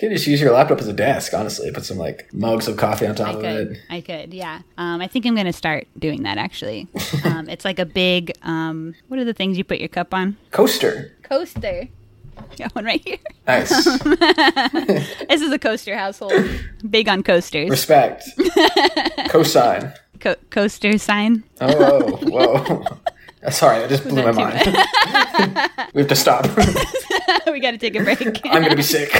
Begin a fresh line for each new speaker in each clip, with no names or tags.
You could just use your laptop as a desk, honestly. Put some like mugs of coffee on top
I
of
could.
it.
I could. Yeah. Um, I think I'm going to start doing that actually. Um, it's like a big. Um, what are the things you put your cup on?
Coaster.
Coaster. Got one right here.
Nice.
This is a coaster household. Big on coasters.
Respect. Cosine.
Co- coaster sign.
Oh, whoa. whoa. Sorry, that just blew my mind. we have to stop.
we got to take a break.
I'm going to be sick.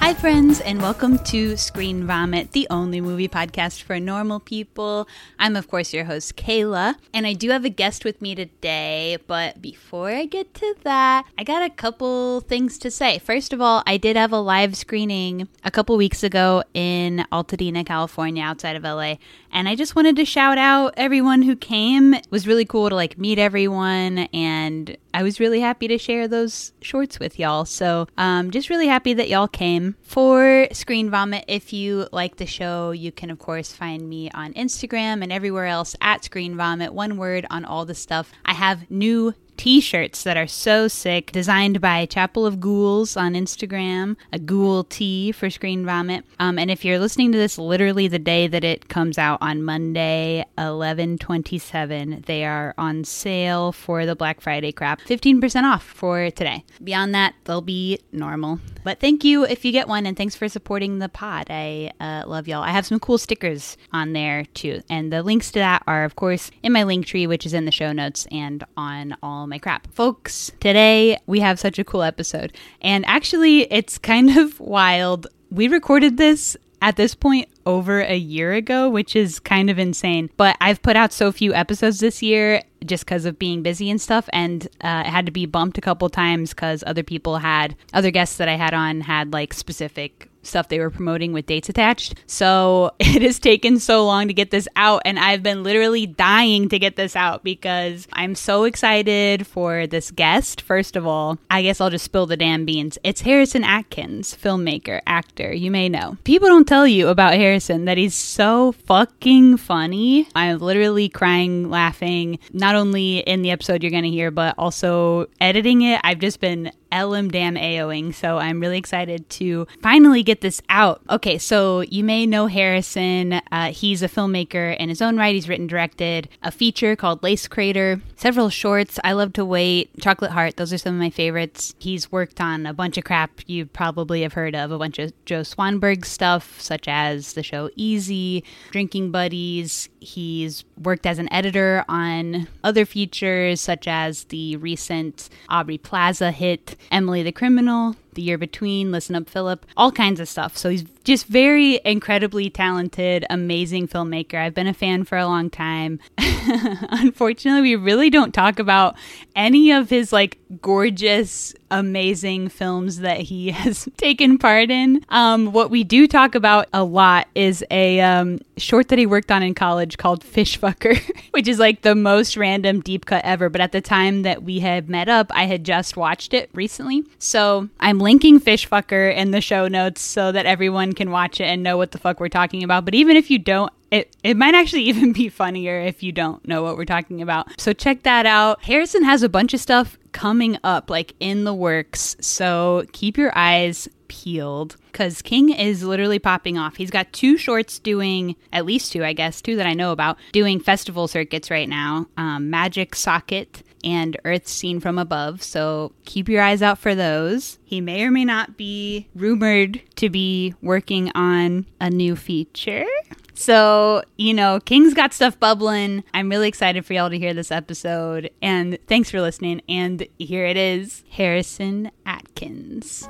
Hi, friends, and welcome to Screen Vomit, the only movie podcast for normal people. I'm, of course, your host, Kayla, and I do have a guest with me today. But before I get to that, I got a couple things to say. First of all, I did have a live screening a couple weeks ago in Altadena, California, outside of LA, and I just wanted to shout out everyone who came. It was really cool to like meet everyone and I was really happy to share those shorts with y'all. So, um, just really happy that y'all came. For Screen Vomit, if you like the show, you can, of course, find me on Instagram and everywhere else at Screen Vomit, one word on all the stuff. I have new t shirts that are so sick, designed by Chapel of Ghouls on Instagram, a ghoul tee for Screen Vomit. Um, and if you're listening to this literally the day that it comes out on Monday, 11 27, they are on sale for the Black Friday crap. 15% off for today. Beyond that, they'll be normal. But thank you if you get one, and thanks for supporting the pod. I uh, love y'all. I have some cool stickers on there too. And the links to that are, of course, in my link tree, which is in the show notes and on all my crap. Folks, today we have such a cool episode. And actually, it's kind of wild. We recorded this at this point over a year ago, which is kind of insane. But I've put out so few episodes this year just because of being busy and stuff, and uh, it had to be bumped a couple times because other people had other guests that I had on had like specific stuff they were promoting with dates attached. So it has taken so long to get this out, and I've been literally dying to get this out because I'm so excited for this guest. First of all, I guess I'll just spill the damn beans. It's Harrison Atkins, filmmaker, actor. You may know. People don't tell you about Harrison that he's so fucking funny. I'm literally crying, laughing, not only in the episode you're going to hear, but also editing it. I've just been LM Dam AOing, so I'm really excited to finally get this out. Okay, so you may know Harrison. Uh, he's a filmmaker in his own right. He's written, directed a feature called Lace Crater, several shorts, I Love to Wait, Chocolate Heart. Those are some of my favorites. He's worked on a bunch of crap you probably have heard of, a bunch of Joe Swanberg stuff, such as the show Easy, Drinking Buddies. He's worked as an editor on other features, such as the recent Aubrey Plaza hit, Emily the Criminal, The Year Between, Listen Up Philip, all kinds of stuff. So he's just very incredibly talented, amazing filmmaker. I've been a fan for a long time. Unfortunately, we really don't talk about any of his like gorgeous, amazing films that he has taken part in. Um, what we do talk about a lot is a um, short that he worked on in college called Fish Fucker, which is like the most random deep cut ever. But at the time that we had met up, I had just watched it recently. So I'm linking Fish Fucker in the show notes so that everyone can watch it and know what the fuck we're talking about. But even if you don't, it, it might actually even be funnier if you don't know what we're talking about. So check that out. Harrison has a bunch of stuff coming up, like in the works. So keep your eyes peeled because King is literally popping off. He's got two shorts doing, at least two, I guess, two that I know about, doing festival circuits right now um, Magic Socket and Earth Seen from Above. So keep your eyes out for those. He may or may not be rumored to be working on a new feature. So, you know, King's got stuff bubbling. I'm really excited for y'all to hear this episode. And thanks for listening. And here it is Harrison Atkins.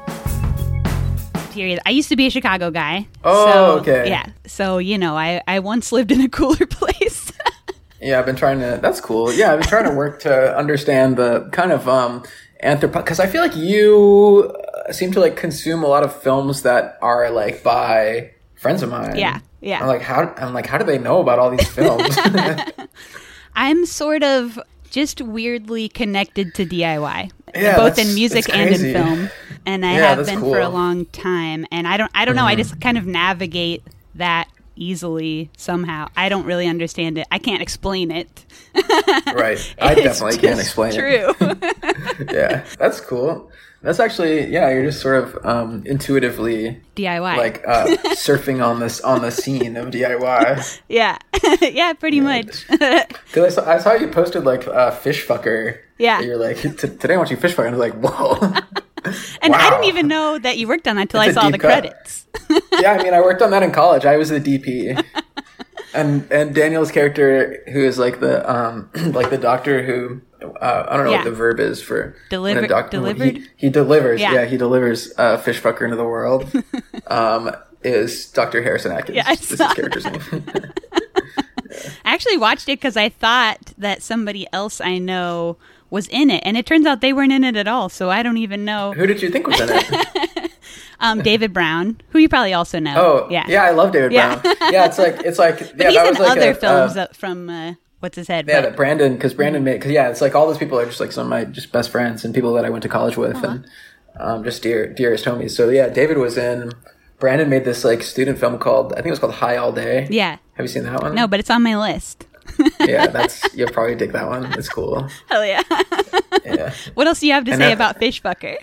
Period. I used to be a Chicago guy.
Oh,
so,
okay.
Yeah. So, you know, I, I once lived in a cooler place.
Yeah, I've been trying to. That's cool. Yeah, I've been trying to work to understand the kind of um anthropo. Because I feel like you uh, seem to like consume a lot of films that are like by friends of mine.
Yeah, yeah.
I'm like, how? I'm like, how do they know about all these films?
I'm sort of just weirdly connected to DIY,
Yeah,
both
that's-
in music
that's
and in
crazy.
film. And I
Yeah,
have
that's
been for
cool.
a
Mm-hmm.
long time. And I don't, I don't know. I just kind of navigate that easily somehow. I don't really understand it. I can't explain it.
right. I definitely can't explain it.
it. True.
yeah, that's cool. That's actually yeah. You're just sort of um, intuitively
DIY.
like uh, surfing on this on the scene of DIY.
yeah. yeah, pretty much.
Because I saw, I saw you posted like uh, fish fucker.
Yeah.
You're like "T- today I want you fish fucker. And I was like, whoa.
And I
Wow.
didn't even know that you worked on that until I
It's a
saw the
deep cut.
credits.
yeah, I mean, I worked on that in college. I was the DP. And and Daniel's character, who is like the um like the doctor who uh, I don't know
Yeah.
what the verb is for
Deliver-
when a doc- when
delivered?
He, he delivers,
Yeah.
yeah. he delivers uh, fish fucker into the world. um, is Doctor Harrison Atkins?
Yeah, I
is
saw
his character's name.
I actually watched it because I thought that somebody else I know was in it, and it turns out they weren't in it at all. So I don't even know.
who did you think was in it?
Um, David Brown, who you probably also know.
Oh,
yeah,
yeah, I love David
Yeah.
Brown. Yeah, it's like it's like yeah,
But
that
he's
was
in
like
other
a,
films
uh,
uh, from uh, what's his head?
yeah,
but-
that Brandon, because Brandon made, because yeah, it's like all those people are just like some of my just best friends and people that I went to college with and um, just dear dearest homies. So yeah, David was in. Brandon made this like student film called I think it was called High All Day.
yeah.
Have you seen that one?
No, but it's on my list.
yeah, that's you'll probably dig that one. It's cool.
Hell yeah!
Yeah.
what else do you have to
And that-
say about Fishfucker?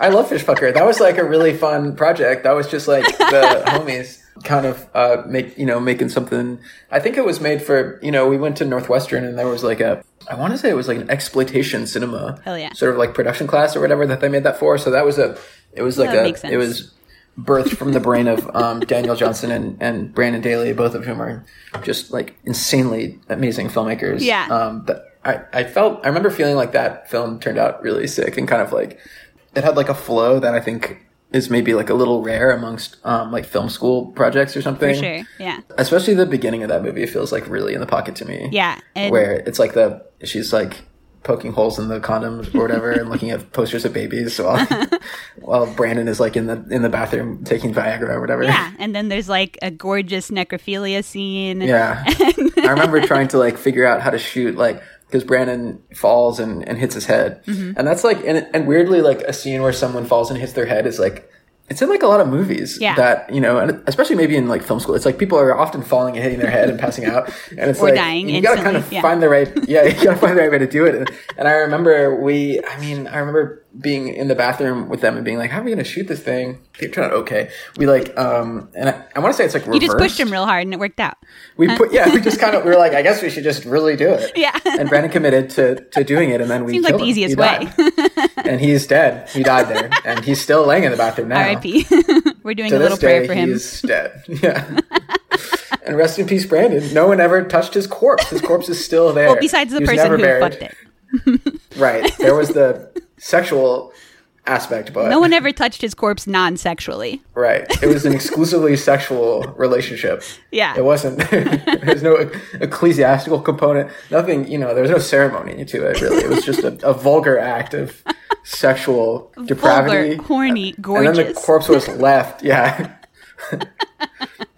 I love Fishfucker. That was like a really fun project. That was just like the homies kind of uh, make you know making something. I think it was made for you know we went to Northwestern and there was like a I want to say it was like an exploitation cinema.
Hell yeah.
Sort of like production class or whatever that they made that for. So that was a it was like
That
a
makes sense.
it was birthed from the brain of um, Daniel Johnson and, and Brandon Daly, both of whom are just like insanely amazing filmmakers.
Yeah.
Um, but I, I felt, I remember feeling like that film turned out really sick and kind of like, it had like a flow that I think is maybe like a little rare amongst um, like film school projects or something.
Sure. Yeah.
Especially the beginning of that movie feels like really in the pocket to me.
Yeah. And
Where it's like the, she's like, poking holes in the condoms or whatever and looking at posters of babies while while Brandon is like in the in the bathroom taking Viagra or whatever.
yeah, and then there's like a gorgeous necrophilia scene.
Yeah. I remember trying to like figure out how to shoot like because Brandon falls and, and hits his head.
Mm-hmm.
And that's like and, and weirdly like a scene where someone falls and hits their head is like it's in like a lot of movies
Yeah.
that you know, and especially maybe in like film school, it's like people are often falling and hitting their head and passing out, and it's
Or
like
dying
you gotta kind
instantly,
of
yeah.
find the right, yeah, you gotta find the right way to do it. And, and I remember we, I mean, I remember being in the bathroom with them and being like, "How are we gonna shoot this thing?" It turned out okay. We like, um, and I, I want to say it's like
You just
reversed.
pushed him real hard, and it worked out.
We put yeah, we just kind of we were like, I guess we should just really do it.
Yeah.
And Brandon committed to to doing it, and then we
Seems like
killed
the
him.
easiest
He died. and he's dead. He died there, and he's still laying in the bathroom now.
R.I.P. We're doing
To
a little
this
prayer
day,
for him.
he's dead. Yeah. and rest in peace, Brandon. No one ever touched his corpse. His corpse is still there.
Well, besides the
He was
person
never
who
buried.
fucked it.
Right. There was the sexual aspect, but
No one ever touched his corpse non sexually.
right. It was an exclusively sexual relationship.
Yeah.
It wasn't. There's no ecclesiastical component. Nothing. You know, there's no ceremony to it. Really, it was just a, a vulgar act of sexual depravity.
Vulgar, horny,
and
gorgeous.
then the corpse was left. Yeah.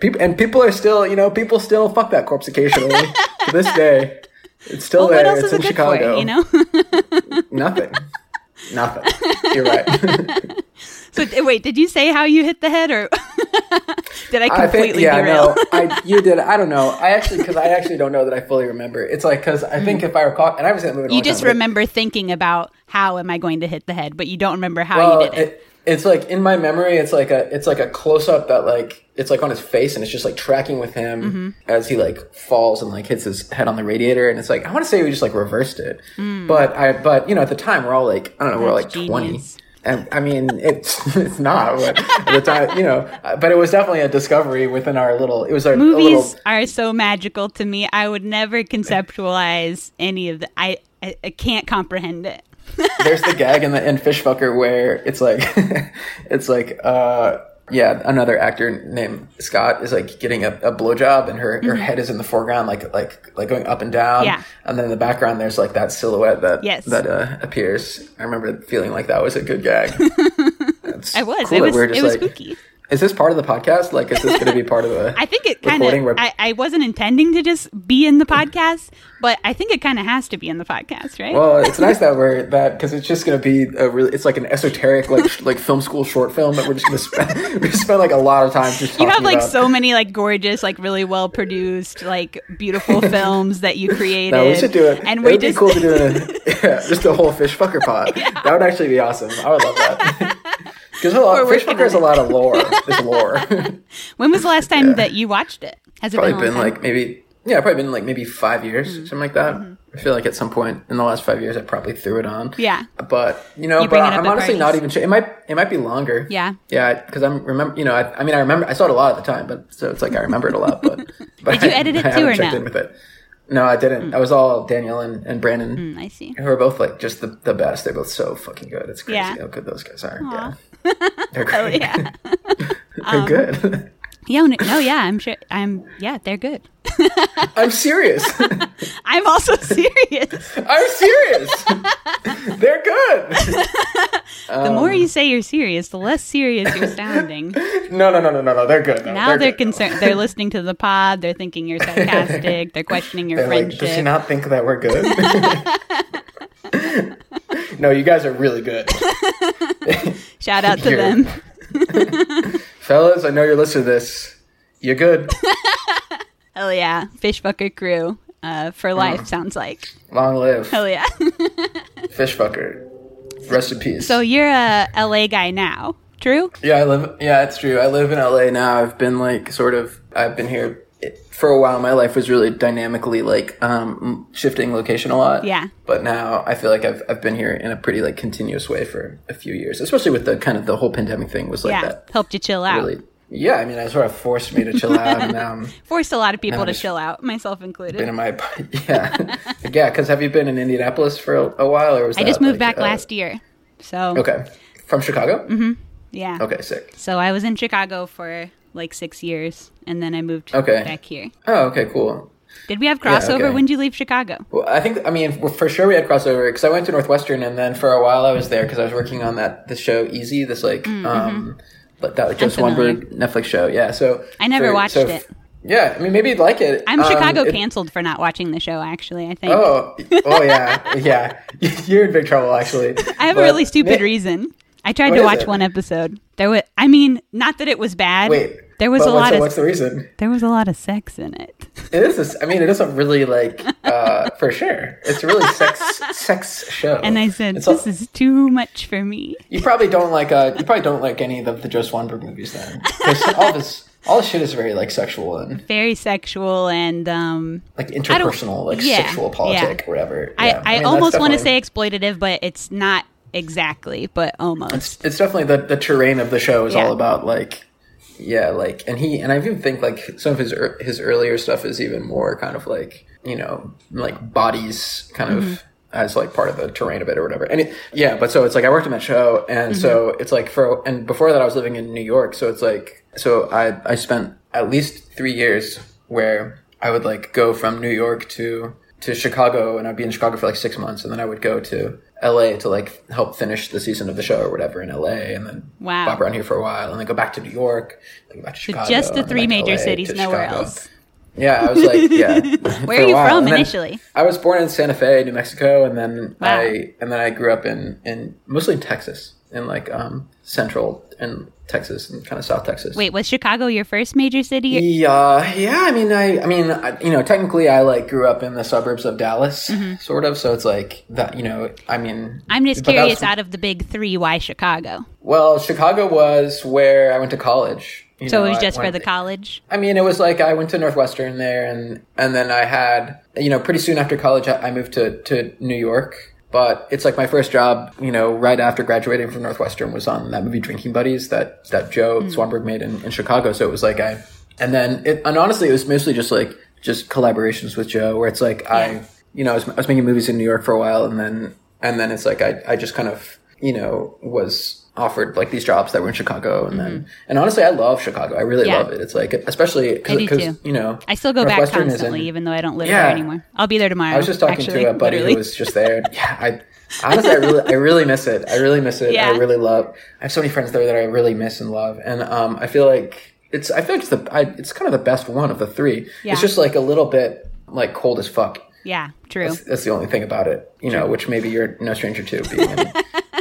people and people are still. You know, people still fuck that corpse occasionally to this day. It's still
well,
there.
what else
it's
is
in
it good
Chicago.
for? You know.
Nothing. Nothing. You're right.
so th- wait, did you say how you hit the head, or did I completely derail?
no, I you did. I don't know. I actually because I actually don't know that I fully remember. It's like because I think if I recall, and I was in that movie. a long
Mm. you just
time ago.
remember thinking about how am I going to hit the head, but you don't remember how
Well,
you did it.
Uh, it- it's like in my memory, it's like a it's like a close up that like it's like on his face and it's just like tracking with him
Mm-hmm.
as he like falls and like hits his head on the radiator and it's like I want to say we just like reversed it, but I but you know at the time we're all like I don't know we're all like
Mm. That's
twenty.
genius.
And, I mean, it's it's not, but at the time, you know, uh, but it was definitely a discovery within our little. It was our a little
Movies are so magical to me. I would never conceptualize any of the. I I, I can't comprehend it.
there's the gag in the in Fishfucker where it's like it's like uh yeah, another actor named Scott is like getting a, a blowjob, and her, her head is in the foreground, like like like going up and down.
Mm-hmm. Yeah.
And then in the background, there's like that silhouette that
Yes.
that uh, appears. I remember feeling like that was a good gag. It's
I was.
cool
it
that
was.
we're
It
just
was
like-
spooky.
Is this part of the podcast? Like, is this going to be part of the?
I think it kind
Recording
of.
where-
I, I wasn't intending to just be in the podcast, but I think it kind of has to be in the podcast, right?
Well, it's nice that we're that because it's just going to be a really. It's like an esoteric like sh- like film school short film that we're just going to spend we spend like a lot of time just. Talking
you have like
about.
so many like gorgeous, like really well produced, like beautiful films that you created.
No, we should do it.
And
it
we
would
just
be cool to do a, yeah, just a whole fish fucker pod. That would actually be awesome. I would love that. Because a lot,
We're
fish
working
fucker is a
on
lot of lore. It's lore.
When was the last time that you watched it? Has it
probably
been, a long
been
time?
like maybe yeah, probably been like maybe five years,
Mm-hmm.
something like that. I feel like at some point in the last five years, I probably threw it on.
Yeah.
but you know,
You
but
bring it up
I'm
at
honestly
parties.
not even sure. It might it might be longer.
Yeah.
yeah, because I'm remember. You know, I, I mean, I remember I saw it a lot at the time, but so it's like I remember it a lot. But, but
Did you edit it
I,
too
haven't
or
checked
no?
in with it. No, I didn't. I was all Danielle and, and Brandon,
Mm, I see.
who are both like just the, the best. They're both so fucking good. It's crazy
Yeah.
how good those guys are.
Aw.
Yeah, they're great.
Oh yeah.
They're good.
yeah. No, no, yeah. I'm sure. I'm. Yeah, they're good.
I'm serious.
I'm also serious.
I'm serious. They're good.
the more
Um,
you say you're serious, the less serious you're sounding.
No, no, no, no, no, no. They're good. though.
Now they're,
good.
concerned. They're listening to the pod. They're thinking you're sarcastic. They're questioning your
They're like,
friendship.
does she not think that we're good? no, you guys are really good,
Shout out to
Here.
them.
fellas. I know you're listening to this. You're good.
Hell yeah, Fishfucker crew uh, for life. Sounds like.
Long live
Hell yeah.
fish fucker. Rest in peace.
so Oh, you're a LA guy now. True.
Yeah, I live. Yeah, it's true. I live in LA now. I've been like sort of. I've been here for a while. My life was really dynamically like um, shifting location a lot.
Yeah.
But now I feel like I've I've been here in a pretty like continuous way for a few years, especially with the kind of the whole pandemic thing was like
Yeah.
that.
Helped you chill out.
Really. Yeah, I mean, I sort of forced me to chill out, and now I'm
Forced a lot of people
Now
to
just-
chill out, myself included.
been in my yeah, yeah. Because have you been in Indianapolis for a, a while, or was
I just
that,
moved
like,
back
uh,
last Mm-hmm. year. So,
Okay, from Chicago.
yeah.
Okay, sick.
So I was in Chicago for like six years and then I moved
Okay.
back here.
Oh, okay, cool.
Did we have crossover?
okay.
When did you leave Chicago?
Well, I think I mean for sure we had crossover because I went to Northwestern and then for a while I was there because I was working on that the show Easy this like
Mm,
um but that like Joe
familiar.
Swanberg Netflix show yeah so
mm-hmm. I never
for-
watched
so-
it.
yeah I mean maybe you'd like it
I'm
Um,
Chicago
it-
canceled for not watching the show, actually, I think.
oh oh yeah yeah you're in big trouble actually
I have a
But-
really stupid
ma-
reason. I tried
What
to
is
watch
it?
one episode. There was, I mean, not that it was bad.
wait
there was
but
a
what's
lot
the,
of
what's the reason
there was a lot of sex in it.
it is this, I mean it isn't really like uh for sure it's a really sex sex show
And I said,
It's all-
"This is too much for me."
You probably don't like uh you probably don't like any of the, the Joe Swanberg movies then. 'Cause all this all this shit is very like sexual and
Very sexual and um
like
don't-
interpersonal, like
yeah,
sexual politic
yeah.
or whatever.
I,
Yeah.
I,
mean, that's
almost want to
definitely-
say exploitative, but it's not exactly, but almost.
it's definitely the, the terrain of the show is
Yeah.
all about like yeah, like and he and I even think like some of his ear his earlier stuff is even more kind of like, you know, like bodies kind of as like part of the terrain of it or whatever. And it, yeah, but so it's like I worked on that show and so it's like for and before that I was living in New York, so it's like so I I spent at least 3 years where I would like go from New York to to Chicago, and I'd be in Chicago for like six months, and then I would go to LA to like help finish the season of the show or whatever in LA, and then
Wow.
bop around here for a while, and then go back to New York, then go back to Chicago.
just the
and then back
three
to LA,
major cities,
to
nowhere
Chicago.
else.
Yeah, I was like, yeah.
Where are you from initially?
I was born in Santa Fe, New Mexico, and then
Wow.
I and then I grew up in in mostly in Texas, in like um central and Texas and kind of South Texas.
Wait, was Chicago your first major city?
Yeah, yeah. I mean, I, I mean, I, you know, technically, I like grew up in the suburbs of Dallas, sort of. So it's like that, you know. I mean,
Mm-hmm. I'm just
but that
curious,
was-
out of the big three, why Chicago?
well, Chicago was where I went to college. you
So
know,
it was
I
just for
went-
the college?
I mean, it was like I went to Northwestern there, and and then I had you know pretty soon after college I I moved to to New York. But it's like my first job, you know, right after graduating from Northwestern was on that movie Drinking Buddies that that Joe Swanberg made in, in Chicago. So it was like I, and then it, and honestly, it was mostly just like just collaborations with Joe, where it's like I, you know, I was, I was making movies in New York for a while, and then and then it's like I I just kind of you know was offered like these jobs that were in Chicago, and then and honestly, I love Chicago. I really
Yeah.
love it. It's like especially
I do
because
too.
you know
I still go back
Northwestern is in-
constantly, even though I don't live
Yeah.
there anymore. I'll be there tomorrow.
I was just talking to a buddy
literally.
who was just there. yeah, I Honestly, I really, I really miss it. I really miss it.
Yeah.
I really love. I have so many friends there that I really miss and love, and um, I feel like it's. I feel like it's the. I, it's kind of the best one of the three.
Yeah.
It's just like a little bit like cold as fuck.
Yeah, true.
That's the only thing about it, you know. Which maybe you're no stranger to being an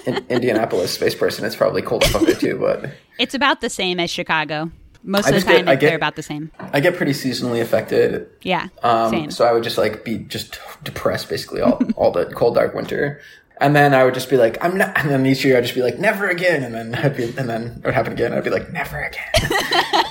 in Indianapolis space person. It's probably cold as fuck there too, but
It's about the same as Chicago. Most
I
of the
just get-
time,
I
they're
get-
about the same.
I get pretty seasonally affected.
Yeah,
Um,
same.
So I would just like be just depressed basically all, all the cold dark winter. And then I would just be like, I'm not. And then each year I'd just be like, never again. And then I'd be, and then it would happen again. I'd be like, never again.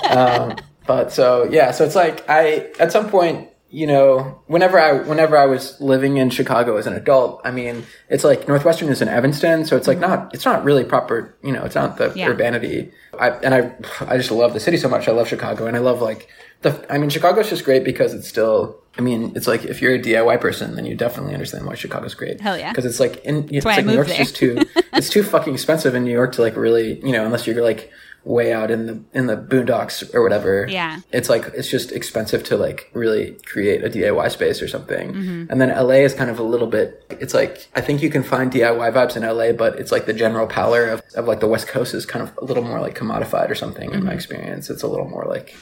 um, but so yeah, so it's like I at some point, you know, whenever I whenever I was living in Chicago as an adult, I mean, it's like Northwestern is in Evanston, so it's like not it's not really proper. You know, it's not the
Mm-hmm. Yeah.
urbanity. I and I I just love the city so much. I love Chicago, and I love like the. I mean, Chicago's just great because it's still. I mean, it's like if you're a DIY person, then you definitely understand why Chicago's great.
Hell yeah.
Because it's like in it's
why I
like New
moved
York's
there.
just too it's too fucking expensive in New York to like really you know unless you're like way out in the in the boondocks or whatever.
Yeah.
It's like it's just expensive to like really create a DIY space or something. And then LA is kind of a little bit it's like I think you can find DIY vibes in LA, but it's like the general pallor of, of like the West Coast is kind of a little more like commodified or something in my experience. It's a little more like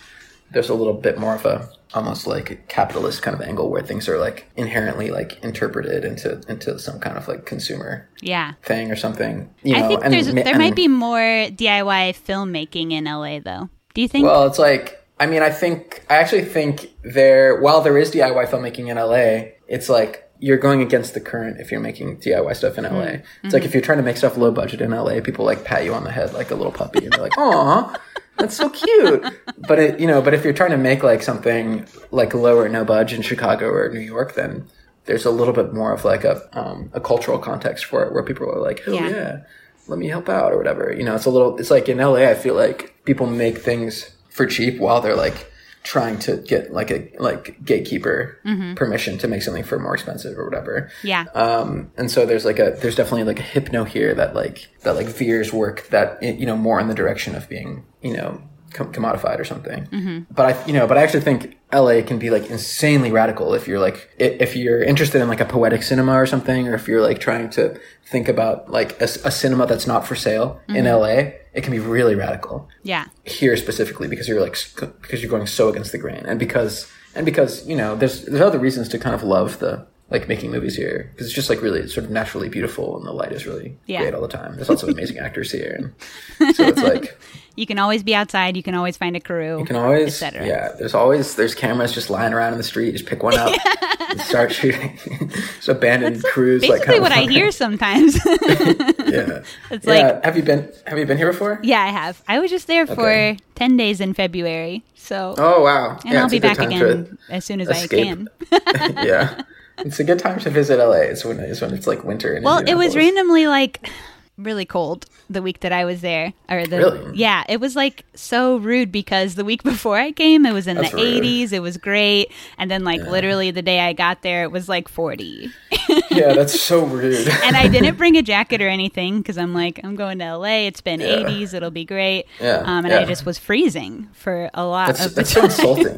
there's a little bit more of a almost like a capitalist kind of angle where things are like inherently like interpreted into into some kind of like consumer
yeah.
thing or something. You know,
I think
and
there's
ma-
there might
and-
be more DIY filmmaking in LA though. Do you think?
Well, it's like I mean, I think I actually think there while there is DIY filmmaking in LA, it's like you're going against the current if you're making DIY stuff in LA.
Mm.
It's like
Mm-hmm.
if you're trying to make stuff low budget in LA, people like pat you on the head like a little puppy and they're like, "Aw, that's so cute." But it, you know, but if you're trying to make like something like low or no budge in Chicago or New York, then there's a little bit more of like a um, a cultural context for it where people are like, "Oh
Yeah.
yeah, let me help out or whatever. You know, it's a little, it's like in LA, I feel like people make things for cheap while they're like trying to get like a, like gatekeeper permission to make something for more expensive or whatever.
yeah.
Um, and so there's like a, there's definitely like a hypno here that like, that like veers work that, you know, more in the direction of being, you know, com- commodified or something. But I, you know, but I actually think LA can be like insanely radical if you're like, i- if you're interested in like a poetic cinema or something, or if you're like trying to think about like a, s- a cinema that's not for sale in LA, it can be really radical
yeah.
here specifically because you're like sc- because you're going so against the grain and because and because you know there's there's other reasons to kind of love the like making movies here because it's just like really sort of naturally beautiful and the light is really
Yeah.
great all the time. There's also amazing actors here, and so it's like
You can always be outside. You can always find a crew.
you can always
cetera.
yeah. There's always there's cameras just lying around in the street. Just pick one up and start shooting. Just abandoned crews.
Basically,
like kind of
what I
like-
hear sometimes.
Yeah,
It's
yeah.
like-
have you been have you been here before?
yeah, I have. I was just there
Okay.
for ten days in February. So,
Oh wow!
and
yeah,
I'll
it's a
be
good
back
time to-
again as soon as
escape.
I can.
yeah. It's a good time to visit LA. It's when it's when it's like winter. In
Well, it was
Indianapolis.
randomly like really cold the week that I was there, or the
Really?
yeah, it was like so rude because the week before I came, it was in
That's
the
rude.
eighties, it was great, and then like literally the day I got there, it was like forty,
Yeah, that's so rude.
and I didn't bring a jacket or anything because I'm like I'm going to L.A. It's been
Yeah.
eighties, it'll be great,
Yeah,
um, and I
yeah.
just was freezing for a lot
That's,
of the
that's so insulting.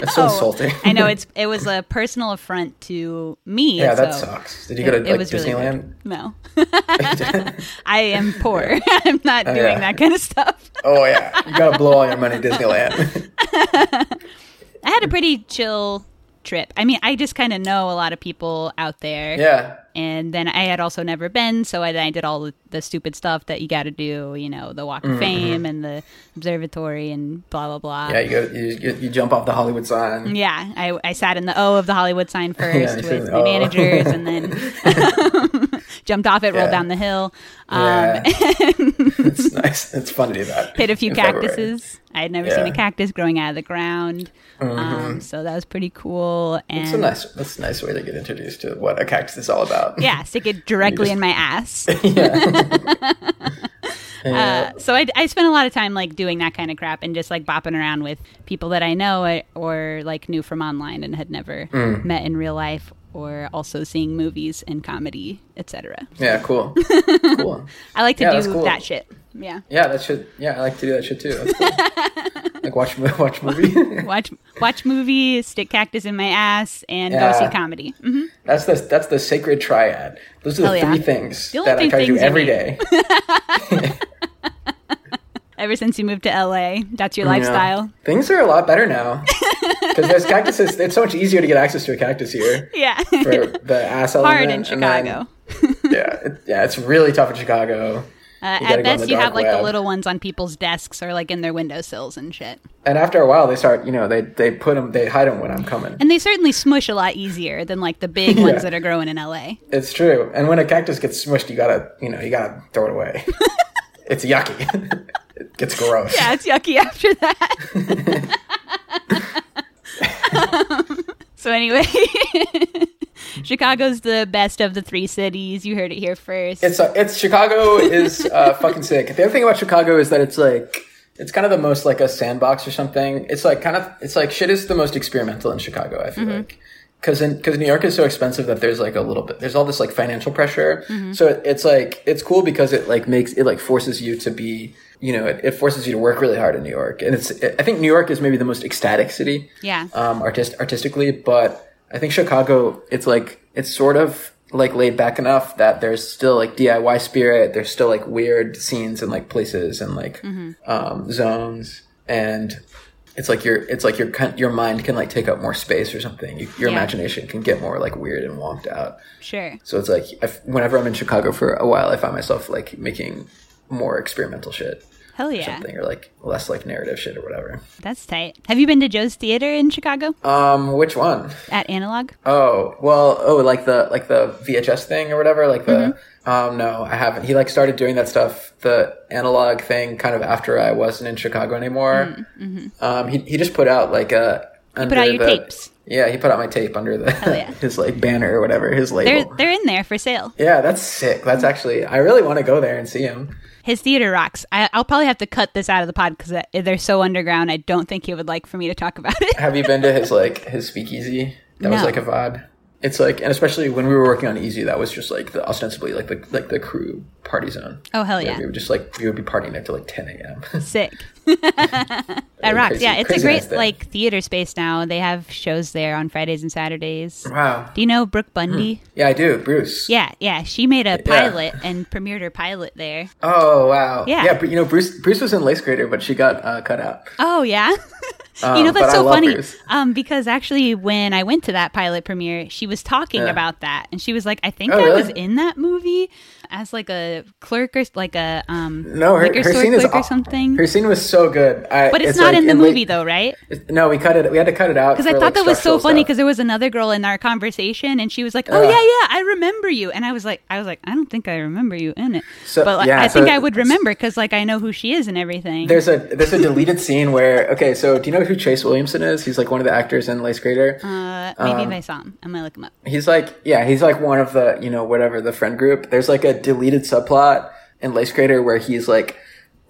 That's so
Oh,
insulting.
I know it's it was a personal affront to me.
Yeah, that
so
sucks. Did you go to like
really
Disneyland?
weird. no. I am poor. I'm not doing
yeah.
that kind of stuff.
oh yeah, you gotta blow all your money at Disneyland.
I had a pretty chill trip. I mean, I just kind of know a lot of people out there.
yeah,
And then I had also never been, so I, I did all the, the stupid stuff that you got to do, you know, the Walk of
Mm-hmm.
Fame and the observatory and blah, blah, blah.
yeah. You go. You, you, you jump off the Hollywood sign.
Yeah, I, I sat in the O of the Hollywood sign first
you sit in
with
the
the
O.
managers and then jumped off it, rolled
Yeah.
down the hill, um,
Yeah, it's nice. It's fun to do that.
hit a few
in February.
cactuses. I had never seen a
Yeah.
cactus growing out of the ground. Um, so that was pretty cool. And
It's a nice. That's a nice way to get introduced to what a cactus is all about.
yeah, stick it directly
just-
in my ass. Uh,
Yeah.
so I, I spent a lot of time like doing that kind of crap and just like bopping around with people that I know or, or like knew from online and had never
Mm.
met in real life or also seeing movies and comedy, etc.
yeah. Cool. cool.
I like to
Yeah,
do
that's cool.
that shit. Yeah.
Yeah, that should. Yeah, I like to do that shit too. That's cool. like watch mo- watch movie.
watch watch movie, stick cactus in my ass, and go
Yeah.
see comedy. hmm
that's the that's the sacred triad. Those are the
Hell yeah.
three things
The only
that I
three
try to do
things I
every
need.
day.
Ever since you moved to LA, that's your lifestyle.
Yeah. Things are a lot better now because there's cactuses. It's so much easier to get access to a cactus here
Yeah,
for the ass
hard
element, and
in
then-
Chicago.
yeah, it, yeah, it's really tough in Chicago. gotta
Uh,
go on
at best,
the
you
dark
have like the
web.
little ones on people's desks or like in their windowsills and shit.
And after a while, they start, you know, they they put them, they hide them when I'm coming.
And they certainly smush a lot easier than like the big
Yeah.
ones that are growing in LA.
It's true. And when a cactus gets smushed, you gotta, you know, you gotta throw it away. it's yucky. it gets gross.
Yeah, it's yucky after that. so anyway, Chicago's the best of the three cities. You heard it here first.
It's uh, it's Chicago is uh, fucking sick. The other thing about Chicago is that it's like it's kind of the most like a sandbox or something. It's like kind of it's like shit is the most experimental in Chicago. I feel like because because New York is so expensive that there's like a little bit there's all this like financial pressure. So it, it's like it's cool because it like makes it like forces you to be you know it, it forces you to work really hard in New York. And it's I think New York is maybe the most ecstatic city.
Yeah.
Um, artist artistically, but I think Chicago it's like it's sort of like laid back enough that there's still like DIY spirit. There's still like weird scenes and like places and like
Mm-hmm.
um, zones and it's like your it's like your kin- your mind can like take up more space or something. You, your
Yeah.
imagination can get more like weird and wonked out.
sure.
So it's like if, whenever I'm in Chicago for a while, I find myself like making more experimental shit
Hell yeah.
thing or like less like narrative shit or whatever.
That's tight. Have you been to Joe's Theater in Chicago
Um, which one?
at Analog?
Oh well, oh like the like the VHS thing or whatever. Like the
Mm-hmm.
um, no, I haven't. He like started doing that stuff, the analog thing, kind of after I wasn't in Chicago anymore.
Mm,
Um, he he just put out like a under
mm-hmm. out your
the-
tapes.
Yeah, he put out my tape under the
yeah.
his like banner or whatever his
They're
label.
they're in there Mm. for sale.
yeah, that's sick. That's actually I really want to go there and see him.
His theater rocks. I, I'll probably have to cut this out of the pod because they're so underground. I don't think he would like for me to talk about it.
Have you been to his like his speakeasy? That was
No.
like a VOD. It's like, and especially when we were working on Easy, that was just like the ostensibly like the like the crew party zone.
Oh hell yeah,
we would just like we would be partying up to like 10 a.m.
sick. that rocks.
crazy-
yeah, it's a
crazy
great
nice thing.
like theater space now. They have shows there on Fridays and Saturdays.
wow.
Do you know Brooke Bundy?
Yeah, I do, Bruce.
Yeah, yeah. She made a pilot and premiered her pilot there.
Oh wow.
Yeah.
Yeah, but you know Bruce. Bruce was in Lace Grader, but she got uh, cut out.
Oh yeah. you
Um,
know
but
that's
I
so
love
funny
hers.
um, because actually when I went to that pilot premiere, she was talking about that, and she was like, "I think
Oh,
I
really?
was in that movie as like a clerk or s- like a um,
No, Oh, her,
liquor
her
store
scene is
clerk or
aw-
something."
Her scene was so good. I,
but it's, not
like
in the
La-
movie though, right?
it's- No, we cut it. We had to cut it out
Because I
for,
thought
like,
that was so
structural
funny
stuff.
because there was another girl in our conversation, and she was like, "Oh yeah,
Yeah.
yeah, I remember you," and I was like, "I was like, I don't think I remember you in it,
So-
but like,
yeah,
I
so
think I would
it's-
remember because like I know who she is and everything."
There's a there's a deleted scene where okay, so do you know who Chase Williamson is? He's like one of the actors in Lace Grader.
uh, maybe
um,
if I saw him, I might look him up.
He's like, yeah, he's like one of the, you know, whatever, the friend group. There's like a deleted subplot in Lace Grader where he's like,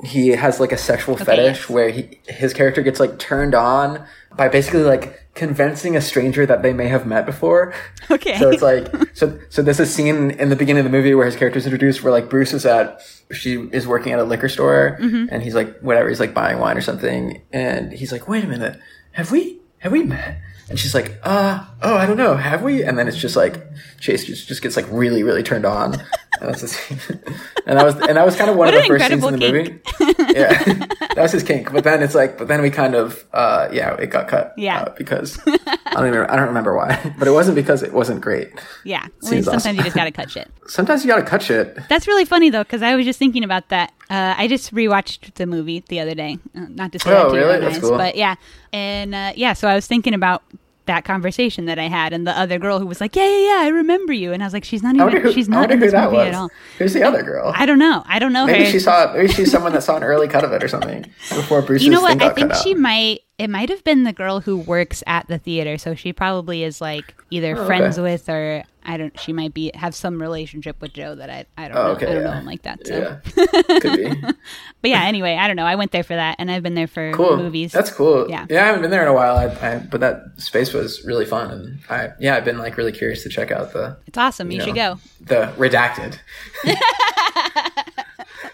he has like a sexual fetish
yes.
where he, his character gets like turned on by basically like convincing a stranger that they may have met before.
Okay.
So it's like, so, so there's a scene in the beginning of the movie where his character's introduced where like Bruce is at, she is working at a liquor store
Mm-hmm.
and he's like, whatever, he's like buying wine or something. And he's like, wait a minute, have we, have we met? And she's like, uh, oh, I don't know, have we? And then it's just like, Chase just, just gets like really, really turned on. And that's the scene. and that was, and that was kind of one
What
of
an
the first scenes in the
incredible
movie. yeah. that was his kink. But then it's like, but then we kind of, uh, yeah, it got cut.
Yeah.
out because I don't remember, I don't remember why, but it wasn't because it wasn't great.
Yeah, Well,
Seems
sometimes
awesome.
you just gotta cut shit.
Sometimes you gotta cut shit.
That's really funny though, because I was just thinking about that. Uh, I just rewatched the movie the other day. Uh, Not to say
Oh,
that to
really?
your
That's
eyes,
cool.
but yeah, and uh, yeah. So I was thinking about that conversation that I had, and the other girl who was like, "Yeah, yeah, yeah, I remember you," and I was like, "She's not
I wonder
even.
who,
she's
I
not
wonder
in
who
this
that
movie
was.
at all."
Who's the other girl?
I don't know. I don't know
maybe
her.
she saw. Maybe she's someone that saw an early cut of it or something before Bruce's
you know
thing
what?
got
I think
cut
she
out.
might. It might have been the girl who works at the theater, so she probably is like
Oh,
either friends with or I don't. She might be have some relationship with Joe that I I don't know.
Oh, okay,
I don't know
yeah.
him like that. So.
Yeah, could be
But yeah, anyway, I don't know. I went there for that, and I've been there for
cool.
movies.
That's cool.
Yeah.
I haven't been there in a while. I, I, but that space was really fun, and I yeah, I've been like really curious to check out the
it's awesome. You, should
know,
go.
the redacted.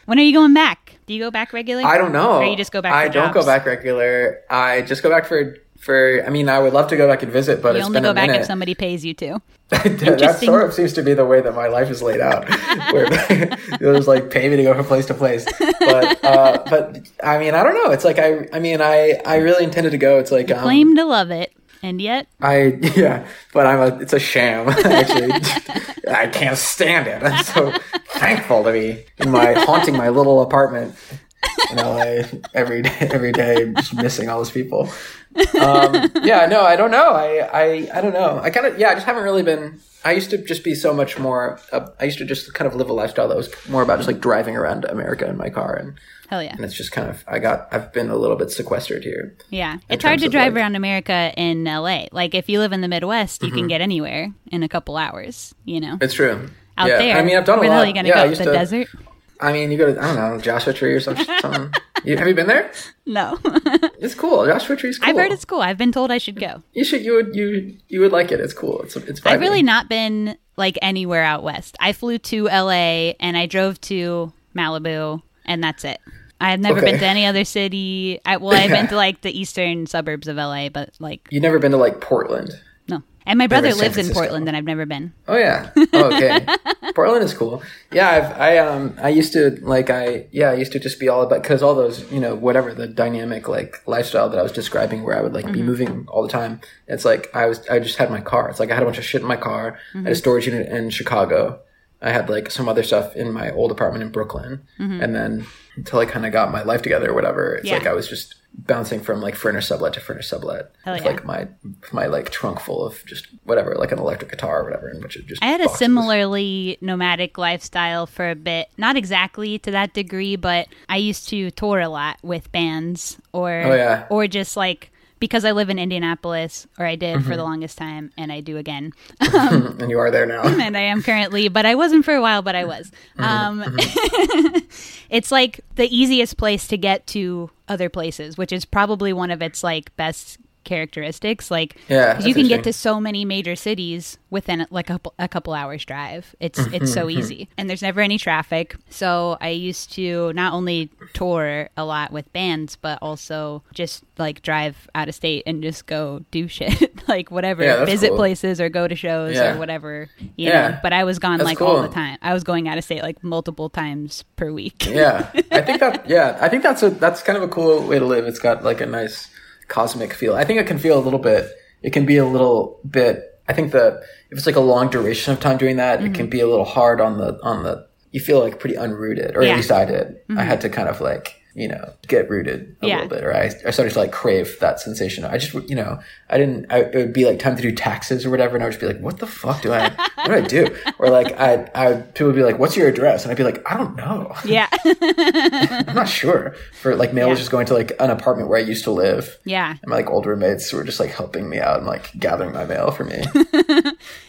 When are you going back? Do Do you go back regular?
I don't know.
Or you just go back?
I
for
don't
jobs?
go back regular. I just go back for for. I mean, I would love to go back and visit, but
You
it's
only
been
go
a
back
minute.
if somebody pays you to.
that
Interesting.
sort of seems to be the way that my life is laid out, where there's like pay me to go from place to place. But uh, but I mean, I don't know. It's like I I mean, I I really intended to go. It's like um,
Claim to love it, and yet
I yeah, but I'm a it's a sham actually. I can't stand it. I'm so thankful to be in my haunting my little apartment in LA every day, every day, just missing all those people. Um, yeah, no, I don't know. I I, I don't know. I kind of yeah, I just haven't really been. I used to just be so much more. Uh, I used to just kind of live a lifestyle that was more about just like driving around America in my car, and
hell yeah,
and it's just kind of I got I've been a little bit sequestered here.
yeah. It's hard
terms
to
of,
drive
like-
around America in L.A. Like if you live in the Midwest, you
Mm-hmm.
can get anywhere in a couple hours. You know,
It's true.
out
yeah.
there.
I mean, I've done
where
a lot.
the hell are you gonna
yeah, I
go?
used
The
to-
desert?
I mean, you go to I don't know Joshua Tree or some, something. You, have you been there?
No,
It's cool. Joshua Tree's cool.
I've heard it's cool. I've been told I should go.
You should. You would. You you would like it. It's cool. It's it's. Vibey.
I've really not been like anywhere out west. I flew to LA and I drove to Malibu and that's it. I've never
Okay.
been to any other city. I, well, I've been
Yeah.
to like the eastern suburbs of LA, but like
You've never been to like Portland.
no. And my brother
San
lives in
Francisco.
Portland and I've never been.
Oh yeah. Oh, okay. Portland is cool. Yeah, I've, I um I used to like I yeah I used to just be all about because all those you know whatever the dynamic like lifestyle that I was describing where I would like be moving all the time. It's like I was I just had my car. It's like I had a bunch of shit in my car. I had a storage unit in Chicago. I had like some other stuff in my old apartment in Brooklyn, and then until I kind of got my life together or whatever, it's
Yeah.
like I was just bouncing from like furnished sublet to furnished sublet
Hell
with
Oh, yeah.
like my my like trunk full of just whatever, like an electric guitar or whatever, and which it just
I had a
boxes.
similarly nomadic lifestyle for a bit. Not exactly to that degree, but I used to tour a lot with bands or
Oh, yeah.
or just like because I live in Indianapolis or I did
Mm-hmm.
for the longest time and I do again.
and you are there now.
and I am currently, but I wasn't for a while, but I was. Um, it's like the easiest place to get to other places, which is probably one of its like best characteristics. Like,
Yeah,
'cause you
that's
can get
interesting.
to so many major cities within like a, a couple hours drive. It's
Mm-hmm,
it's so easy, and there's never any traffic. So I used to not only tour a lot with bands, but also just like drive out of state and just go do shit, like whatever,
Yeah, that's
visit
cool.
places or go to shows
Yeah.
or whatever. You
Yeah.
know, but I was gone
That's
like all the
cool.
time. I was going out of state like multiple times per week.
yeah, I think that. Yeah, I think that's a that's kind of a cool way to live. It's got like a nice cosmic feel. I think it can feel a little bit. It can be a little bit. I think the if it's like a long duration of time doing that, it
Mm-hmm.
can be a little hard on the on the. You feel like pretty unrooted, or
Yeah. Mm-hmm.
at least I did. I had to kind of like you know get rooted a
Yeah.
little bit, or I, I started to like crave that sensation. I just you know I didn't. I, it would be like time to do taxes or whatever, and I would just be like, what the fuck do I? what do I do? Or like I I people would be like, what's your address? And I'd be like, I don't know.
Yeah.
I'm not sure. For like mail was just going to like an apartment where I used to live.
yeah.
And my like old roommates were just like helping me out and like gathering my mail for me.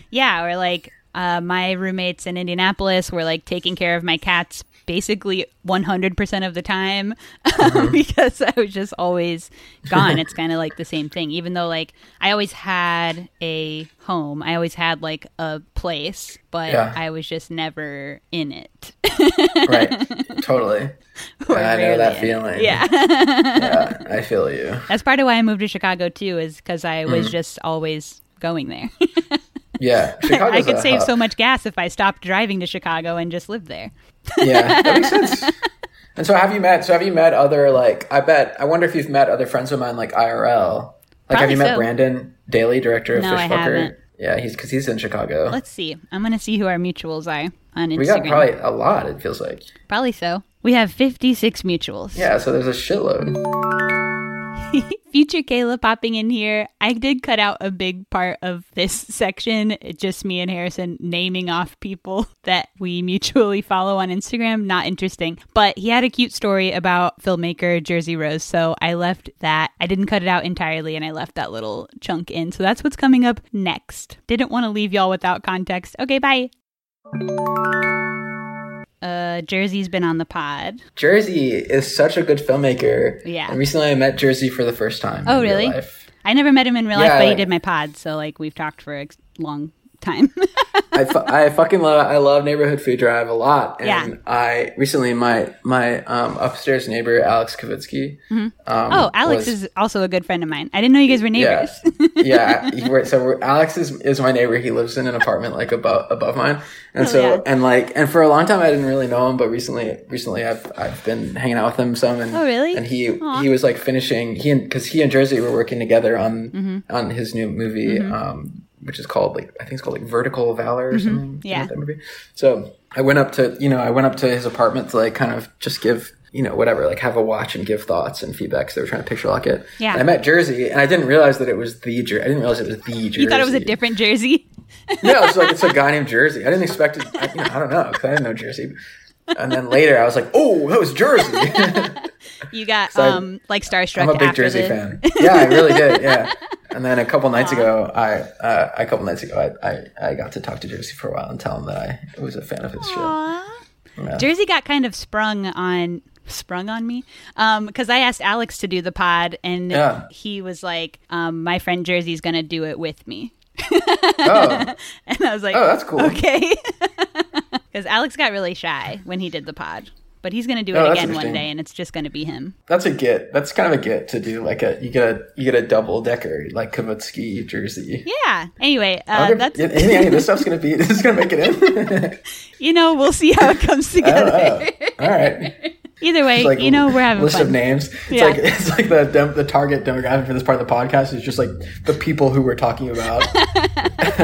Yeah. Or like uh, my roommates in Indianapolis were like taking care of my cats basically 100% of the time
Uh-huh.
because I was just always gone. it's kind of like the same thing, even though like I always had a home, I always had like a place, but
Yeah.
I was just never in it.
right. Totally.
Or
I know that
rarely in it.
feeling.
Yeah.
Yeah, I feel you.
That's part of why I moved to Chicago too, is because I
Mm.
was just always going there.
Yeah. Chicago's
I could
a
save
hub.
so much gas if I stopped driving to Chicago and just lived there.
Yeah. That makes sense. And so have you met so have you met other like I bet I wonder if you've met other friends of mine like IRL. Like have
Probably
you met
so.
Brandon Daly, director of
No,
Fishfucker?
I haven't.
Yeah, he's because he's in Chicago.
Let's see. I'm gonna see who our mutuals are on Instagram.
we got probably a lot, it feels like.
Probably so. We have 56 mutuals.
Yeah, so there's a shitload.
Future Kayla popping in here. I did cut out a big part of this section. It's just me and Harrison naming off people that we mutually follow on Instagram. Not interesting. But he had a cute story about filmmaker Jersey Rose. So I left that. I didn't cut it out entirely and I left that little chunk in. So that's what's coming up next. Didn't want to leave y'all without context. Okay, bye. Uh, Jersey's been on the pod.
Jersey is such a good filmmaker.
Yeah.
And recently I met Jersey for the first time.
Oh,
in real
really?
life.
I never met him in real
Yeah,
life, but he
like-
did my pod, so like we've talked for a long time.
I, fu- I fucking love I love neighborhood food drive a lot. And
Yeah.
I recently my my um, upstairs neighbor Alex Kavitsky. Um,
oh, Alex
was-
is also a good friend of mine. I didn't know you guys were neighbors.
yeah, yeah. We're, so we're, Alex is is my neighbor. He lives in an apartment like above above mine, and
Oh,
so
yeah.
and like and for a long time I didn't really know him, but recently recently I've I've been hanging out with him some. And,
Oh, really?
And he
Aw.
he was like finishing he because he and Jersey were working together on
Mm-hmm.
on his new movie, um, which is called like I think it's called like Vertical Valor or something.
Mm-hmm. Yeah.
like that movie. So I went up to you know I went up to his apartment to like kind of just give. You know, whatever, like have a watch and give thoughts and feedback. So they were trying to picture lock it.
Yeah.
And I met Jersey, and I didn't realize that it was the Jersey. I didn't realize it was the Jersey.
You thought it was a different jersey?
No, it's like it's a guy named Jersey. I didn't expect it. I, you know, I don't know because I didn't know Jersey. And then later, I was like, "Oh, that was Jersey."
You got
I-
um like starstruck
I'm a big
after
Jersey
the-
fan. Yeah, I really did. Yeah. And then a couple nights ago, I uh, a couple nights ago, I, I I got to talk to Jersey for a while and tell him that I was a fan of his show.
Aw.
Yeah.
Jersey got kind of sprung on sprung on me because I asked Alex to do the pod and
Yeah.
he was like, um, "My friend Jersey's gonna do it with me,"
Oh,
and I was like,
oh, that's cool.
okay," because Alex got really shy when he did the pod, but he's gonna do
Oh,
it
that's
again one
interesting.
day, and it's just gonna be him.
That's a get. That's kind of a get to do like a you get a you get a double decker like Kavitsky Jersey.
Yeah. Anyway,
I'm
uh,
gonna-
that's
any, any of this stuff's gonna be this is gonna make it in.
you know we'll see how it comes
Oh,
together.
oh. All right.
Either way,
It's like
you know we're having
list
fun.
of names. It's
Yeah.
like it's like the dem- the target demographic for this part of the podcast is just like the people who we're talking about.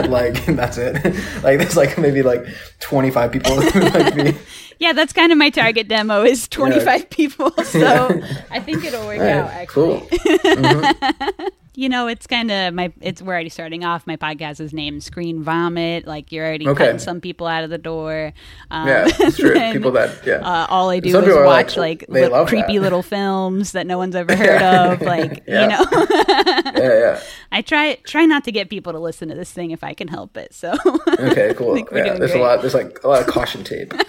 like that's it. Like there's like maybe like 25 people who like me.
Yeah, that's kind of my target demo is 25 people. So I think it'll work
All
out
right,
actually.
cool.
You know, it's kind of my it's we're already starting off. My podcast is named Screen Vomit. Like you're already
Okay.
cutting some people out of the door. Um,
Yeah, it's true.
and,
people that yeah.
uh, all I do
Some
is
people are
watch like,
like, they
li-
love
creepy
that.
little films that no one's ever heard of. Like
Yeah.
you know,
yeah,
I try try not to get people to listen to this thing if I can help it. So
yeah. Okay, cool.
think we're
Yeah,
doing
there's
great.
a lot there's like a lot of caution tape. There's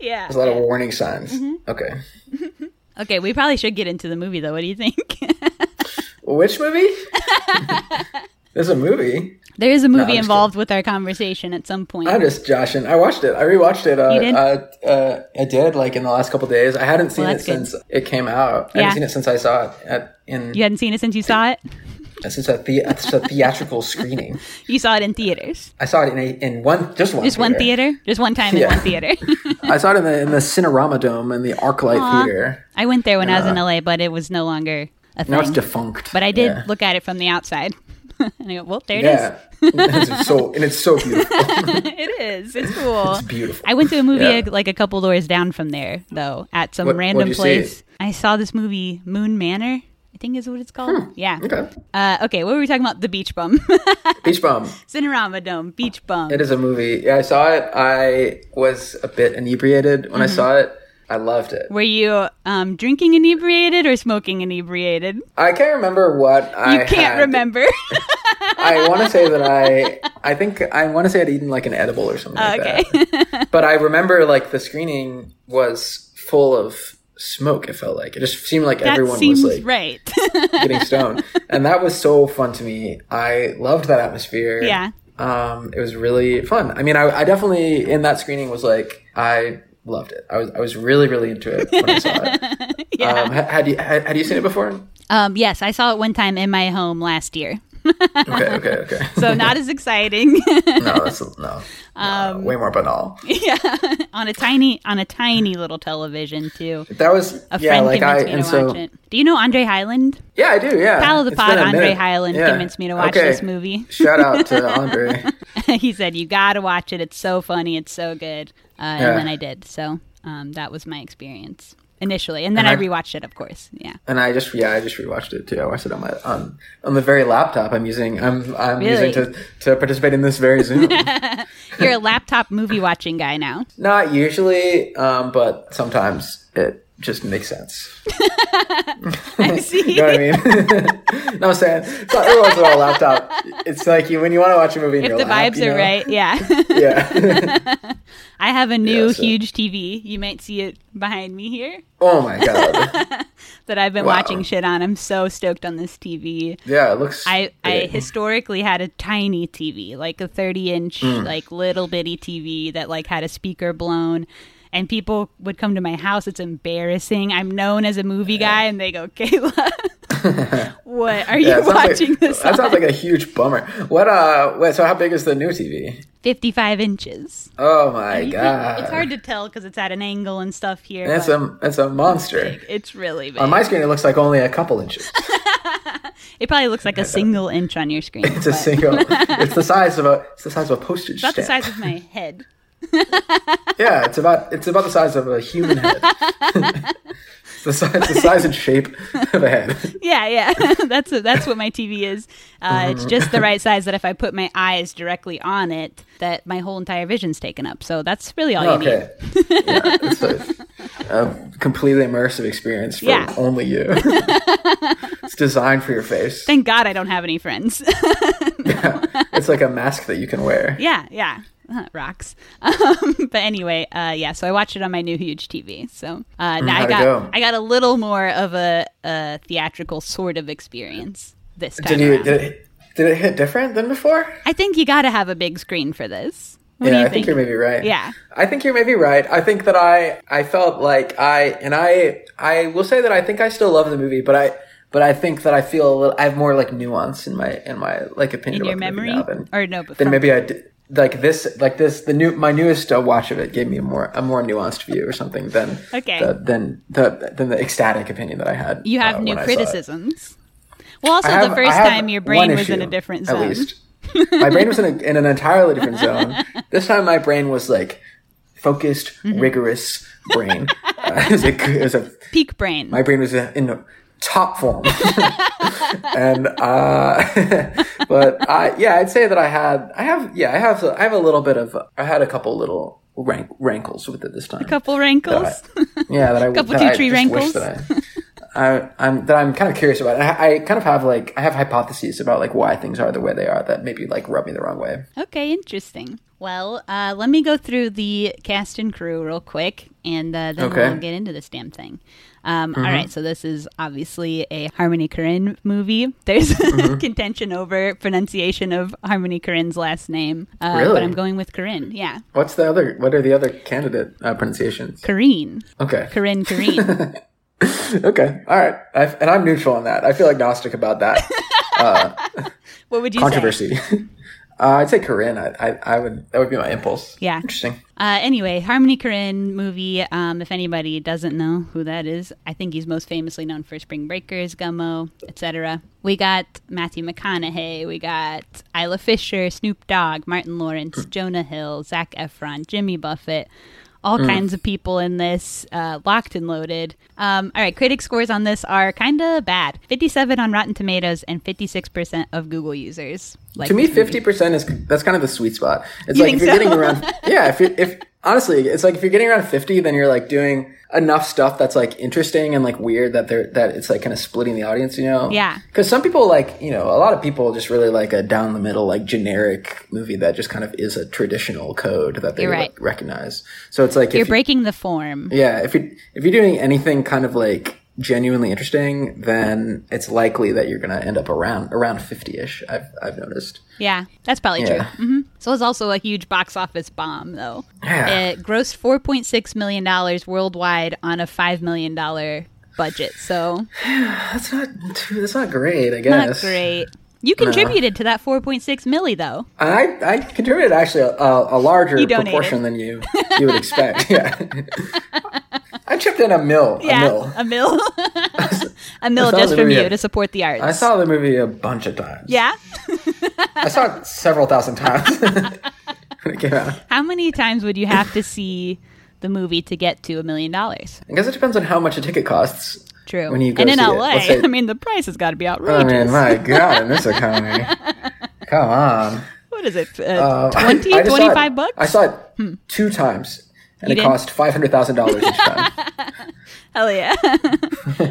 yeah.
a lot of warning signs.
Mm-hmm.
Okay.
Okay, we probably should get into the movie though. What do you think?
Which movie? there's a movie.
there is a
I'm just
movie
kidding.
involved with our conversation at some point.
I'm just joshing. I watched it. I rewatched it. Uh,
You did?
Uh, uh, I did like in the last couple days. I hadn't seen
Well,
it
that's good.
since it came out. I
Yeah.
haven't seen it since I saw it at in uh,
You hadn't seen it since you saw it.
since a, the, since a theatrical screening.
You saw it in theaters.
I saw it in a, in one just one
Just one theater. Just one time
Yeah.
in one theater.
I saw it in the in the Cinerama Dome in the ArcLight
Aw.
Theater.
I went there when I was in LA, but it was no longer a thing.
Now it's defunct.
but I did
Yeah.
look at it from the outside. and I go, well, there it is.
Yeah. it's so and it's so beautiful.
it is. It's cool.
It's beautiful.
I went to a movie
Yeah.
uh, like a couple doors down from there, though, at some
What- what'd
random
you see?
place. I saw this movie, Moon Manor, I think is what it's called. Yeah.
Hmm. Okay.
Uh, okay, what were we talking about? The Beach Bum.
Beach Bum.
Cinerama Dome, Beach Bum.
It is a movie. Yeah, I saw it. I was a bit inebriated when I
Mm-hmm.
saw it. I loved it.
Were you um, drinking inebriated or smoking inebriated?
I can't remember what I
You can't
had.
remember.
I want to say that I, I think I want to say I'd eaten like an edible or something. Like
okay.
That. But I remember like the screening was full of smoke. It felt like it just seemed like
that
everyone
seems
was like
right.
getting stoned, and that was so fun to me. I loved that atmosphere.
Yeah.
Um, it was really fun. I mean, I, I definitely in that screening was like I loved it. I was I was really really into it when I saw it.
yeah.
Um, ha- had you had, had you seen it before?
Um, yes, I saw it one time in my home last year.
Okay. Okay. Okay.
So not as exciting.
no, that's no.
Um,
no, way more banal.
yeah. on a tiny on a tiny little television too.
That was
A
yeah,
friend
like I
convinced me
and
to
so
watch it. Do you know Andre Highland?
yeah, I do. Yeah,
Pal of the
It's
pod,
been a
Andre
minute.
Highland
Yeah.
convinced me to watch
Okay.
this movie.
Shout out to Andre.
he said, You gotta watch it. It's so funny, it's so good. Uh,
Yeah.
and then I did. So um, that was my experience initially. And then I
And I-
rewatched it, of course. Yeah.
and I just yeah, I just rewatched it too. I watched it on my on on the very laptop I'm using. I'm I'm
Really?
using to to participate in this very Zoom.
You're a laptop movie watching guy now.
Not usually, um, but sometimes it just makes sense.
I see.
You know what I mean? no, I'm saying it's not everyone's on a laptop. It's like you when you want to watch a movie. In
if
your
the
lap,
vibes
you
are
know?
right, yeah.
Yeah.
I have a new
Yeah, so-
huge TV. You might see it behind me here
oh my god.
that I've been
Wow.
watching shit on. I'm so stoked on this TV.
Yeah, it looks.
I, I
big.
historically had a tiny TV, like a 30 inch,
Mm.
like little bitty TV that like had a speaker blown. And people would come to my house. It's embarrassing. I'm known as a movie guy, and they go, "Kayla, what are you
Yeah, it sounds like-
watching this
That
on?"
sounds like a huge bummer. What? Uh, wait. So how big is the new TV?
55 inches.
Oh my
You
god.
can- it's hard to tell because it's at an angle and stuff here.
It's
but
a it's a monster.
big. It's really big.
On my screen, it looks like only a couple inches.
It probably looks like a single inch on your screen.
It's a
but
single. it's the size of a. It's the size of a postage
About the
stamp.
size of my head.
Yeah, it's about it's about the size of a human head. it's the size, the size and shape of a head.
Yeah, yeah. that's what, that's what my TV is. Uh, it's just the right size that if I put my eyes directly on it, that my whole entire vision's taken up. So that's really all you need.
Okay. Yeah, it's a, a completely immersive experience for
Yeah.
only you. it's designed for your face.
Thank God I don't have any friends.
It's like a mask that you can wear.
yeah, yeah. Uh, rocks. Um, but anyway, uh, yeah. So I watched it on my new huge TV. So uh, now I
Mm, how'd it
got
go?
I got a little more of a, a theatrical sort of experience this time.
Did you
around.
did it, did it hit different than before?
I think you got to have a big screen for this. What do
yeah,
you
I think you're maybe right.
Yeah.
I think you're maybe right. I think that I I felt like I and I I will say that I think I still love the movie, but I but I think that I feel a little, I have more like nuance in my in my like opinion
in
about
your
the movie
memory
now than,
or no but
than
from-
maybe I did. Like this, like this, the new my newest uh, watch of it gave me a more a more nuanced view or something than
Okay.
the, than the than the ecstatic opinion that I had.
you have
uh,
new
when I saw it.
criticisms well also
I have-
the
I
first
have
time your brain
one
was in
issue,
a different
at
zone
least. my brain was in, a, in an entirely different zone. This time, my brain was like focused,
Mm-hmm.
rigorous brain. Uh, it was a good- it was a-
peak brain
my brain was in top form. and uh, but I, yeah, I'd say that I had, I have, yeah, I have, I have a little bit of, I had a couple little rank, rankles with it this time.
couple wrinkles
Yeah, that I
Couple
that I
two tree
just wish
wrinkles.
That I, I, I'm that I'm kind of curious about. I, I kind of have like I have hypotheses about like why things are the way they are that maybe like rub me the wrong way.
okay interesting well uh, let me go through the cast and crew real quick and uh, then
Okay. Mm-hmm.
we'll get into this damn thing um, all right so this is obviously a harmony Korine movie there's
Mm-hmm.
contention over pronunciation of harmony Korine's last name uh, but
Really?
i'm going with Corinne yeah
What's the other? What are the other candidate uh, pronunciations?
Corrine
Okay,
Corinne Corinne
okay, all right. I, and I'm neutral on that. I feel agnostic about that
what would you say
controversy. uh, I'd say Corinne. I, I, I would. That would be my impulse.
Yeah.
Interesting.
Uh, anyway, Harmony Korine movie. Um, if anybody doesn't know who that is, I think he's most famously known for Spring Breakers, Gummo, etc. We got Matthew McConaughey. We got Isla Fisher, Snoop Dogg, Martin Lawrence,
Hmm.
Jonah Hill, Zach Efron, Jimmy Buffett. All
Hmm.
kinds of people in this, uh, locked and loaded. Um, all right, critic scores on this are kind of bad 57 on Rotten Tomatoes and 56% of Google users. Like
to me,
this movie.
fifty percent is that's kind of the sweet spot. It's
You
like if
think
you're
so?
getting around, yeah. If you if honestly, it's like if you're getting around fifty, then you're like doing enough stuff that's like interesting and like weird that they're that it's like kind of splitting the audience, you know?
Yeah.
Because some people like you know a lot of people just really like a down the middle like generic movie that just kind of is a traditional code that they
You're right.
like, recognize. So it's like if
You're
you-
breaking the form.
yeah, if you if you're doing anything kind of like genuinely interesting, then it's likely that you're gonna end up around around fifty ish. I've I've noticed.
Yeah, that's probably
Yeah.
true. hmm So it's also a huge box office bomb, though.
Yeah.
It grossed four point six million dollars worldwide on a five million dollar budget. So
That's not too, that's not great, I
not
guess.
great. You contributed to that four point six milli, though.
And I, I contributed actually a, a, a larger
donated.
proportion than you you would expect. yeah. I chipped in a mill.
Yeah,
A mill.
a mill, a mill
saw
just
the
from
movie.
you to support the arts.
I saw the movie a bunch of times.
Yeah,
I saw it several thousand times when it came out.
how many times would you have to see the movie to get to a million dollars?
I guess it depends on how much a ticket costs.
True.
When you go
and in
see it,
LA,
let's say- Oh,
I mean, the price has got to be outrageous.
I mean, my God, in this economy. Come on.
what is it? Uh,
Uh, I-
20,
I just saw it-
25 bucks? Hmm.
I saw it two times, and
You
it
did?
cost $500,000 each time.
Hell yeah.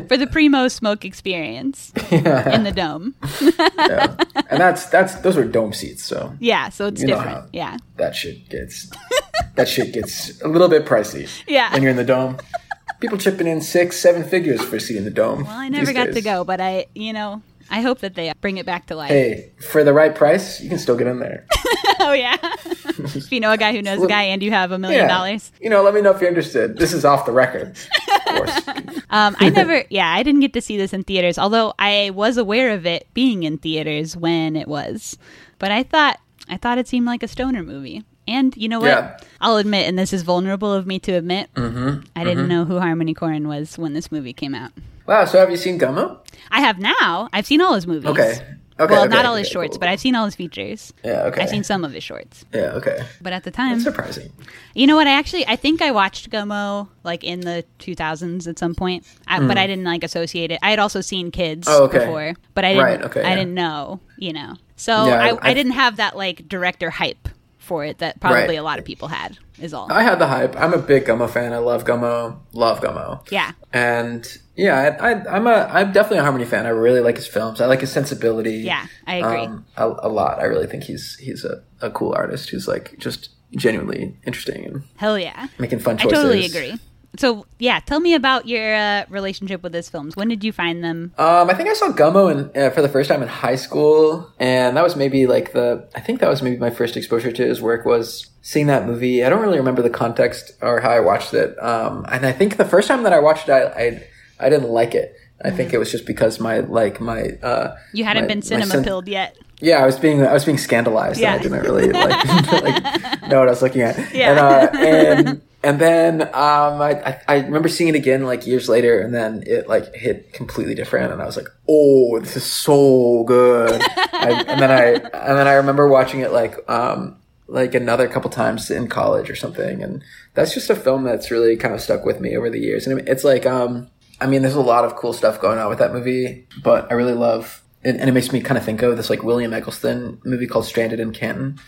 For the primo smoke experience
yeah.
in the dome.
yeah. And that's that's those are dome seats, so
Yeah, so it's
You know
different.
how-
Yeah.
that shit gets that shit gets a little bit pricey.
Yeah.
When you're in the dome. People chipping in six, seven figures for a seat in the dome.
Well, I never got to
days.
go, but I, you know, I hope that they bring it back to life.
Hey, for the right price, you can still get in there.
Oh yeah. if you know a guy who knows a guy and you have a million dollars.
You know, let me know if you're interested. This is off the record. Of course.
Um, I never, yeah, I didn't get to see this in theaters, although I was aware of it being in theaters when it was. But I thought, I thought it seemed like a stoner movie. And you know what?
Yeah. Mm-hmm.
I'll admit, and this is vulnerable of me to admit, I didn't know who Harmony Korine was when this movie came out.
wow, so have you seen Gummo?
I have now. I've seen all his movies.
Okay. Okay.
well,
okay,
not all his
okay,
shorts,
cool.
but I've seen all his features.
Yeah, okay.
I've seen some of his shorts.
Yeah, okay.
But at the time,
That's surprising.
You know what? I actually, I think I watched Gummo like in the 2000s at some point, I, but I didn't like associate it. I had also seen kids
Mm. Oh, okay.
before, but I didn't,
Right, okay,
I
yeah.
didn't know, you know. So
Yeah, I-
I, I,
I-
didn't have that like director hype for it that probably
Right.
a lot of people had, is all.
I had the hype. I'm a big Gummo fan. I love Gummo. Love Gummo.
yeah.
And yeah, I, I, I'm a I'm definitely a Harmony fan. I really like his films. I like his sensibility.
Yeah, I agree.
um, a, a lot. I really think he's he's a, a cool artist who's like just genuinely interesting and
Hell yeah.
making fun
I
choices.
totally agree. So yeah, tell me about your uh, relationship with his films. When did you find them?
Um, I think I saw Gummo in, uh, for the first time in high school, and that was maybe like the. I think that was maybe my first exposure to his work was seeing that movie. I don't really remember the context or how I watched it, um, and I think the first time that I watched it, I I, I didn't like it. I
Mm-hmm.
think it was just because my like my uh,
You hadn't
my-
been
my
cinema
sen-
pilled yet.
yeah, I was being I was being scandalized
Yeah.
and I didn't really like, like know what I was looking at.
Yeah.
And, uh, and and then um, I, I I remember seeing it again like years later, and then it like hit completely different, and I was like, oh, this is so good. I, and then I and then I remember watching it like um like another couple times in college or something, and that's just a film that's really kind of stuck with me over the years, and it's like um. I mean, there's a lot of cool stuff going on with that movie, but I really love and, and it makes me kind of think of this like William Eggleston movie called Stranded in Canton.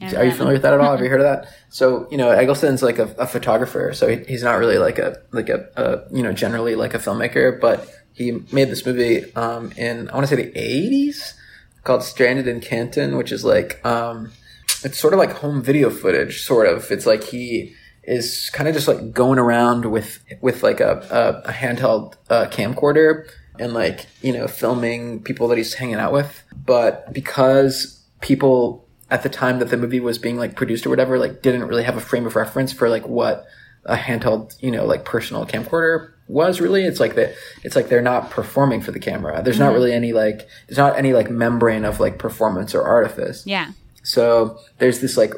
Are you familiar with that at all? Have you heard of that? So you know, Eggleston's like a, a photographer, so he, he's not really like a like a, a you know generally like a filmmaker, but he made this movie um, in I want to say the '80s called Stranded in Canton, which is like um, it's sort of like home video footage, sort of. It's like he is kind of just like going around with with like a, a, a handheld uh, camcorder and like you know filming people that he's hanging out with, but because people at the time that the movie was being like produced or whatever like didn't really have a frame of reference for like what a handheld, you know, like personal camcorder was really. It's like that. It's like they're not performing for the camera. There's not really any like. There's not any like membrane of like performance or artifice.
Yeah.
So there's this like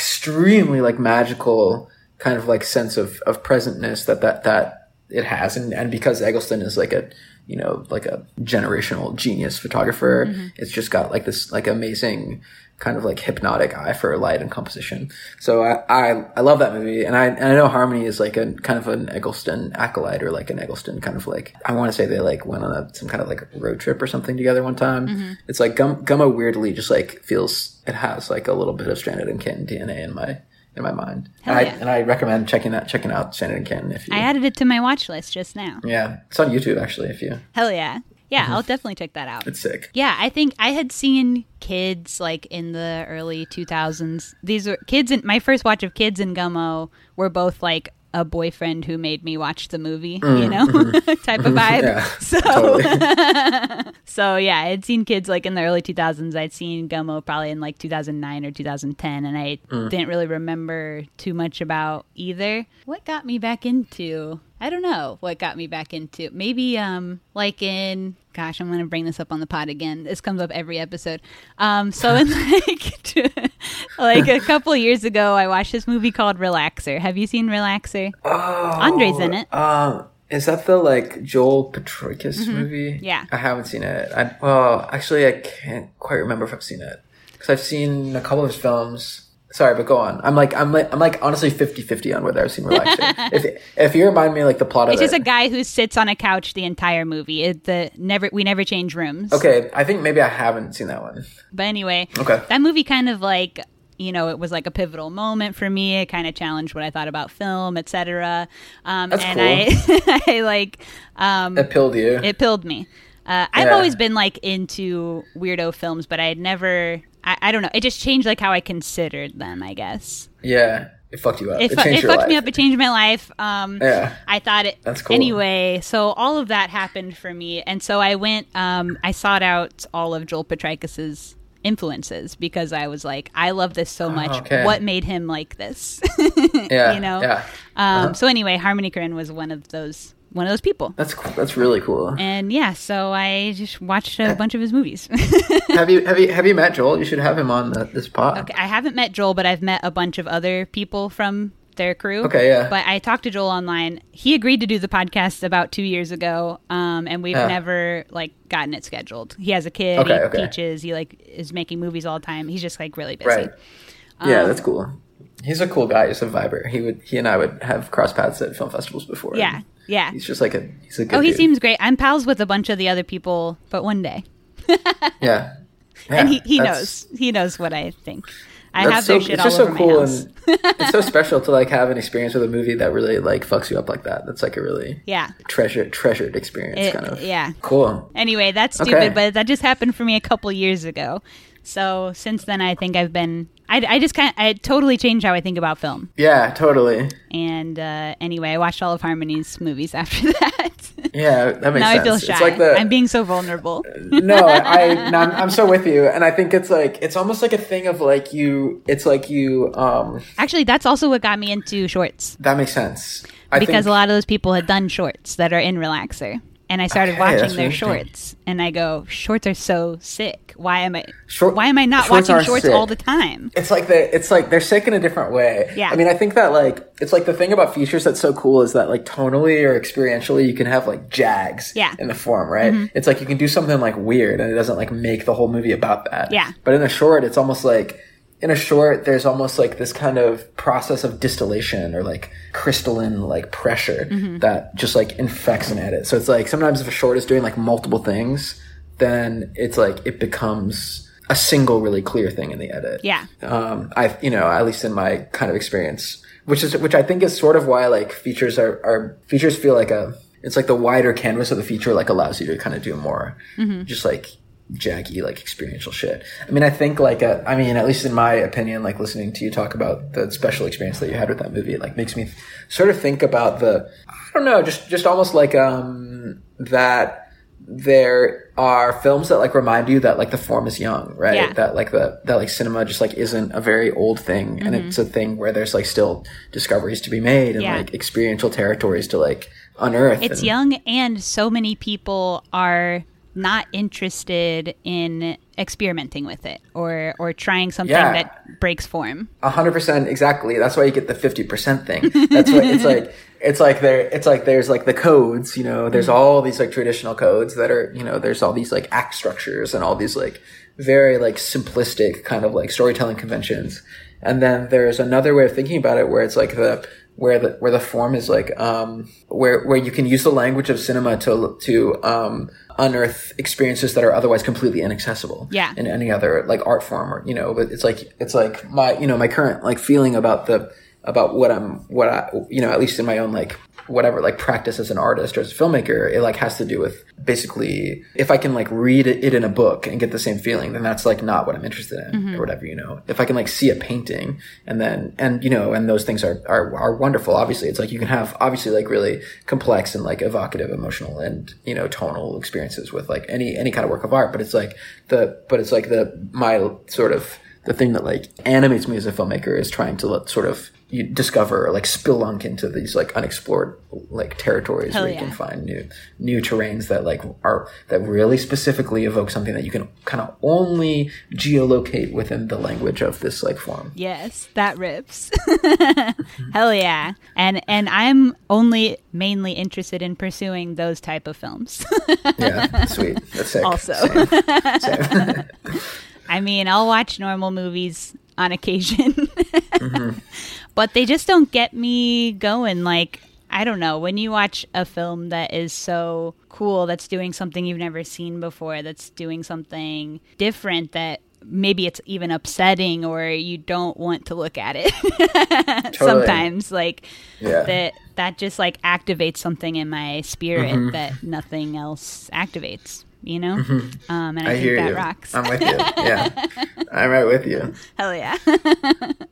extremely like magical kind of like sense of of presentness that that that it has, and and because Eggleston is like a you know like a generational genius photographer, it's just got like this like amazing kind of like hypnotic eye for light and composition. So I I, I love that movie, and I and I know Harmony is like a kind of an Eggleston acolyte or like an Eggleston kind of like I want to say they like went on a, some kind of like road trip or something together one time.
Mm-hmm.
It's like Gum, Gummo weirdly just like feels it has like a little bit of Stranded and Canton DNA in my in my mind.
Hell
And I
yeah.
and I recommend checking that checking out Stranded and Canton if you
I added it to my watch list just now.
yeah it's on YouTube actually if you
Hell yeah. Yeah, I'll definitely check that out.
Mm-hmm. it's sick
Yeah, I think I had seen kids like in the early 2000s. These were kids in my first watch of Kids and Gummo were both like a boyfriend who made me watch the movie, you know, type of vibe.
Mm-hmm. Yeah,
so,
totally.
so yeah, I had seen kids like in the early 2000s. I'd seen Gummo probably in like 2009 or 2010, and I didn't really remember too much about either. What got me back into? I don't know what got me back into. Maybe um like in gosh, I'm gonna bring this up on the pod again. This comes up every episode. Um, so in like t- like a couple years ago, I watched this movie called Relaxer. Have you seen Relaxer? Andre's in it. Mm-hmm.
Um, is that the like Joel Petrikis movie?
Yeah.
I haven't seen it. I well, actually, I can't quite remember if I've seen it because I've seen a couple of his films. Sorry, but go on. I'm like I'm like I'm like honestly 50-50 on whether I've seen Relaxing. if if you remind me like the plot
It's
of
just a
it.
guy who sits on a couch the entire movie. It, the never we never change rooms.
okay, I think maybe I haven't seen that one.
But anyway,
Okay.
that movie kind of like you know, it was like a pivotal moment for me. It kind of challenged what I thought about film, etc. Um,
That's
and I, I like um,
That pilled you.
it pilled me. Uh, I've
Yeah.
always been like into weirdo films, but I had never. I, I don't know. It just changed like how I considered them. I guess
yeah. It fucked you up. It,
it, fu-
changed
it
your
fucked
life.
me up. It changed my life. Um,
Yeah.
I thought it.
That's cool.
Anyway, so all of that happened for me, and so I went. Um, I sought out all of Joel Petrikas's influences because I was like, I love this so much.
Ah, okay.
What made him like this?
Yeah.
you know.
Yeah.
Um,
Uh-huh.
So anyway, Harmony Korine was one of those one of those people.
That's cool. That's really cool.
And yeah, so I just watched a bunch of his movies.
have you have you have you met Joel? You should have him on the, this pod.
Okay, I haven't met Joel, but I've met a bunch of other people from their crew.
Okay, yeah.
But I talked to Joel online. He agreed to do the podcast about two years ago, um, and we've
Yeah.
never like gotten it scheduled. He has a kid.
Okay,
he
okay.
teaches. He like is making movies all the time. He's just like um, really busy.
Right. yeah, that's cool. He's a cool guy. He's a viber. He would he and I would have cross paths at film festivals before.
Yeah.
and
Yeah.
He's just like a he's a good.
Oh, he
dude.
seems great. I'm pals with a bunch of the other people, but one day,
yeah.
and
Yeah,
he, he
that's-
knows he knows what I think. I
that's
have
so,
their shit
it's
all
just
over
so
my
cool
house.
and it's so special to like have an experience with a movie that really like fucks you up like that. That's like a really
Yeah.
treasured treasured experience
It-
kind of.
yeah.
Cool.
Anyway, that's stupid,
Okay.
but that just happened for me a couple years ago. So since then, I think I've been. I, I just kind of. I totally changed how I think about film.
Yeah, totally.
And uh, anyway, I watched all of Harmony's movies after that.
Yeah, that makes
now
sense.
I feel
It's
shy.
like the-
I'm being so vulnerable.
no, I, I no, I'm, I'm so with you, and I think it's like it's almost like a thing of like you. It's like you. um
Actually, that's also what got me into shorts
That makes sense. I
because
think,
a lot of those people had done shorts that are in Relaxer. And I started
Okay, that's
watching their
interesting.
shorts, and I go, "Shorts are so sick. Why am I?
Short-
why am I not
shorts
watching
are
shorts
sick.
all the time?
It's like they, it's like they're sick in a different way.
Yeah.
I mean, I think that like it's like the thing about features that's so cool is that like tonally or experientially you can have like jags.
Yeah. Mm-hmm.
In the form, right? It's like you can do something like weird and it doesn't like make the whole movie about that.
Yeah.
But in a short, it's almost like in a short, there's almost like this kind of process of distillation or like crystalline like pressure
Mm-hmm.
that just like infects an edit. So it's like sometimes if a short is doing like multiple things, then it's like it becomes a single really clear thing in the edit
Yeah.
um, I you know at least in my kind of experience, which is which I think is sort of why like features are, are features feel like a it's like the wider canvas of the feature like allows you to kind of do more just like jaggy like experiential shit. I mean I think like uh, I mean at least in my opinion like listening to you talk about the special experience that you had with that movie it, like makes me sort of think about the I don't know just just almost like um that there are films that like remind you that like the form is young, right?
Yeah.
That like the that like cinema just like isn't a very old thing, and it's a thing where there's like still discoveries to be made and
Mm-hmm. Yeah.
like experiential territories to like unearth.
It's
and-
young, and so many people are not interested in experimenting with it or or trying something
Yeah.
that breaks form.
A hundred percent exactly. That's why you get the fifty percent thing. That's what it's like. It's like there. It's like there's like the codes. You know, there's all these like traditional codes that are. You know, there's all these like act structures and all these like very like simplistic kind of like storytelling conventions. And then there's another way of thinking about it where it's like the where the where the form is like um where where you can use the language of cinema to to um unearth experiences that are otherwise completely inaccessible
Yeah.
in any other like art form or you know but it's like it's like my you know my current like feeling about the about what i'm what i you know at least in my own like whatever like practice as an artist or as a filmmaker it like has to do with basically if i can like read it it in a book and get the same feeling then that's like not what i'm interested in or whatever you know if i can like see a painting and then and you know and those things are are, are wonderful obviously it's like you can have obviously like really complex and like evocative emotional and you know tonal experiences with like any any kind of work of art but it's like the but it's like the my sort of the thing that like animates me as a filmmaker is trying to let sort of you discover or like spelunk into these like unexplored like territories
Hell
where you
yeah.
can find new new terrains that like are that really specifically evoke something that you can kind of only geolocate within the language of this like form
Yes, that rips. Hell yeah. And and I'm only mainly interested in pursuing those type of films.
yeah sweet that's sick
Also.
Same. Same.
I mean, I'll watch normal movies on occasion, but they just don't get me going. Like, I don't know. When you watch a film that is so cool, that's doing something you've never seen before, that's doing something different that maybe it's even upsetting or you don't want to look at it sometimes like
Yeah.
that that just like activates something in my spirit
Mm-hmm.
that nothing else activates you know um and i,
Mm-hmm. I
think
hear
that
you.
rocks
I'm with you. Yeah, I'm right with you.
Hell yeah.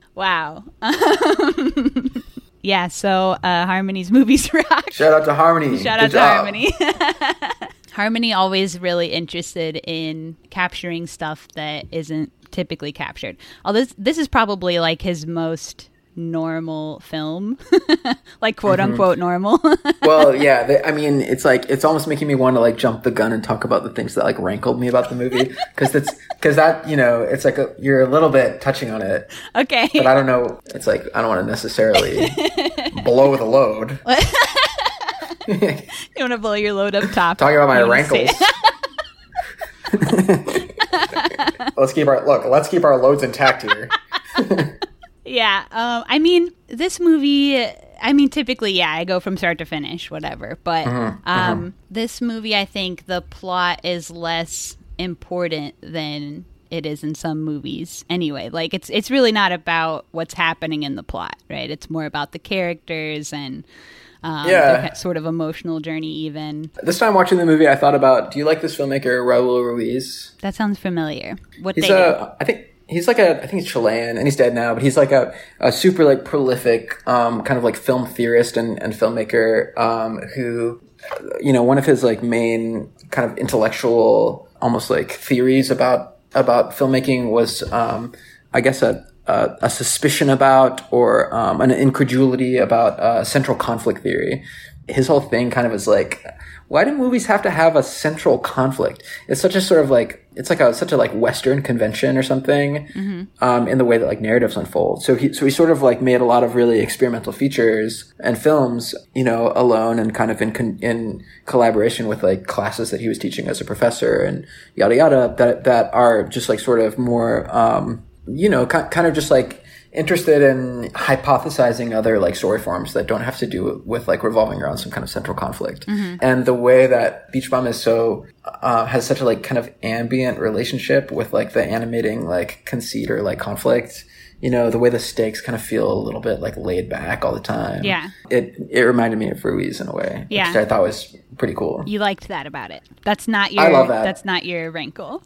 wow. yeah, so uh, Harmony's movies rock.
Shout out to Harmony.
Shout
Good
out to
job.
Harmony. Harmony always really interested in capturing stuff that isn't typically captured. Although this, this is probably like his most normal film, like quote
Mm-hmm.
unquote normal.
well, yeah. They, I mean, it's like it's almost making me want to like jump the gun and talk about the things that like rankled me about the movie because that's because that you know it's like a, you're a little bit touching on it,
okay.
but I don't know. It's like I don't want to necessarily blow the load.
you want to blow your load up top.
Talking about my
You wanna say-
rankles. let's keep our look. Let's keep our loads intact here.
Yeah. Um, I mean, this movie. I mean, typically, yeah, I go from start to finish, whatever. But
Uh-huh,
um, this movie, I think the plot is less important than it is in some movies. Anyway, like it's it's really not about what's happening in the plot, right? It's more about the characters and um,
Yeah.
their sort of emotional journey. Even
This time watching the movie, I thought about: Do you like this filmmaker Raul Ruiz?
that sounds familiar. What
He's
they do.
a, I think he's like a, I think he's Chilean and he's dead now, but he's like a, a super like prolific, um, kind of like film theorist and, and filmmaker, um, who, you know, one of his like main kind of intellectual, almost like theories about, about filmmaking was, um, I guess a, a, a suspicion about or um, an incredulity about uh, central conflict theory. His whole thing kind of is like, why do movies have to have a central conflict? It's such a sort of like it's like a such a like Western convention or something um, in the way that like narratives unfold. So he so he sort of like made a lot of really experimental features and films, you know, alone and kind of in con- in collaboration with like classes that he was teaching as a professor and yada yada that that are just like sort of more um, you know ki- kind of just like interested in hypothesizing other like story forms that don't have to do with like revolving around some kind of central conflict
Mm-hmm.
and the way that beach bomb is so uh, has such a like kind of ambient relationship with like the animating like conceit or like conflict you know the way the stakes kind of feel a little bit like laid back all the time
Yeah.
it it reminded me of ruiz in a way
Yeah.
which i thought was pretty cool
You liked that about it. That's not your.
love that.
That's not your wrinkle.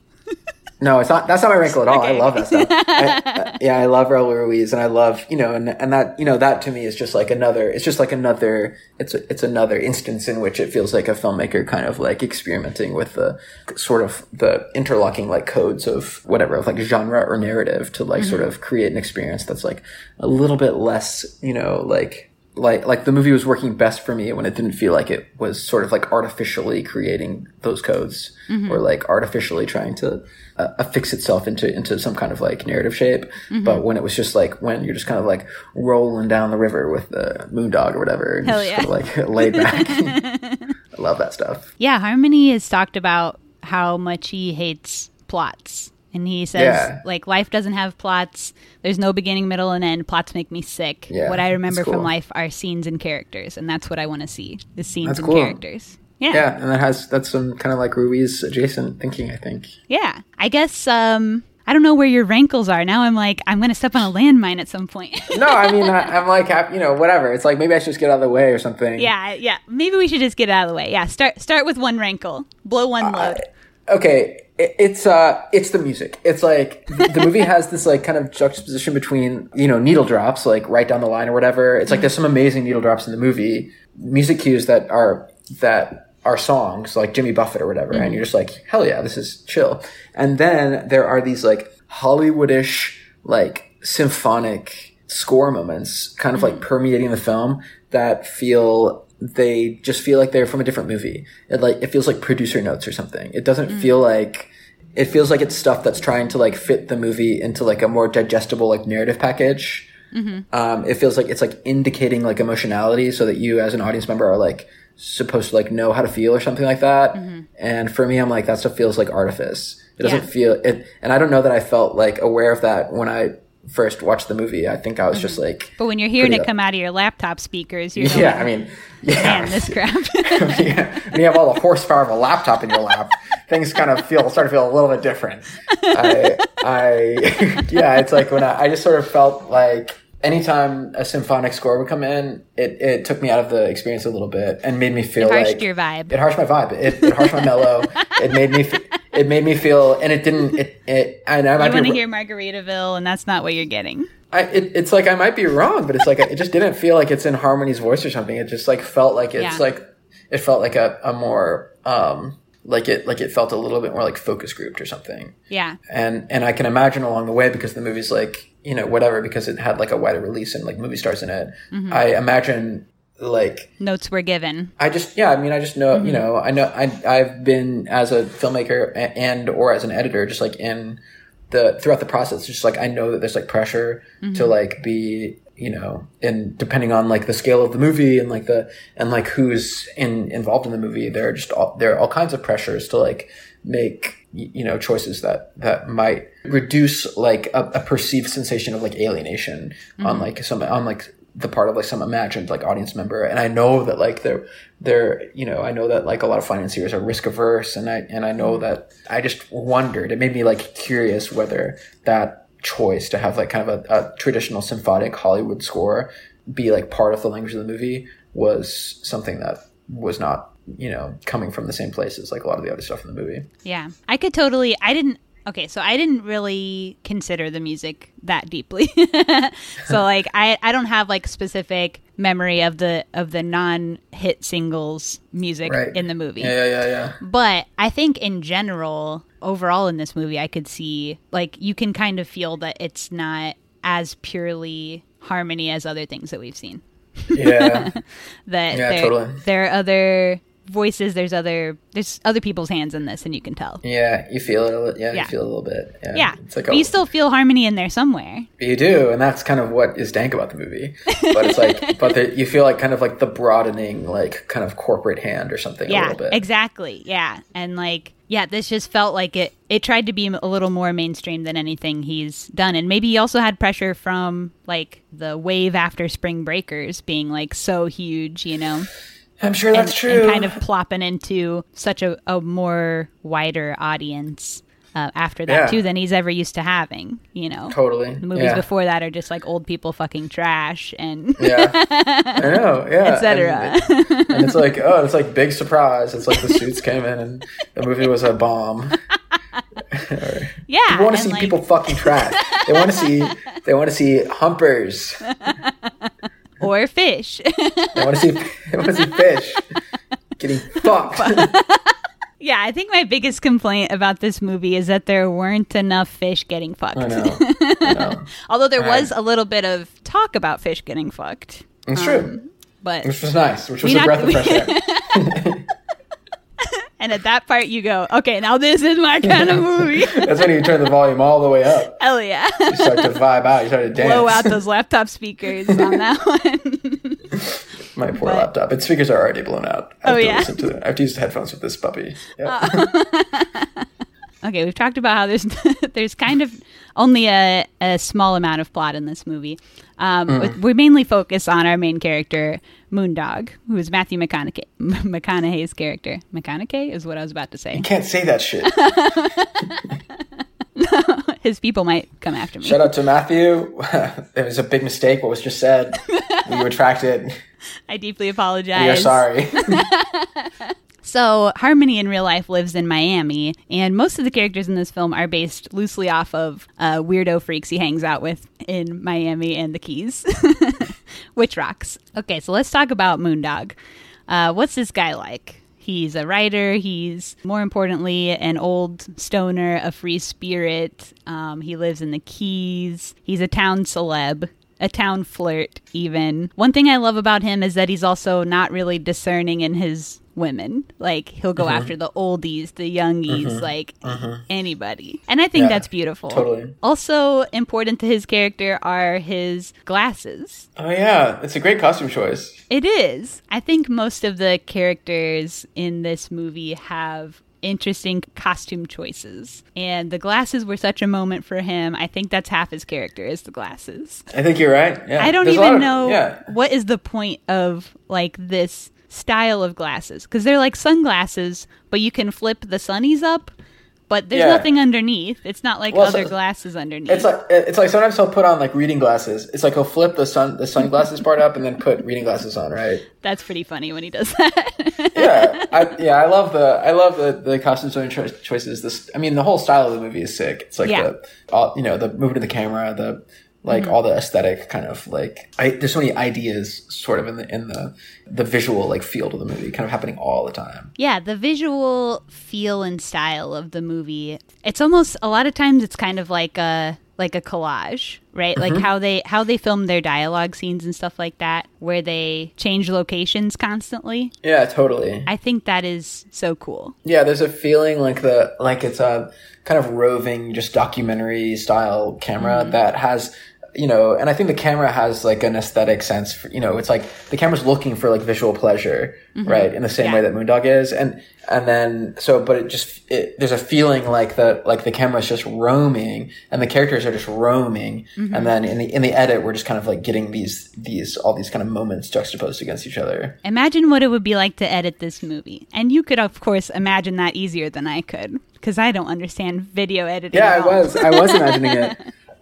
No, it's not. That's not my wrinkle at all. I love that stuff. I, yeah, I love Raul Ruiz, and I love you know, and and that you know that to me is just like another. It's just like another. It's a, it's another instance in which it feels like a filmmaker kind of like experimenting with the sort of the interlocking like codes of whatever of like genre or narrative to like sort of create an experience that's like a little bit less you know like like like the movie was working best for me when it didn't feel like it was sort of like artificially creating those codes
Mm-hmm.
or like artificially trying to uh, affix itself into into some kind of like narrative shape
Mm-hmm.
but when it was just like when you're just kind of like rolling down the river with the moondog or whatever and
Hell
just kind of like laid back i love that stuff
Yeah, Harmony has talked about how much he hates plots. And he says,
Yeah.
like, life doesn't have plots. There's no beginning, middle, and end. Plots make me sick.
Yeah,
what I
that's
remember from
cool.
life are scenes and characters. And that's what I want to see is scenes
That's
and
cool.
characters. Yeah. yeah.
yeah and that has that's some kind of like ruiz adjacent thinking i think
I guess, um, I don't know where your wrinkles are. Now I'm like, I'm going to step on a landmine at some point.
no i mean I, i'm like I, you know whatever it's like maybe i should just get out of the way or something
yeah. Yeah. Maybe we should just get out of the way. Yeah. Start, start with one wrinkle, blow
Uh,
one load.
okay it- it's uh it's the music it's like th- the movie has this like kind of juxtaposition between you know needle drops like right down the line or whatever it's like there's some amazing needle drops in the movie music cues that are that are songs like jimmy buffett or whatever and you're just like hell yeah this is chill and then there are these like hollywoodish like symphonic score moments kind of like permeating the film that feel they just feel like they're from a different movie. It like it feels like producer notes or something. It doesn't feel like it feels like it's stuff that's trying to like fit the movie into like a more digestible like narrative package. Um, it feels like it's like indicating like emotionality so that you as an audience member are like supposed to like know how to feel or something like that. And for me, I'm like that stuff feels like artifice. It doesn't
Yeah.
feel it, and I don't know that I felt like aware of that when I first watched the movie, I think I was just like,
Mm-hmm. But when you're hearing
Pretty
it come out of your laptop speakers, you're
yeah, I
going,
mean, yeah,
man, this crap.
yeah. When you have all the horsepower of a laptop in your lap, things kind of feel start to feel a little bit different. I, I yeah, it's like when I, I just sort of felt like anytime a symphonic score would come in, it, it took me out of the experience a little bit and made me feel
harshed
like
your vibe.
It harshed my vibe. It, it harshed my mellow. It made me. Fe- it made me feel, and it didn't. It. it and I might
I
be
want to
wr-
hear Margaritaville, and that's not what you're getting.
I, it, it's like I might be wrong, but it's like it just didn't feel like it's in Harmony's voice or something. It just like felt like it's
Yeah.
like it felt like a, a more um like it like it felt a little bit more like focus grouped or something.
Yeah.
And and I can imagine along the way because the movie's like you know whatever because it had like a wider release and like movie stars in it. I imagine like
Notes were given.
I just yeah, I mean, I just know you know, I know I I've been as a filmmaker a- and or as an editor, just like in the throughout the process, just like I know that there's like pressure to like be you know, and depending on like the scale of the movie and like the and like who's in involved in the movie, there are just all, there are all kinds of pressures to like make y- you know choices that that might reduce like a, a perceived sensation of like alienation on like some on like the part of like some imagined like audience member and i know that like they're they're you know i know that like a lot of financiers are risk averse and i and i know that i just wondered it made me like curious whether that choice to have like kind of a, a traditional symphonic hollywood score be like part of the language of the movie was something that was not you know coming from the same place as like a lot of the other stuff in the movie
Yeah. I could totally, I didn't, okay, so I didn't really consider the music that deeply. so like, I, I don't have like specific memory of the, of the non hit singles music
Right.
in the movie.
yeah yeah yeah
But I think in general, overall in this movie, I could see like you can kind of feel that it's not as purely harmony as other things that we've seen.
yeah yeah,
That
Yeah,
there,
totally.
there are other voices, there's other there's other people's hands in this, and you can tell.
yeah you feel it a li- yeah,
Yeah.
you feel it a little bit yeah,
Yeah,
it's like
but you still feel harmony in there somewhere.
You do, and that's kind of what is dank about the movie. But it's like, but the, you feel like kind of like the broadening, like kind of corporate hand or something a
Yeah,
little bit.
exactly. Yeah, and like yeah, this just felt like it. It tried to be a little more mainstream than anything he's done, and maybe he also had pressure from like the wave after Spring Breakers being like so huge, you know,
I'm sure that's
and,
true.
and kind of plopping into such a, a more wider audience uh, after that
Yeah.
too than he's ever used to having, you know.
totally
The movies
yeah.
before that are just like old people fucking trash and
Yeah, I know. Yeah,
etc.
And, it- and it's like, oh, it's like big surprise. It's like the suits came in, and the movie was a bomb.
yeah,
People want
and,
to see
like-
people fucking trash. They want to see, they want to see humpers.
or fish.
They want to see, they want to see fish getting fucked.
Yeah, I think my biggest complaint about this movie is that there weren't enough fish getting fucked.
I know. I know.
Although there
Right.
was a little bit of talk about fish getting fucked,
It's true.
but
Which was nice. Which was
we
a
not-
breath of fresh air.
and at that part you go, okay, now this is my kind of movie.
That's when you turn the volume all the way up.
Hell yeah,
You start to vibe out. You start to dance.
blow out those laptop speakers on that one.
My poor laptop. Its speakers are already blown out. I have
Oh,
to
yeah. Uh.
Listen to them. I have to use headphones with this puppy. Yeah.
Okay, we've talked about how there's there's kind of only a, a small amount of plot in this movie. Um, but We mainly focus on our main character, Moondog, who is Matthew McConaughey, McConaughey's character. McConaughey is what I was about to say.
You can't say that shit.
His people might come after me.
Shout out to Matthew. it was a big mistake. What was just said. We retract it.
I deeply
We are
apologize.
sorry.
So, Harmony in real life lives in Miami, and most of the characters in this film are based loosely off of uh, weirdo freaks he hangs out with in Miami and the Keys, which rocks. Okay, so let's talk about Moondog. Uh, what's this guy like? He's a writer. He's more importantly an old stoner, a free spirit. Um, he lives in the Keys. He's a town celeb a town flirt even. One thing I love about him is that he's also not really discerning in his women. Like he'll
Mm-hmm.
go after the oldies, the youngies, like anybody. And I think
Yeah,
that's beautiful.
totally.
Also important to his character are his glasses.
oh yeah, it's a great costume choice.
It is. I think most of the characters in this movie have interesting costume choices. And the glasses were such a moment for him. I think that's half his character is the glasses.
I think you're right. Yeah.
I don't
There's a lot
even
of-
know
Yeah.
what is the point of like this style of glasses because they're like sunglasses, but you can flip the sunnies up, but there's
Yeah.
nothing underneath. It's not like
Well,
other
so-
glasses underneath.
It's like it's like sometimes he'll put on like reading glasses. It's like he'll flip the sun the sunglasses part up and then put reading glasses on, right?
That's pretty funny when he does that.
Yeah, I, yeah, I love the I love the the costume design cho- choices. This, I mean, the whole style of the movie is sick. It's like
Yeah.
the all, you know the movement of the camera, the like all the aesthetic kind of like I, there's so many ideas sort of in the in the the visual like field of the movie, kind of happening all the time.
yeah, the visual feel and style of the movie. It's almost a lot of times it's kind of like a like a collage, right?
Mm-hmm.
Like how they how they film their dialogue scenes and stuff like that where they change locations constantly.
Yeah, totally.
I think that is so cool.
Yeah, there's a feeling like the like it's a kind of roving, just documentary style camera that has you know, and I think the camera has like an aesthetic sense. For, you know, it's like the camera's looking for like visual pleasure, right? In the same
Yeah.
way that Moondog is, and and then so, but it just it, there's a feeling like the like the camera's just roaming, and the characters are just roaming, and then in the in the edit, we're just kind of like getting these these all these kind of moments juxtaposed against each other.
Imagine what it would be like to edit this movie. And you could of course imagine that easier than I could because I don't understand video editing.
Yeah, I
at all.
was. I was imagining it.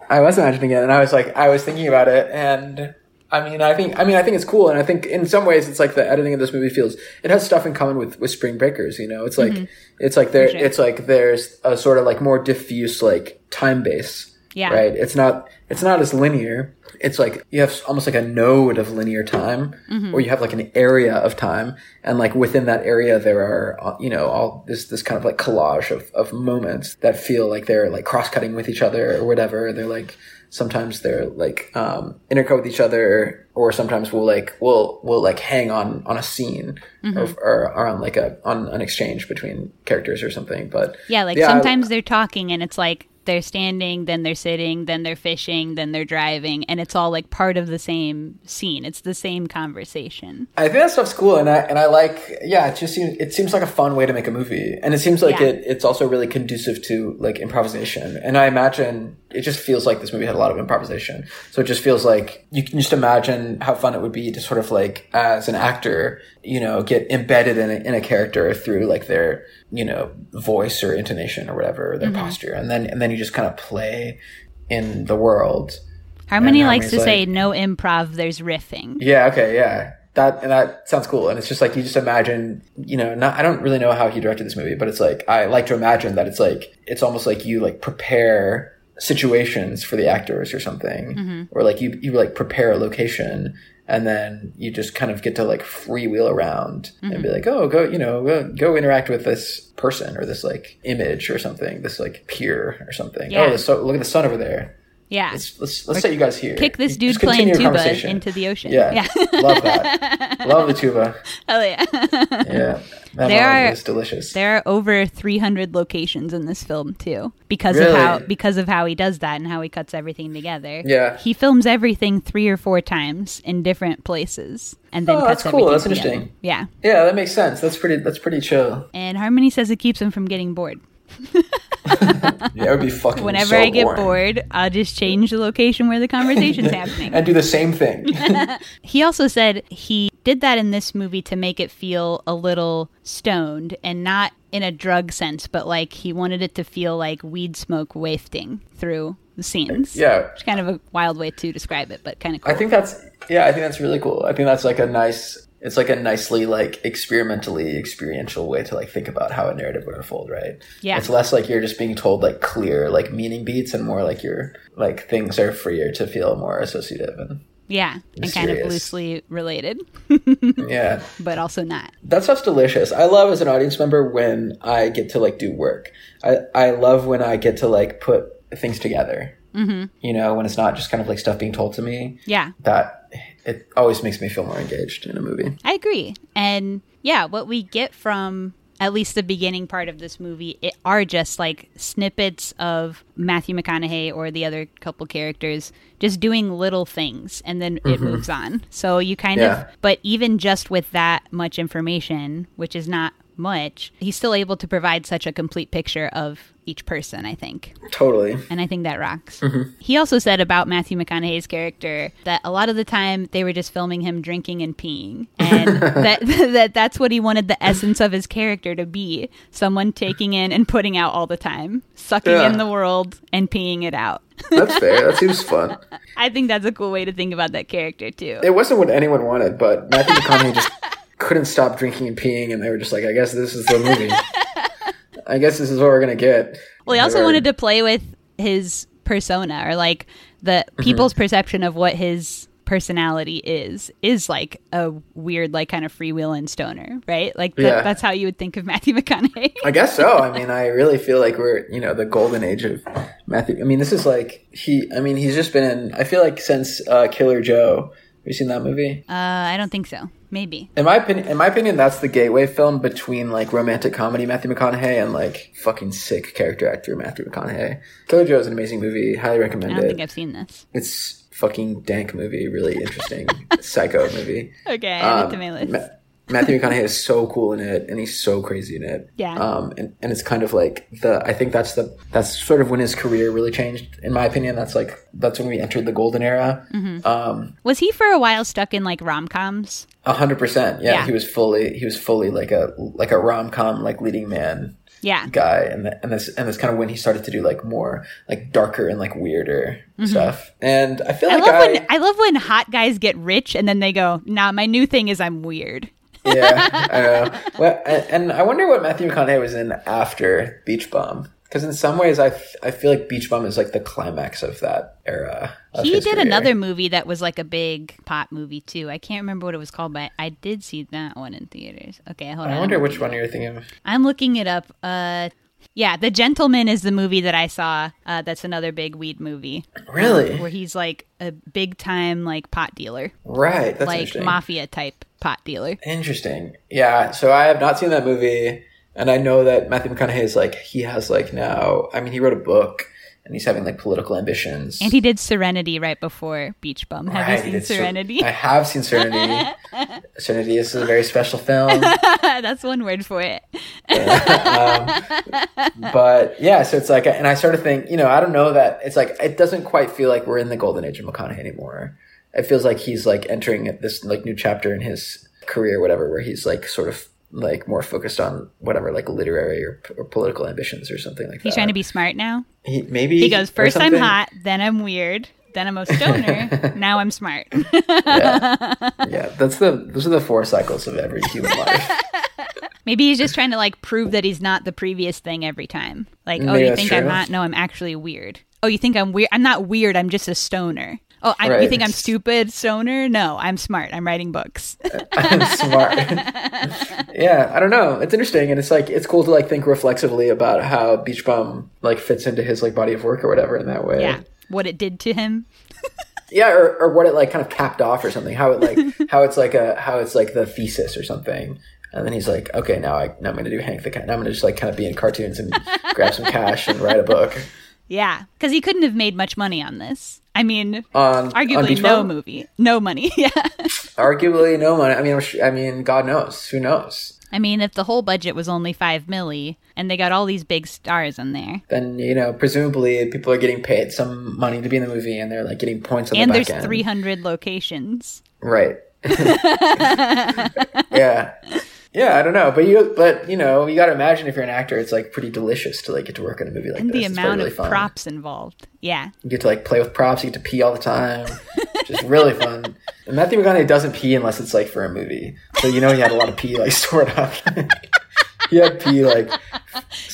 I was imagining it, and I was like, I was thinking about it, and I mean, I think, I mean, I think it's cool, and I think in some ways, it's like the editing of this movie feels it has stuff in common with with Spring Breakers. You know, it's like
Mm-hmm.
it's like there, it's like there's a sort of like more diffuse like time base.
Yeah.
Right. It's not. It's not as linear. It's like you have almost like a node of linear time,
Mm-hmm.
or you have like an area of time, and like within that area there are uh, you know all this this kind of like collage of, of moments that feel like they're like cross cutting with each other or whatever. They're like sometimes they're like um, intercut with each other, or sometimes we'll like we'll we'll like hang on on a scene
Mm-hmm.
or, or or on like a on an exchange between characters or something. But
Yeah, like
I-
sometimes they're talking and it's like they're standing, then they're sitting, then they're fishing, then they're driving, and it's all like part of the same scene. It's the same conversation.
I think that stuff's cool, and I and I like yeah. It just seems it seems like a fun way to make a movie, and it seems like
Yeah.
it it's also really conducive to like improvisation. And I imagine it just feels like this movie had a lot of improvisation, so it just feels like you can just imagine how fun it would be to sort of like as an actor, you know, get embedded in a, in a character through like their you know voice or intonation or whatever their posture, and then and then you just kind of play in the world.
Harmony
And
likes to
Harmony's
say,
like-
no improv, there's riffing.
Yeah. Okay. Yeah. That and that sounds cool. And it's just like you just imagine, you know. Not I don't really know how he directed this movie, but it's like I like to imagine that it's like it's almost like you like prepare situations for the actors or something,
Mm-hmm.
or like you you like prepare a location. And then you just kind of get to like freewheel around and be
Mm-hmm.
like, oh, go, you know, go, go interact with this person or this like image or something, this like pier or something.
Yeah.
Oh, the so, look at the sun over there.
Yeah.
Let's let's, let's set you guys here.
Kick this
You-
dude
just continue
playing
your
tuba
conversation.
into the ocean.
Yeah. Love that. Love the tuba.
oh, yeah.
Yeah. That
There
melody
are-
is delicious.
there are over 300 locations in this film, too, because of
Really?
how because of how he does that and how he cuts everything together.
Yeah.
He films everything three or four times in different places and then
Oh,
cuts
that's cool.
everything
That's
together.
interesting.
Yeah.
Yeah, that makes sense. That's pretty that's pretty chill.
And Harmony says it keeps him from getting bored.
Yeah, it would be fucking
Whenever
so
I get
boring.
bored, I'll just change the location where the conversation's happening.
And do the same thing.
He also said he did that in this movie to make it feel a little stoned and not in a drug sense, but like he wanted it to feel like weed smoke wafting through the scenes.
yeah.
It's kind of a wild way to describe it, but kind of cool.
I think that's yeah, I think that's really cool. I think that's like a nice it's like a nicely like experimentally experiential way to like think about how a narrative would unfold, right?
Yeah.
It's less like you're just being told like clear like meaning beats and more like you're like things are freer to feel more associative and
yeah. And kind of
Mysterious.
loosely related,
yeah.
but also not.
that stuff's delicious. I love as an audience member when I get to like do work. I, I love when I get to like put things together. Mm-hmm. You know, when it's not just kind of like stuff being told to me.
Yeah.
That it always makes me feel more engaged in a movie.
I agree. And yeah, what we get from at least the beginning part of this movie it are just like snippets of Matthew McConaughey or the other couple characters just doing little things and then it moves on. So you kind
Yeah.
of but even just with that much information, which is not much, he's still able to provide such a complete picture of each person, I think.
Totally.
And I think that rocks. He also said about Matthew McConaughey's character that a lot of the time they were just filming him drinking and peeing, and that, that that's what he wanted the essence of his character to be: someone taking in and putting out all the time, sucking
Yeah.
in the world and peeing it out.
That's fair. That seems fun.
I think that's a cool way to think about that character too.
It wasn't what anyone wanted, but Matthew McConaughey just couldn't stop drinking and peeing, and they were just like, I guess this is the movie. I guess this is what we're going to get.
Well,
And they
he also
were-
wanted to play with his persona or like the
Mm-hmm.
people's perception of what his personality is is like a weird like kind of freewheeling stoner right like the,
Yeah.
that's how you would think of matthew mcconaughey
I guess so. I mean, I really feel like we're, you know, the golden age of Matthew. I mean, this is like, he, I mean, he's just been in, I feel like since uh, Killer Joe. Have you seen that movie?
uh i don't think so maybe
In my opinion, in my opinion, that's the gateway film between like romantic comedy Matthew McConaughey and like fucking sick character actor Matthew McConaughey. Killer Joe is an amazing movie. Highly
i
recommend
don't
it.
think i've seen this
It's fucking dank movie. Really interesting psycho movie.
okay add it
Um,
to my list
Ma- Matthew McConaughey is so cool in it, and he's so crazy in it.
Yeah.
Um, and, and it's kind of like the I think that's the that's sort of when his career really changed. In my opinion, that's like that's when we entered the golden era.
Mm-hmm.
Um,
was he for a while stuck in like rom-coms
a hundred percent. Yeah,
Yeah.
he was fully he was fully like a like a rom com like leading man
yeah
guy, and th- and this and that's kind of when he started to do like more like darker and like weirder stuff. And I feel
Mm-hmm. i
like
love
I,
when i love when hot guys get rich and then they go nah my new thing is i'm weird
yeah, I know. Well, and, and I wonder what Matthew McConaughey was in after Beach Bum. Because in some ways, I, f- I feel like Beach Bum is like the climax of that era. of
He
his
did
career.
another movie that was like a big pop movie too. I can't remember what it was called, but I did see that one in theaters. Okay, hold
I
on.
wonder which one you're thinking of.
I'm looking it up. Uh yeah, The Gentleman is the movie that I saw. Uh, that's another big weed movie
Really?
where he's like a big time like pot dealer,
Right. That's
like
interesting.
mafia type pot dealer.
interesting. Yeah. So I have not seen that movie, and I know that Matthew McConaughey is like he has like now. I mean, he wrote a book, and he's having like political ambitions.
And he did Serenity right before Beach Bum. Have
Right,
you seen
it's Ser-
Serenity?
I have seen Serenity. Serenity is a very special film.
that's one word for it.
but yeah, so it's like, and I sort of think, you know, I don't know that it's like it doesn't quite feel like we're in the golden age of McConaughey anymore. It feels like he's like entering this like new chapter in his career, whatever, where he's like sort of like more focused on whatever like literary or, or political ambitions or something like
He's
that.
trying to be smart now.
He, maybe
He goes,
or
First I'm
something."
hot, then I'm weird, then I'm a stoner, now I'm smart.
Yeah, that's the those are the four cycles of every human life.
Maybe he's just trying to like prove that he's not the previous thing every time. Like, oh,
Maybe
you
that's
think I'm
true.
not? No, I'm actually weird. Oh, you think I'm weird? I'm not weird. I'm just a stoner. Oh, I, you
Right.
think I'm stupid, stoner? No, I'm smart. I'm writing books.
I'm smart. yeah, I don't know. It's interesting, and it's like it's cool to like think reflexively about how Beach Bum like fits into his like body of work or whatever in that way.
yeah, what it did to him.
yeah or, or what it like kind of capped off or something how it like how it's like a how it's like the thesis or something and then he's like okay now i now i'm gonna do hank the cat now i'm gonna just like kind of be in cartoons and grab some cash and write a book
Yeah, because he couldn't have made much money on this. I mean,
Uh, Um, on on
arguably
Beach
no
Bum?
movie, no money. yeah,
arguably no money i mean I'm su- i mean god knows who knows
I mean, if the whole budget was only five milli and they got all these big stars in there,
then you know presumably people are getting paid some money to be in the movie and they're like getting points on
and
the
there's
back end.
300 locations.
Right. yeah. Yeah, I don't know, but you, but you know, you got to imagine if you're an actor, it's like pretty delicious to like get to work in a movie like
and
this.
the
It's
amount
really
of
fun.
props involved. Yeah.
You get to like play with props. You get to pee all the time, which is really fun. And Matthew McConaughey doesn't pee unless it's like for a movie, so you know he had a lot of pee like stored up. he had pee like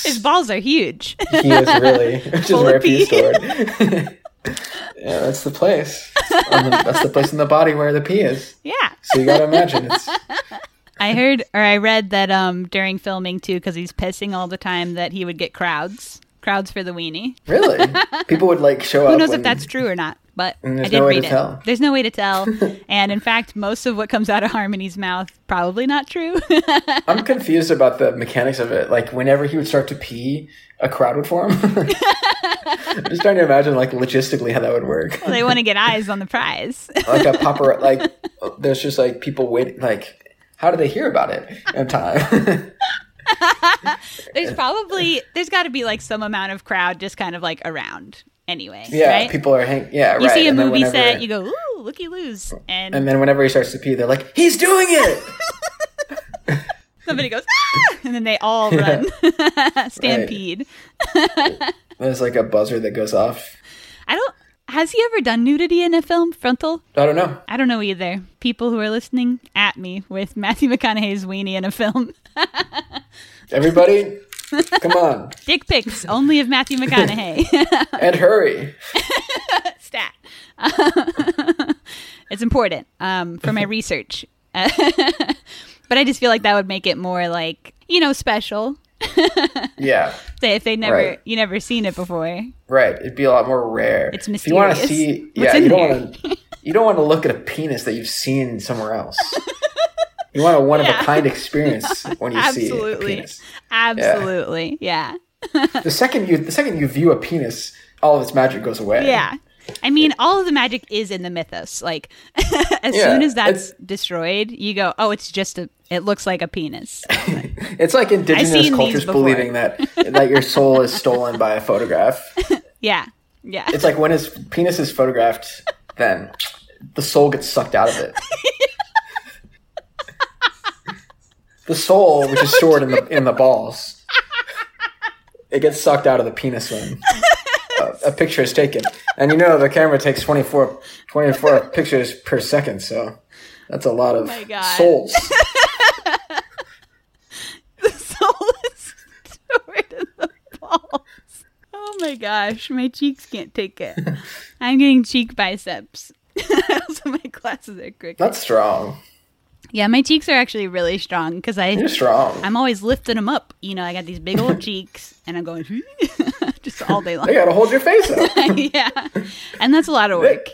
His balls are huge.
he was really, which is
Full of
where pee
pee.
is stored. yeah, that's the place. On the- that's the place in the body where the pee is.
yeah.
So you got to imagine it's.
I heard or I read that um during filming too cuz he's pissing all the time that he would get crowds. Crowds for the weenie.
Really? People would like show up.
Who knows
when-
if that's true or not, but I
And there's
did
no way
read
to
it.
tell.
There's no way to tell. and in fact, most of what comes out of Harmony's mouth probably not true.
I'm confused about the mechanics of it. Like whenever he would start to pee, a crowd would form. I'm just trying to imagine like logistically how that would work.
they want to get eyes on the prize.
Like a papar like there's just like people wait like how do they hear about it in time?
there's probably there's got to be like some amount of crowd just kind of like around anyway.
Yeah,
right?
people are hang- yeah.
you
right.
see a
And then
movie set,
whenever-
you go, "Ooh, looky loos," and,
and then whenever he starts to pee, they're like, "He's doing it!"
somebody goes, "Ah!" and then they all run stampede.
There's like a buzzer that goes off.
I don't. Has he ever done nudity in a film? Frontal?
I don't know.
I don't know either. People who are listening at me with Matthew McConaughey's weenie in a film.
Everybody, come on
Dick pics only of Matthew McConaughey.
and hurry.
Stat. it's important um, for my research. Uh, but I just feel like that would make it more like, you know, special.
Yeah,
Say if they never,
Right.
you never seen it before.
right. It'd be a lot more rare.
It's
If you want to
mysterious.
see,
What's
yeah,
in
you don't
there?
want to. You don't want to look at a penis that you've seen somewhere else. You want a one of a kind experience when you see a
Absolutely.
penis.
Absolutely. Yeah.
The second you the second you view a penis, all of its magic goes away.
Yeah. I mean, all of the magic is in the mythos. Like, as
Yeah,
soon as that's
it's-
destroyed, you go, oh, it's just a, it looks like a penis.
It's like indigenous
seen
cultures
these before.
believing that that your soul is stolen by a photograph.
Yeah. Yeah.
It's like when his penis is photographed, then the soul gets sucked out of it. the soul, which is stored in the in the balls, it gets sucked out of the penis when a, a picture is taken. And you know the camera takes 24, 24 pictures per second, so that's a lot of
Oh my God.
souls.
soul is stored in the balls. Oh my gosh, my cheeks can't take it. I'm getting cheek biceps. also, my glasses are crooked.
That's strong.
Yeah, my cheeks are actually really strong because I
You're strong.
I'm always lifting them up. You know, I got these big old cheeks, and I'm going just all day
You
long.
gotta hold your face up.
yeah, and that's a lot of work.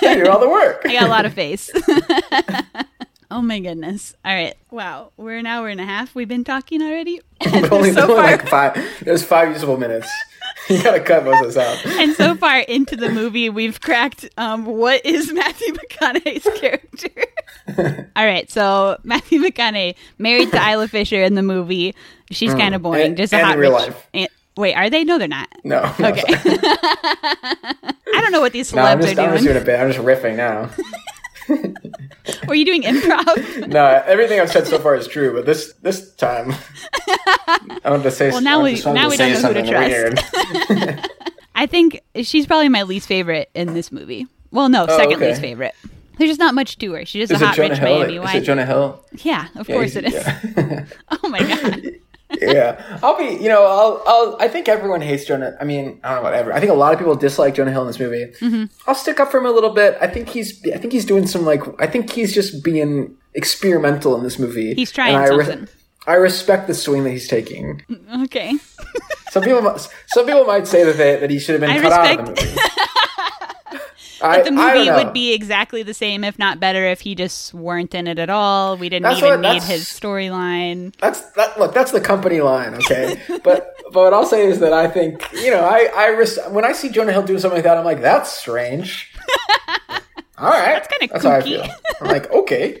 Yeah, you're all the work.
I got a lot of face. oh my goodness! All right, wow, we're an hour and a half. We've been talking already.
We've only
so
done,
far.
like five. There's five usable minutes. You gotta cut most of this out.
and so far into the movie, we've cracked um, what is Matthew McConaughey's character. All right, so Matthew McConaughey married to Isla Fisher in the movie. She's kind of boring,
And-
just a
and
hot
in real
rich-
life.
Mm. and- wait, are they? No, they're not.
No. no,
Okay.
sorry.
I don't know what these
No, I'm
celebs
just, I'm
are
just
doing.
doing a bit. I'm just riffing now.
Were you doing improv?
No, everything I've said so far is true, but this this time, I wanted to say. Well,
now we- now we don't
say
know who
something
to trust.
Weird.
I think she's probably my least favorite in this movie. Well, no, second
Oh, okay.
least favorite. There's just not much to her. She's just
Is
a
it
hot
Jonah
rich
Hill?
Miami
Is it
wife.
Jonah Hill?
yeah, of course it is.
Yeah.
Oh my god.
yeah, I'll be. You know, I'll. I'll. I think everyone hates Jonah. I mean, I don't know whatever. I think a lot of people dislike Jonah Hill in this movie.
Mm-hmm.
I'll stick up for him a little bit. I think he's. I think he's doing some like. I think he's just being experimental in this movie.
He's trying
And I re-
something.
I respect the swing that he's taking.
Okay.
Some people, mu- some people might say that they, that he should have been
I
cut out of
respect-
the movie. I, I
the
don't
movie
know.
would be exactly the same, if not better, if he just weren't in it at all. We didn't
That's
even
what-
need
that's-
his storyline.
That's that. Look, that's the company line, okay. but but what I'll say is that I think you know I I res- when I see Jonah Hill doing something like that, I'm like that's strange. All right, that's
kinda
how I
kooky.
feel. I'm like okay.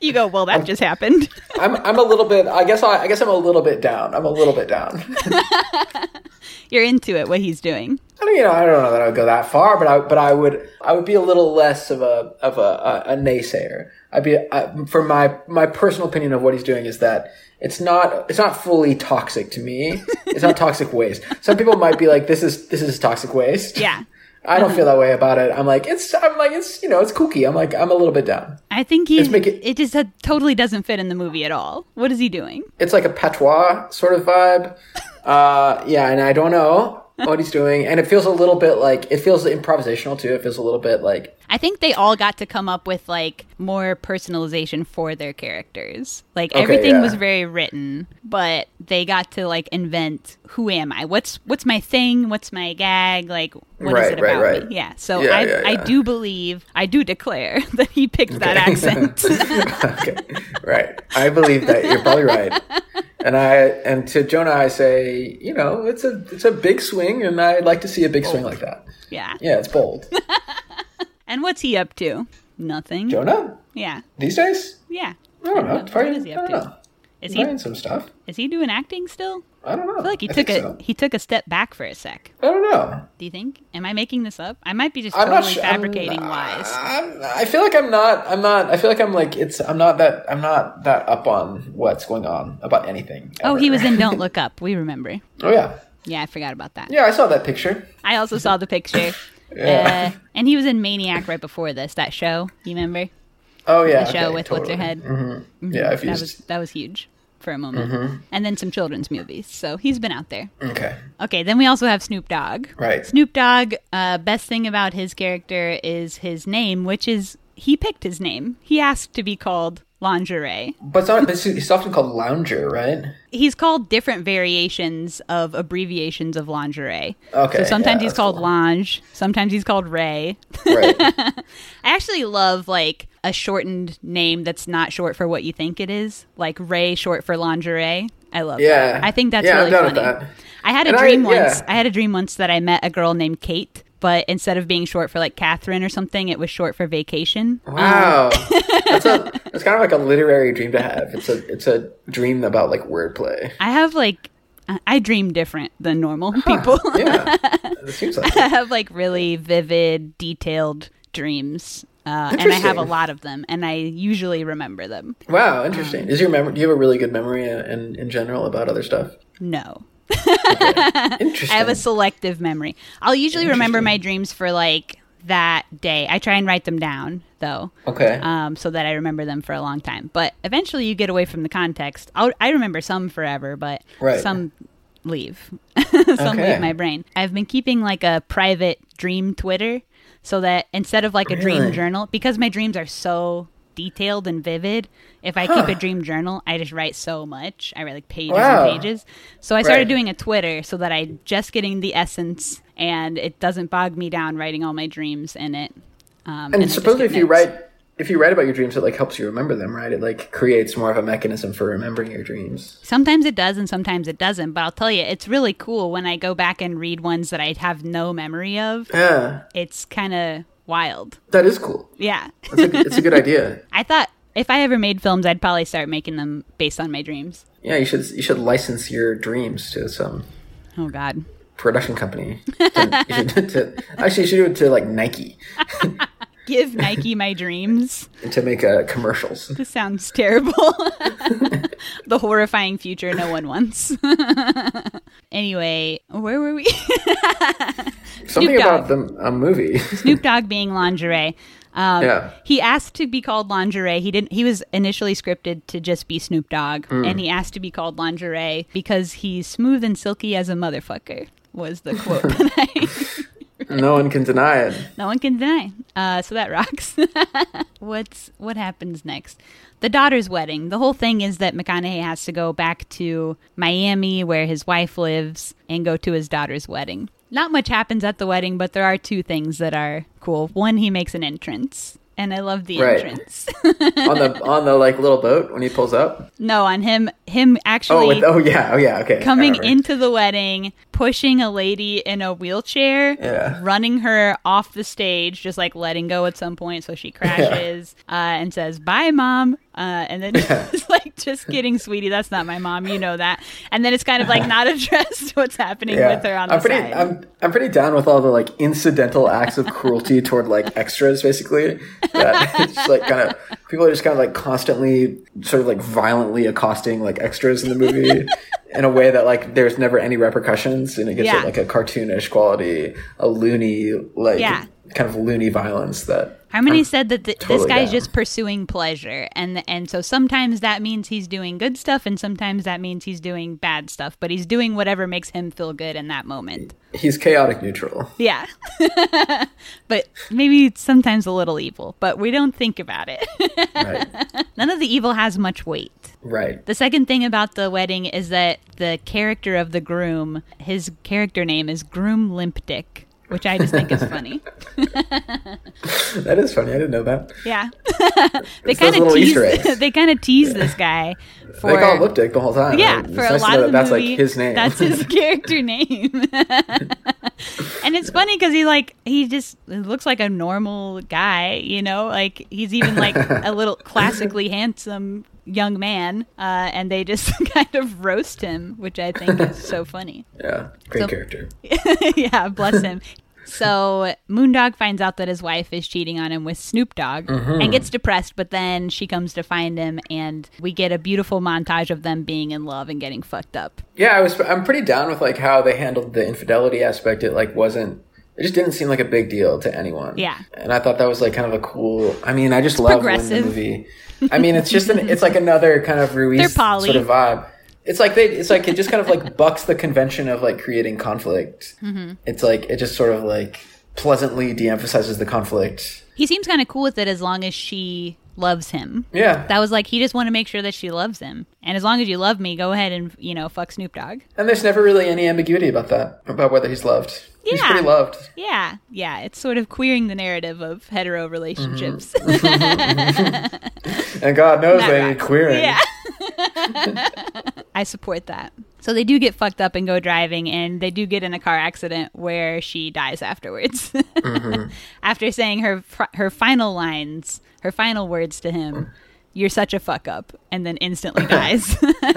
You go, well, that just happened.
I'm I'm a little bit. I guess I, I guess I'm a little bit down. I'm a little bit down.
You're into it, what he's doing.
I mean, you know, I don't know that I would go that far, but I but I would I would be a little less of a of a, a, a naysayer. I'd be I, for my my personal opinion of what he's doing is that it's not it's not fully toxic to me. It's not toxic waste. Some people might be like, this is this is toxic waste.
Yeah.
I don't feel that way about it. I'm like it's I'm like it's you know it's kooky. I'm like I'm a little bit down.
I think he,
make
it,
it-
just uh, totally doesn't fit in the movie at all. What is he doing?
It's like a patois sort of vibe. Uh, yeah, and I don't know what he's doing, and it feels a little bit like it feels improvisational too. It feels a little bit like
I think they all got to come up with like more personalization for their characters. Like everything
yeah.
was very written, but they got to like invent who am I? What's what's my thing? What's my gag? Like what is
Right,
it
right,
about
right.
me? Yeah. So
Yeah,
I
yeah,
I
yeah.
do believe, I do declare that he picked that accent.
okay. Right. I believe that you're probably right. And I and to Jonah I say, you know, it's a it's a big swing and I'd like to see a big swing like that.
yeah.
Yeah, it's bold.
And what's he up to? Nothing.
Jonah?
Yeah.
These days?
Yeah.
I don't know. It's probably-
What is he up
I don't
to?
know.
Is he
He's in some stuff.
is he doing acting still?
I don't know.
I feel like he took
think
a
so.
he took a step back for a sec.
I don't know.
Do you think? Am I making this up? I might be just
I'm not
totally
su- I'm-
fabricating lies.
I'm, I feel like I'm not. I'm not. I feel like I'm like it's. I'm not that. I'm not that up on what's going on about anything.
Oh,
ever.
he was in Don't Look Up. We remember.
Oh yeah.
Yeah, I forgot about that.
Yeah, I saw that picture.
I also saw the picture.
Yeah.
Uh, and he was in Maniac right before this, that show. You remember?
Oh yeah.
The show
okay,
with
totally. Mm-hmm.
What's Her Head.
Yeah, I've
That
used.
was that was huge for a moment.
Mm-hmm.
And then some children's movies. So he's been out there.
okay.
Okay, then we also have Snoop Dogg.
Right.
Snoop Dogg, uh, best thing about his character is his name, which is he picked his name. He asked to be called lingerie.
But it's, not, it's, it's often called lounger, right?
He's called different variations of abbreviations of lingerie.
Okay,
So sometimes
yeah,
he's
that's
called
cool.
Lange, sometimes he's called Ray.
Right.
I actually love like a shortened name that's not short for what you think it is, like Ray short for lingerie. I love
Yeah.
that. I think that's
Yeah, I'm
really
down
funny.
with that.
I had a
And I-
dream
yeah.
once. I had a dream once that I met a girl named Kate, but instead of being short for like Catherine or something, it was short for vacation.
Wow, that's a that's kind of like a literary dream to have. It's a it's a dream about like wordplay.
I have like I- I dream different than normal people.
Yeah, it seems like
I
it.
have like really vivid, detailed dreams. Uh, and I have a
Interesting.
lot of them, and I usually remember them.
wow, interesting. Is your memory? Do you have a really good memory in, in, in general about other stuff?
No,
Interesting.
I have a selective memory. I'll usually remember my dreams for like that day. I try and write them down though,
okay.
um, so that I remember them for a long time. But eventually, you get away from the context. I'll, I remember some forever, but
Right.
some leave. some
Okay.
leave my brain. I've been keeping like a private dream Twitter, so that instead of like a dream
Really?
journal, because my dreams are so detailed and vivid if i keep a dream journal i just write so much i write like pages
Wow.
and pages so I started
Right.
doing a Twitter so that I just getting the essence and it doesn't bog me down writing all my dreams in it. Um, I
and
just
supposedly,
get
if you
notes.
write if you write about your dreams, it like helps you remember them, right? It like creates more of a mechanism for remembering your dreams.
sometimes it does and sometimes it doesn't. But I'll tell you, it's really cool when I go back and read ones that I have no memory of.
Yeah,
It's kind of wild.
that is cool.
Yeah,
It's a, good- it's a good idea.
I thought if I ever made films, I'd probably start making them based on my dreams.
Yeah, you should you should license your dreams to some
Oh God.
production company. To- you should- to- actually, you should do it to like Nike.
Give Nike my dreams.
to make uh, commercials.
This sounds terrible. the horrifying future no one wants. anyway, where were we?
Something
Snoop
about the, a movie.
Snoop Dogg being lingerie. Um,
Yeah.
He asked to be called lingerie. He didn't. He was initially scripted to just be Snoop Dogg, and he asked to be called lingerie because he's smooth and silky as a motherfucker. Was the quote that I
no one can deny it.
No one can deny. Uh, so that rocks. What's what happens next? The daughter's wedding. The whole thing is that McConaughey has to go back to Miami, where his wife lives, and go to his daughter's wedding. Not much happens at the wedding, but there are two things that are cool. One, he makes an entrance, and I love the
Right.
entrance.
on the on the like little boat when he pulls up.
no, on him, him actually
Oh, with, oh yeah, oh yeah, okay. I
coming
remember.
into the wedding, pushing a lady in a wheelchair,
Yeah.
running her off the stage, just like letting go at some point, so she crashes uh, and says "Bye, mom," uh, and then it's like, "Just kidding, sweetie, that's not my mom, you know that." And then it's kind of like not addressed what's happening
Yeah.
with her on
I'm
the
pretty,
side.
I'm, I'm pretty down with all the like incidental acts of cruelty toward like extras, basically. That it's just, like kind of people are just kind of like constantly sort of like violently accosting like extras in the movie in a way that like there's never any repercussions, and it gets
Yeah.
like a cartoonish quality, a loony like
Yeah.
kind of loony violence that
Harmony said that th- this
totally
guy's
down.
just pursuing pleasure, and and so sometimes that means he's doing good stuff, and sometimes that means he's doing bad stuff. But he's doing whatever makes him feel good in that moment.
he's chaotic neutral.
Yeah. but maybe it's sometimes a little evil, but we don't think about it.
Right.
None of the evil has much weight.
Right.
The second thing about the wedding is that the character of the groom, his character name is Groom Limp Dick, which I just think is funny.
That is funny. I didn't know that.
Yeah. they
It's those
kind of
little
tease
Easter eggs.
they kind of tease this guy for
they call him Lip Dick the whole time.
Yeah,
Like, it's
for a
nice to
lot
know
of
that
the
that's
movie,
like his name.
That's his character name. and it's funny because he like he just looks like a normal guy, you know. Like he's even like a little classically handsome young man, uh, and they just kind of roast him, which I think is so funny.
Yeah, great
So-
character.
yeah, bless him. So Moondog finds out that his wife is cheating on him with Snoop Dogg and gets depressed, but then she comes to find him, and we get a beautiful montage of them being in love and getting fucked up.
Yeah, I was. I'm pretty down with like how they handled the infidelity aspect. It like wasn't. It just didn't seem like a big deal to anyone.
Yeah.
and I thought that was like kind of a cool. I mean, I just love when the
progressive.
movie. I mean, it's just an. It's like another kind of
They're
Ruiz
poly.
sort of vibe. It's like they. It's like it just kind of like bucks the convention of like creating conflict.
Mm-hmm.
It's like it just sort of like pleasantly de-emphasizes the conflict.
He seems kind of cool with it as long as she loves him.
Yeah,
That was like he just want to make sure that she loves him, and as long as you love me, go ahead and you know fuck Snoop Dogg.
and there's never really any ambiguity about that about whether he's loved. He's
Yeah.
pretty loved.
Yeah, yeah, it's sort of queering the narrative of hetero relationships.
And God knows
That
they need
rocks.
queering.
Yeah. I support that. So they do get fucked up and go driving, and they do get in a car accident where she dies afterwards.
Mm-hmm.
After saying her fr- her final lines, her final words to him, "You're such a fuck up," and then instantly dies.
And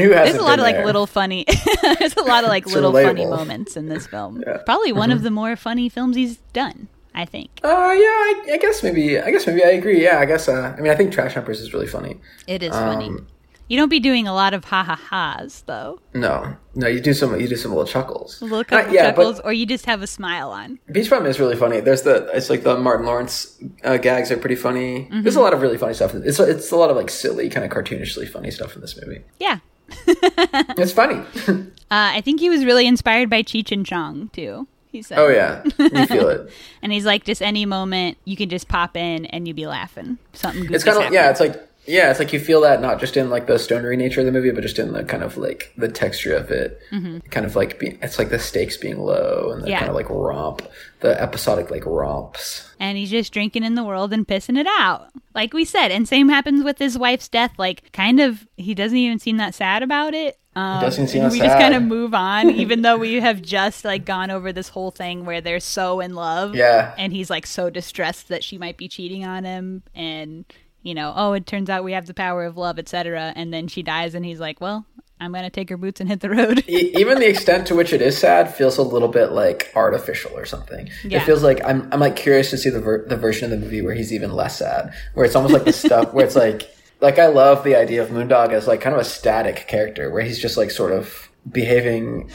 who hasn't?
there's a lot
been
of like
there?
little funny. there's a lot of like
It's
little funny
relatable. Mm-hmm.
moments in this film. Probably one of the more funny films he's done. I think
Uh, yeah, I, I guess maybe. I guess maybe I agree. Yeah, I guess. Uh, I mean, I think Trash Humpers is really funny.
it is funny.
Um,
You don't be doing a lot of ha ha ha's though.
No, no, you do some. You do some little chuckles.
little
Uh,
couple
yeah,
chuckles, or you just have a smile on.
but Beach Bum is really funny. There's the. It's like the Martin Lawrence uh, gags are pretty funny.
Mm-hmm.
There's a lot of really funny stuff. It's it's a lot of like silly, kind of cartoonishly funny stuff in this movie.
Yeah.
It's funny.
Uh, I think he was really inspired by Cheech and Chong, too. He said.
oh yeah, you feel it.
And he's like, just any moment, you can just pop in and you be laughing. Something goofy.
It's kind of yeah. It's like yeah. It's like you feel that not just in like the stonery nature of the movie, but just in the kind of like the texture of it. Kind of like being, it's like the stakes being low and the
Mm-hmm. Yeah.
kind of like romp, the episodic like romps.
and he's just drinking in the world and pissing it out. Like we said. And same happens with his wife's death. Like, kind of, he doesn't even seem that sad about it. Um,
doesn't seem
we just
sad.
kind of move on, even though we have just like gone over this whole thing where they're so in love.
Yeah.
and he's like so distressed that she might be cheating on him and you know oh it turns out we have the power of love etc and then she dies and he's like well i'm gonna take her boots and hit the road
E- Even the extent to which it is sad feels a little bit like artificial or something.
Yeah.
It feels like I'm I'm like curious to see the ver- the version of the movie where he's even less sad, where it's almost like the stuff where it's like like I love the idea of Moondog as like kind of a static character where he's just like sort of behaving,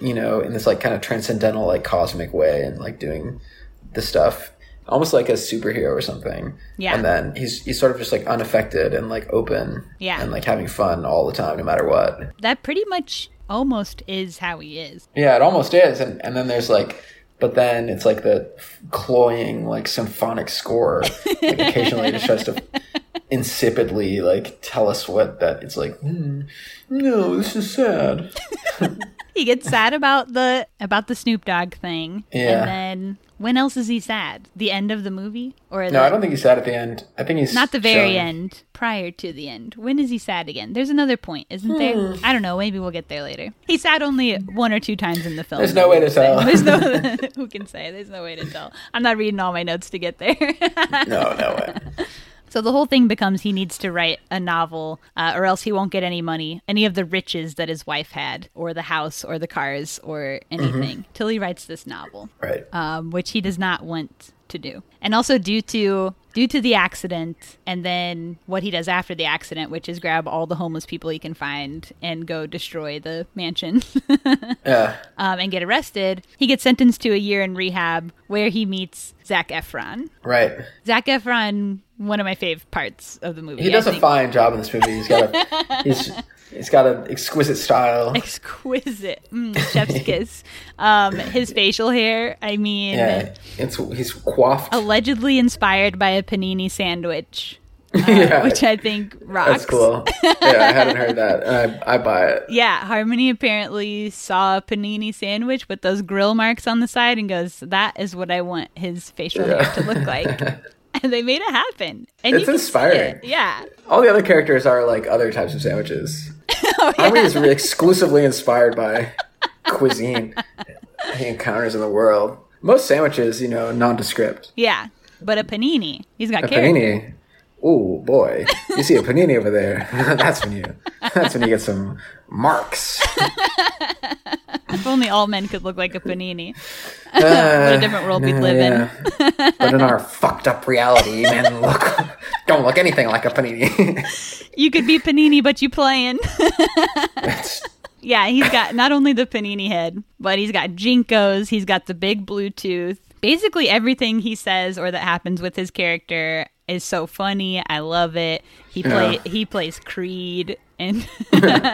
you know, in this like kind of transcendental like cosmic way and like doing the stuff almost like a superhero or something.
Yeah.
And then he's he's sort of just like unaffected and like open
Yeah.
and like having fun all the time no matter what.
that pretty much almost is how he is
Yeah, it almost is. And, and then there's like, but then it's like the cloying, like symphonic score. Like occasionally it just tries to insipidly like tell us what that it's like, "Hmm, no, this is sad.
he gets sad about the about the snoop dogg thing
Yeah.
and then when else is he sad the end of the movie or
No,
the-
I don't think he's sad at the end. I think he's
not the very
shown-
end prior to the end when is he sad again there's another point isn't there
Hmm.
i don't know maybe we'll get there later he's sad only one or two times in the film
There's no way to tell.
There's no who can say. There's no way to tell. I'm not reading all my notes to get there.
no, no way.
so the whole thing becomes he needs to write a novel, uh, or else he won't get any money, any of the riches that his wife had, or the house, or the cars, or anything, till he writes this novel,
Right.
um, which he does not want to do. And also due to due to the accident, and then what he does after the accident, which is grab all the homeless people he can find and go destroy the mansion.
Yeah.
um, and get arrested, he gets sentenced to a year in rehab where he meets Zach Efron.
Right.
Zach Efron, one of my favorite parts of the movie.
He
I
does a
think.
fine job in this movie. He's got a he's he's got an exquisite style.
exquisite mm, chef's kiss. Um, his facial hair, I mean,
Yeah. It's he's coiffed.
Oh, allegedly inspired by a panini sandwich,
yeah.
which I think rocks.
That's cool. Yeah, I hadn't heard that. And I I buy it.
Yeah, Harmony apparently saw a panini sandwich with those grill marks on the side and goes, "That is what I want his facial
Yeah.
hair to look like." and they made it happen. And
It's
you can see
inspiring.
it. Yeah.
All the other characters are like other types of sandwiches. Harmony is really exclusively inspired by cuisine he encounters in the world. Most sandwiches, you know, nondescript.
Yeah. But a panini. He's got
A
character.
panini. oh boy, you see a panini over there. that's when you that's when you get some marks.
If only all men could look like a panini.
what
a different world
Uh,
we'd live in.
in. but in our fucked up reality, men look don't look anything like a panini.
You could be panini, but you playing.
That's-
yeah, he's got not only the panini head, but he's got jinkos. He's got the big blue tooth. Basically, everything he says or that happens with his character is so funny. I love it. He play he plays Creed, and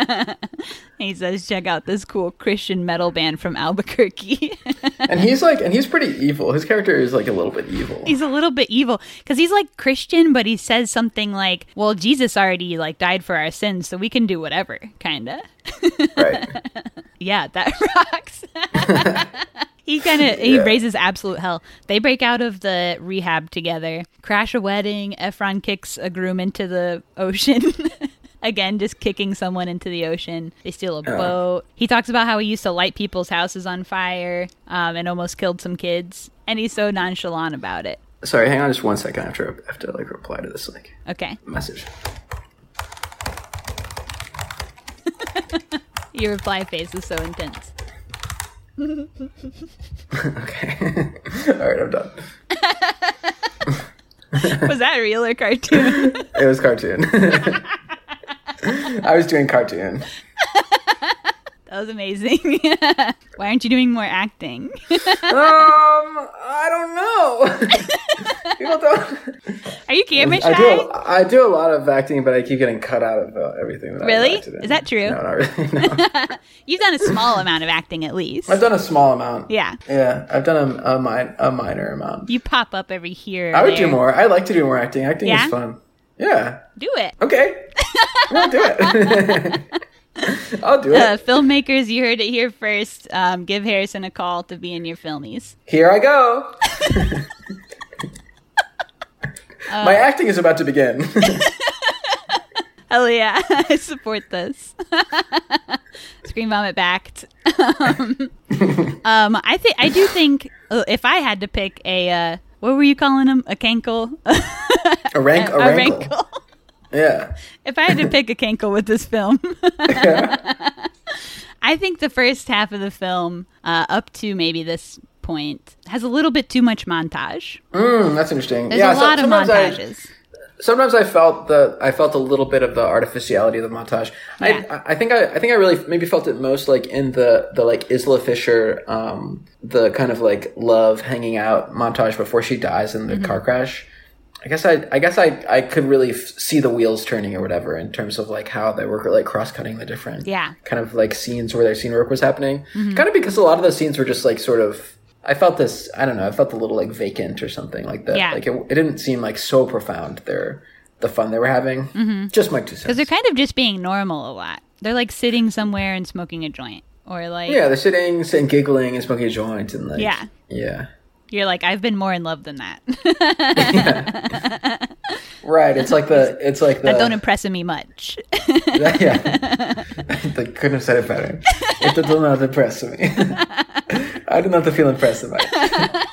he says, "Check out this cool Christian metal band from Albuquerque."
and he's like and he's pretty evil. His character is like a little bit evil.
he's a little bit evil because he's like Christian, but he says something like, "Well, Jesus already like died for our sins, so we can do whatever." Kinda.
right.
Yeah, that rocks. he kind of he
Yeah.
raises absolute hell. They break out of the rehab together, crash a wedding. Efron kicks a groom into the ocean. Again, just kicking someone into the ocean. They steal a boat. He talks about how he used to light people's houses on fire um, and almost killed some kids. And he's so nonchalant about it.
Sorry, hang on just one second after I have to like reply to this like
Okay.
message.
Your reply face is so intense.
Okay. Alright, I'm done.
Was that real or cartoon?
It was cartoon. I was doing cartoon.
that was amazing. Why aren't you doing more acting?
Um, I don't know. People don't.
Are you camera shy?
I do. I do a lot of acting, but I keep getting cut out of uh, everything. That I
Really?
acted in.
Is that true?
No, not really. No.
You've done a small amount of acting at least.
I've done a small amount.
Yeah.
Yeah, I've done a a, min- a minor amount.
You pop up every here. or
I would do
there.
more. I like to do more acting. Acting
Yeah?
is fun. Yeah.
Do it.
Okay. I'll do it. I'll do
Uh,
it.
filmmakers, you heard it here first. Um, give Harrison a call to be in your filmies.
Here I go. My acting is about to begin.
Oh yeah, I support this. Scream vomit backed. um, um, I think I do think uh, if I had to pick a uh, what were you calling him? A cankle? a
a rank, a, rankle.
rankle.
Yeah.
If I had to pick a cankle with this film, I think the first half of the film, uh, up to maybe this point, has a little bit too much montage.
Mm, that's interesting.
There's
yeah,
a
so-
lot of
sometimes I-
montages.
sometimes I felt the I felt a little bit of the artificiality of the montage.
Yeah.
I I I think I I think I really maybe felt it most like in the the like Isla Fisher um the kind of like love hanging out montage before she dies in the
Mm-hmm.
car crash. I guess I I guess I I could really f- see the wheels turning or whatever in terms of like how they were like cross cutting the different
Yeah. Mm-hmm.
kind of like scenes where their scene work was happening. Kind of because a lot of those scenes were just like sort of I felt this I don't know, I felt a little like vacant or something like that.
Yeah.
Like it, it didn't seem like so profound their the fun they were having. Mm-hmm. Just my two
Because
cents.
they're kind of just being normal a lot. They're like sitting somewhere and smoking a joint. Or like,
yeah, they're sitting, sitting, giggling, and smoking a joint, and like
Yeah.
yeah,
you're like, I've been more in love than that.
right. It's like the it's like the
that don't impress me much.
yeah. they couldn't have said it better. It did not impress me. I did not feel impressed by it.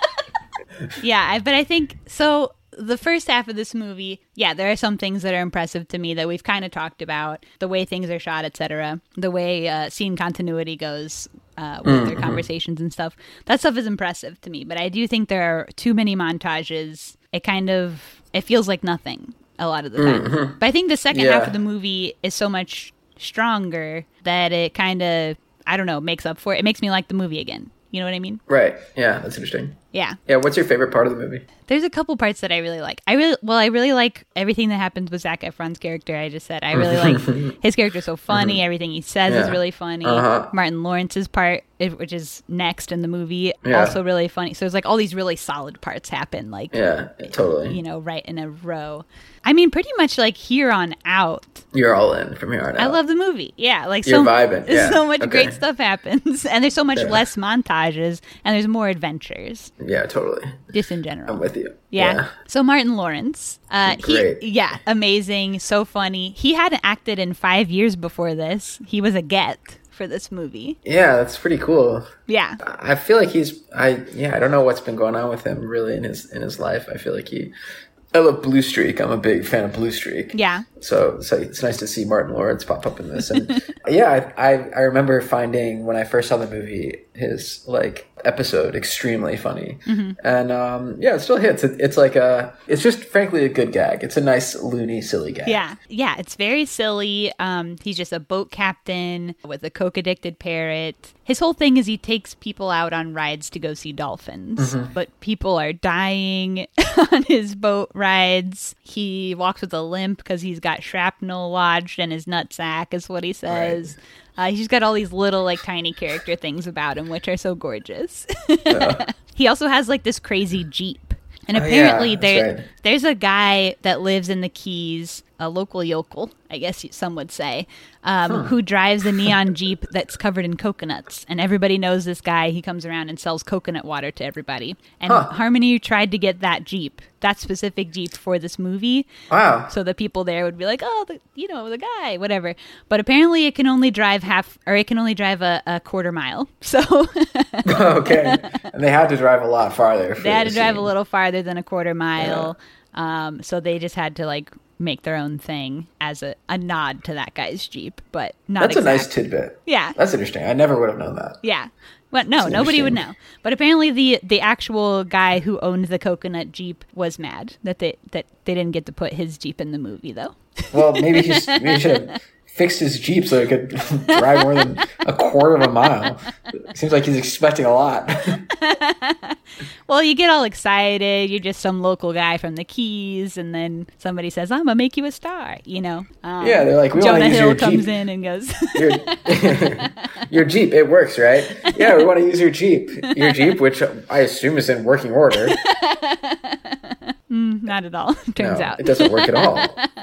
yeah, I, but I think so. The first half of this movie, yeah, there are some things that are impressive to me that we've kind of talked about the way things are shot, etc., the way uh, scene continuity goes uh, with their conversations and stuff. That stuff is impressive to me, but I do think there are too many montages. It kind of it feels like nothing a lot of the time. But I think the second half
Yeah.
of the movie is so much stronger that it kind of I don't know makes up for it. It makes me like the movie again. You know what I mean?
Right. Yeah, that's interesting.
Yeah.
Yeah, what's your favorite part of the movie?
There's a couple parts that I really like. I really well, I really like everything that happens with Zach Efron's character. I just said I really like his character's so funny. Everything he says is
Mm-hmm. Yeah.
really funny.
Uh-huh.
Martin Lawrence's part, i- which is next in the movie,
Yeah.
also really funny. So it's like all these really solid parts happen, like
Yeah, totally.
you know, right in a row. I mean, pretty much like here on out.
You're all in from here on out.
I love the movie. Yeah, like
You're
so
vibing. Yeah.
so much
Okay.
great stuff happens, and there's so much
Yeah.
less montages, and there's more adventures,
Yeah, totally.
just in general.
I'm with you.
Yeah. So Martin Lawrence, uh, he
Great.
yeah, amazing, so funny. He hadn't acted in five years before this. He was a get for this movie.
Yeah, that's pretty cool.
Yeah,
I feel like he's I yeah, I don't know what's been going on with him really in his in his life. I feel like he I love Blue Streak. I'm a big fan of Blue Streak.
Yeah.
So, so it's nice to see Martin Lawrence pop up in this. And yeah, I, I, I remember finding when I first saw the movie his like episode extremely funny.
Mm-hmm.
And um, yeah, it still hits. It, it's like a, it's just frankly a good gag. It's a nice, loony, silly gag.
Yeah. Yeah. It's very silly. Um, he's just a boat captain with a coke addicted parrot. His whole thing is he takes people out on rides to go see dolphins, but people are dying on his boat rides. He walks with a limp because he's got shrapnel lodged in his nutsack, is what he says. Uh, he's just got all these little, like, tiny character things about him, which are so gorgeous. He also has like this crazy jeep, and
Oh, yeah,
apparently
that's
there
right.
there's a guy that lives in the Keys, a local yokel, I guess you- some would say, um, who drives a neon jeep that's covered in coconuts, and everybody knows this guy. He comes around and sells coconut water to everybody. And Harmony tried to get that jeep, that specific jeep, for this movie.
Wow.
So the people there would be like, oh, the, you know, the guy, whatever. But apparently, it can only drive half, or it can only drive a, a quarter mile. So
okay. And they had to drive a lot farther. for
they had to
this
drive a
scene.
little farther than a quarter mile um, so they just had to like make their own thing as a, a nod to that guy's jeep but not
That's
exact.
a nice tidbit.
Yeah.
That's interesting. I never would have known that.
yeah well no nobody would know
interesting.
but apparently the the actual guy who owned the coconut jeep was mad that they that they didn't get to put his jeep in the movie though
Well, maybe he's, maybe he should have fixed his Jeep so he could drive more than a quarter of a mile. Seems like he's expecting a lot.
well you get all excited you're just some local guy from the keys and then somebody says i'm gonna make you a star you know um,
Yeah, they're like, "We wanna
jonah
use
hill
your
comes
Jeep."
in and goes
your, your Jeep, it works, right? Yeah, we want to use your Jeep. Your Jeep, which I assume is in working order.
not at all turns
No,
out
it doesn't work at all.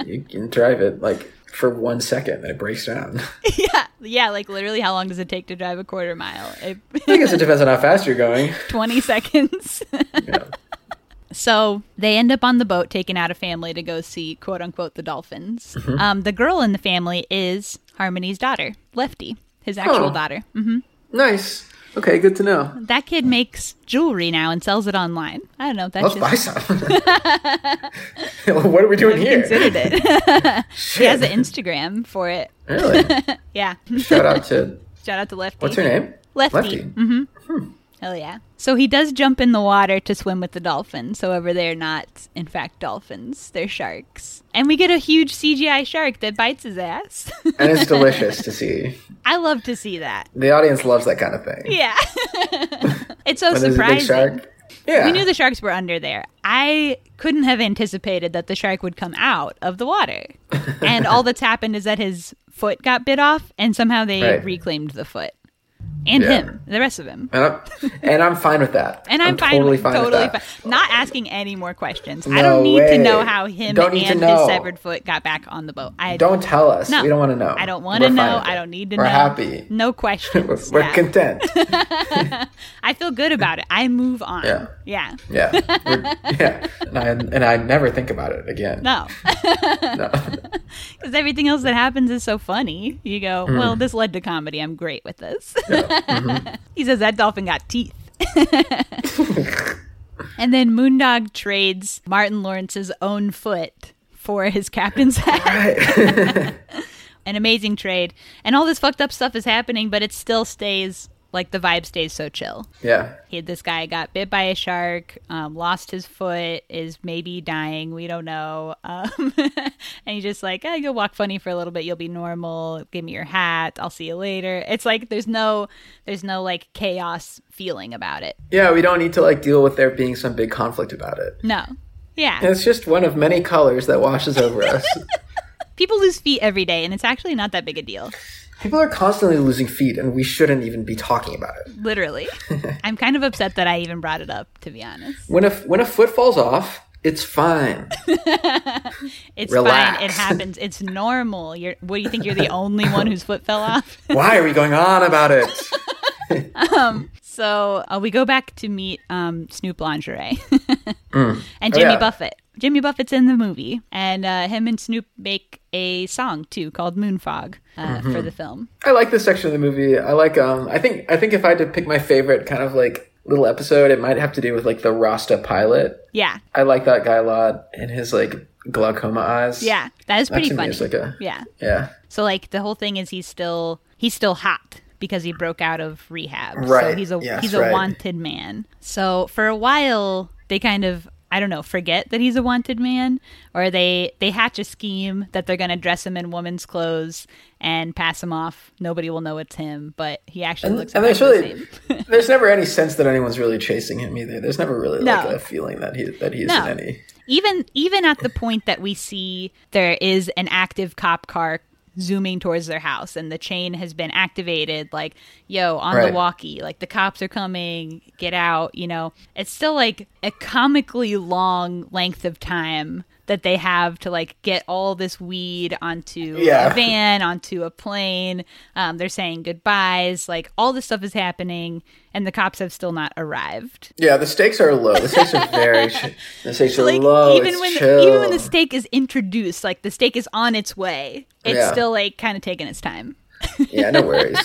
You can drive it like for one second and it breaks down. I
yeah, yeah. Like literally, how long does it take to drive a quarter mile? It,
guess it depends on how fast you're going.
Twenty seconds.
Yeah.
so they end up on the boat, taking out a family to go see "quote unquote" the dolphins.
Mm-hmm.
Um, the girl in the family is Harmony's daughter, Lefty, his actual
Oh.
daughter. hmm
Nice. Okay, good to know.
That kid makes jewelry now and sells it online. I don't know. That's
Let's
just
buy some. what are we doing here?
considered it.
Shit.
he has an Instagram for it.
really?
Yeah.
Shout out to
Shout out to Lefty.
what's her name?
Lefty.
Mm-hmm.
Hell yeah. So he does jump in the water to swim with the dolphins. However, they're not, in fact, dolphins. They're sharks. And we get a huge CGI shark that bites his ass.
And it's delicious to see.
I love to see that.
The audience loves that kind of thing.
Yeah. it's so
When there's a big
surprising.
shark. Yeah.
We knew the sharks were under there. I couldn't have anticipated that the shark would come out of the water. and all that's happened is that his foot got bit off, and somehow they
Right.
reclaimed the foot. And
Yeah.
him, the rest of him.
And I'm, and I'm fine with that.
And I'm, fine
totally
with
fine
totally
with that.
fine. Not asking any more questions. I
No
don't need to
way.
know how him
Don't need to
and his
know.
severed foot got back on the boat. I
Don't tell us.
No.
We don't want to know.
I don't want to
We're fine
know.
with
I
it.
don't need to
We're
know.
happy.
No
We're,
questions.
we're
yeah.
content.
I feel good about it. I move on.
Yeah.
yeah.
Yeah. We're- yeah. And I, and I never think about it again.
No.
No.
Because everything else that happens is so funny. You go, well, this led to comedy. I'm great with this. he says that dolphin got teeth. and then Moondog trades Martin Lawrence's own foot for his captain's hat.
Right.
An amazing trade. And all this fucked up stuff is happening, but it still stays like the vibe stays so chill.
yeah.
He, this guy got bit by a shark, um, lost his foot, is maybe dying. We don't know. Um, and he's just like, eh, you'll walk funny for a little bit. You'll be normal. Give me your hat. I'll see you later. It's like there's no, there's no like chaos feeling about it.
Yeah. We don't need to like deal with there being some big conflict about it.
No. Yeah.
It's just one of many colors that washes over us.
People lose feet every day, and it's actually not that big a deal.
People are constantly losing feet, and we shouldn't even be talking about it.
Literally. I'm kind of upset that I even brought it up, to be honest.
When a when a foot falls off, it's fine.
It's
Relax.
fine. It happens. It's normal. You're, what do you think? You're the only one whose foot fell off?
Why are we going on about it?
So uh, we go back to meet um, Snoop Lingerie and Jimmy
yeah.
Buffett. Jimmy Buffett's in the movie, and uh, him and Snoop make a song too called Moonfog uh, for the film.
I like this section of the movie. I like um I think I think if I had to pick my favorite kind of like little episode. It might have to do with like the Rasta pilot.
Yeah.
I like that guy a lot and his like glaucoma eyes.
Yeah. That is
That
pretty
to me
funny.
is like a-
yeah.
Yeah.
So like the whole thing is he's still he's still hot because he broke out of rehab. So
Right.
he's a
Yes,
he's a
right.
wanted man. So for a while they kind of I don't know, forget that he's a wanted man or they they hatch a scheme that they're going to dress him in woman's clothes and pass him off. Nobody will know it's him, but he actually looks
and
about
there's
the
really
same.
there's never any sense that anyone's really chasing him either. There's never really like
No.
a feeling that he that he's
No.
in any
even even at the point that we see there is an active cop car zooming towards their house and the chain has been activated like yo on the
Right.
walkie like the cops are coming get out you know it's still like a comically long length of time that they have to like get all this weed onto
Yeah.
a van onto a plane um, they're saying goodbyes like all this stuff is happening and the cops have still not arrived
Yeah, the stakes are low. The stakes are very ch- the stakes are
like
low.
even
it's
when
chill.
even when the steak is introduced, like the steak is on its way, it's
Yeah.
still like kind of taking its time.
Yeah, no worries.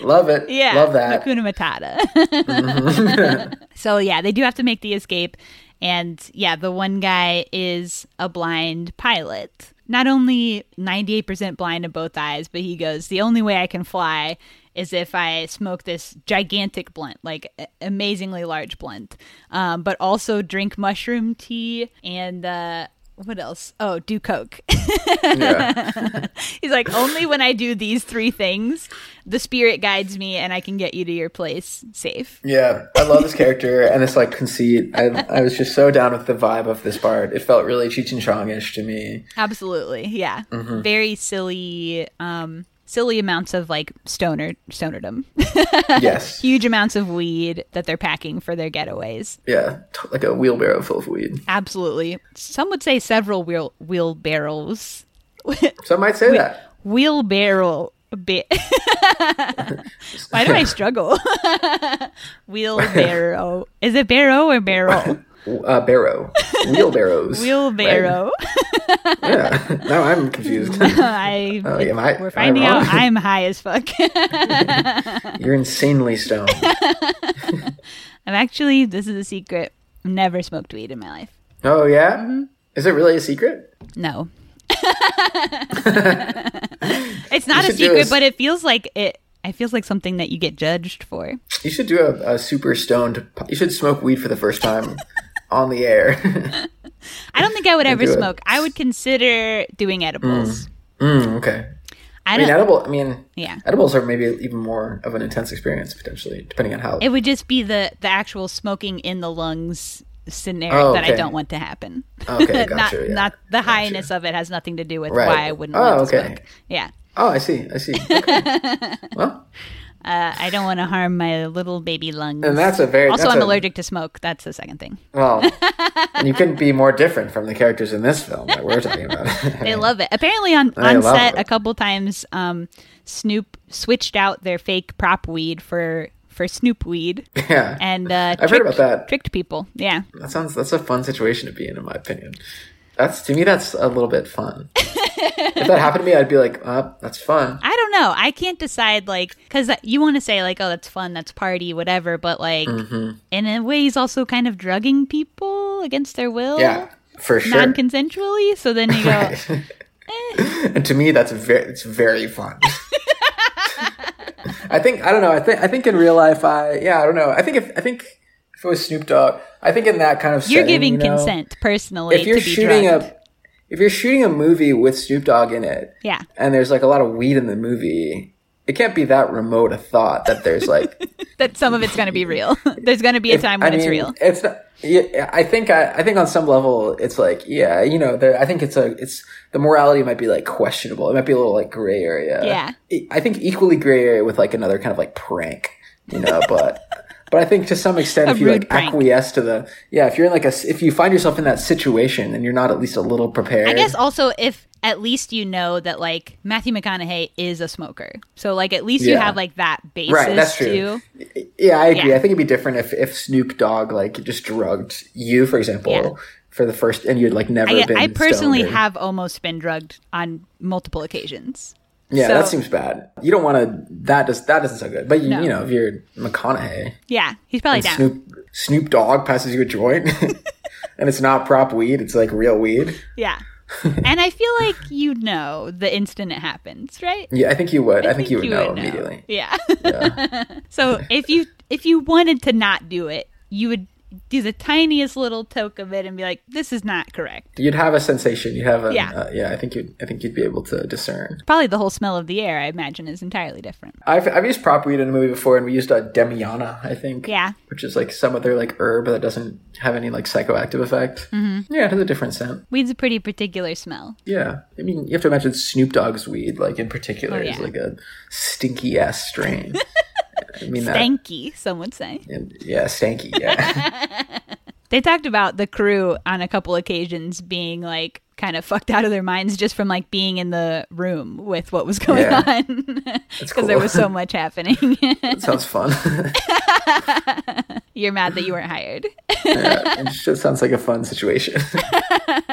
Love it.
Yeah,
Love that. Mm-hmm.
Hakuna Matata. so yeah, they do have to make the escape, and yeah, the one guy is a blind pilot. Not only ninety eight percent blind in both eyes, but he goes, "The only way I can fly." Is if I smoke this gigantic blunt, like a- amazingly large blunt, um, but also drink mushroom tea and uh, what else? Oh, do coke.
Yeah.
He's like, only when I do these three things, the spirit guides me and I can get you to your place safe.
yeah. I love this character and this like conceit. I, I was just so down with the vibe of this part. It felt really Cheech and Chong-ish to me.
Absolutely. Yeah. Very silly, um, silly amounts of like stoner stonerdom.
Yes.
Huge amounts of weed that they're packing for their getaways.
yeah. T- like a wheelbarrow full of weed.
Absolutely. Some would say several wheel wheelbarrows.
Some might say that.
Wheelbarrow ba- Why do I struggle? Wheelbarrow. Is it barrow or barrel?
Uh, barrow. Wheelbarrows.
Wheelbarrow.
Right? Yeah. now I'm confused.
I,
Oh, am I- am I
we're finding out
wrong?
I'm high as fuck.
You're insanely stoned.
I'm actually, this is a secret. Never smoked weed in my life.
Oh, yeah?
Mm-hmm.
Is it really a secret?
No. it's
You
not a
should do
secret,
this.
but it feels like it. It feels like something that you get judged for.
You should do a, a super stoned. po- You should smoke weed for the first time on the air.
I don't think I would ever
do it.
smoke. I would consider doing edibles.
mm, okay.
I
I mean,
don't.
edible. I mean,
Yeah.
edibles are maybe even more of an intense experience potentially, depending on how.
It would just be the the actual smoking in the lungs scenario
Oh,
that I
okay.
don't want to happen.
oh, Okay, gotcha.
not
yeah.
not the highness of it has nothing to do with
Right.
why I wouldn't
Oh,
want to
okay.
smoke. Yeah.
oh, I see. I see. Okay. well,
Uh, I don't want to harm my little baby lungs.
and that's a very.
also,
that's
I'm
a-
allergic to smoke. That's the second thing.
Well, and you couldn't be more different from the characters in this film that we're talking about.
They love it. Apparently, on,
I
on
love it.
set, a couple times, um, Snoop switched out their fake prop weed for for Snoop weed
yeah,
and uh,
I've heard
tricked,
about that.
tricked people. Yeah,
that sounds. That's a fun situation to be in, in my opinion. That's to me. That's a little bit fun. if that happened to me, I'd be like, uh, that's fun.
I don't know. I can't decide, like, because you want to say, like, oh, that's fun, that's party, whatever, but, like,
Mm-hmm.
in a way, he's also kind of drugging people against their will,
Yeah, for sure.
non consensually. So then you go,
And to me, that's very it's very fun. I think I don't know. I think I think in real life, I yeah, I don't know. I think if I think if it was Snoop Dogg, I think in that kind of
you're
setting,
giving
you know,
consent personally
If you're
to be
shooting
drugged.
a if you're shooting a movie with Snoop Dogg in it,
Yeah.
and there's like a lot of weed in the movie, it can't be that remote a thought that there's like
that some of it's going to be real. There's going to be a time when
I
it's
mean,
real.
It's not, yeah, I think I, I think on some level it's like yeah you know there, I think it's a it's the morality might be like questionable it might be a little like gray area
Yeah.
I- I think equally gray area with like another kind of like prank you know but but I think to some extent if you
rude
like
prank.
acquiesce to the yeah if you're in like a s- if you find yourself in that situation and you're not at least a little prepared
I guess also if at least you know that like Matthew McConaughey is a smoker, so like at least you
Yeah.
have like that basis
right that's
too.
true yeah I agree
Yeah.
I think it'd be different if if Snoop Dogg like just drugged you for example.
Yeah.
For the first, and you'd like never
I,
been.
I personally
stoned or-
have almost been drugged on multiple occasions.
Yeah,
So-
that seems bad. You don't want to. That does that doesn't sound good. But you,
No.
you know, if you're McConaughey,
Yeah, he's probably down.
Snoop Snoop Dogg passes you a joint, and it's not prop weed; it's like real weed.
Yeah. and I feel like you know the instant it happens, right?
Yeah, I think you would. I, think, you would know immediately.
Yeah. so if you if you wanted to not do it, you would do the tiniest little toke of it and be like, "This is not correct."
You'd have a sensation. You'd have a
Yeah.
yeah. Uh, yeah. I think you'd. I think you'd be able to discern.
Probably the whole smell of the air, I imagine, is entirely different.
I've I've used prop weed in a movie before, and we used a demiana. I think.
Yeah.
Which is like some other like herb that doesn't have any like psychoactive effect. Mm-hmm. Yeah, it has a different scent.
Weed's a pretty particular smell.
Yeah, I mean, you have to imagine Snoop Dogg's weed, like in particular,
Oh,
is
yeah.
like a stinky ass strain. I mean that.
Stanky, some would say.
and- yeah, stanky. Yeah,
They talked about the crew on a couple occasions being like kind of fucked out of their minds just from like being in the room with what was going
Yeah.
on because there
cool.
was so much happening.
that sounds fun.
You're mad that you weren't hired.
yeah, it just sounds like a fun situation.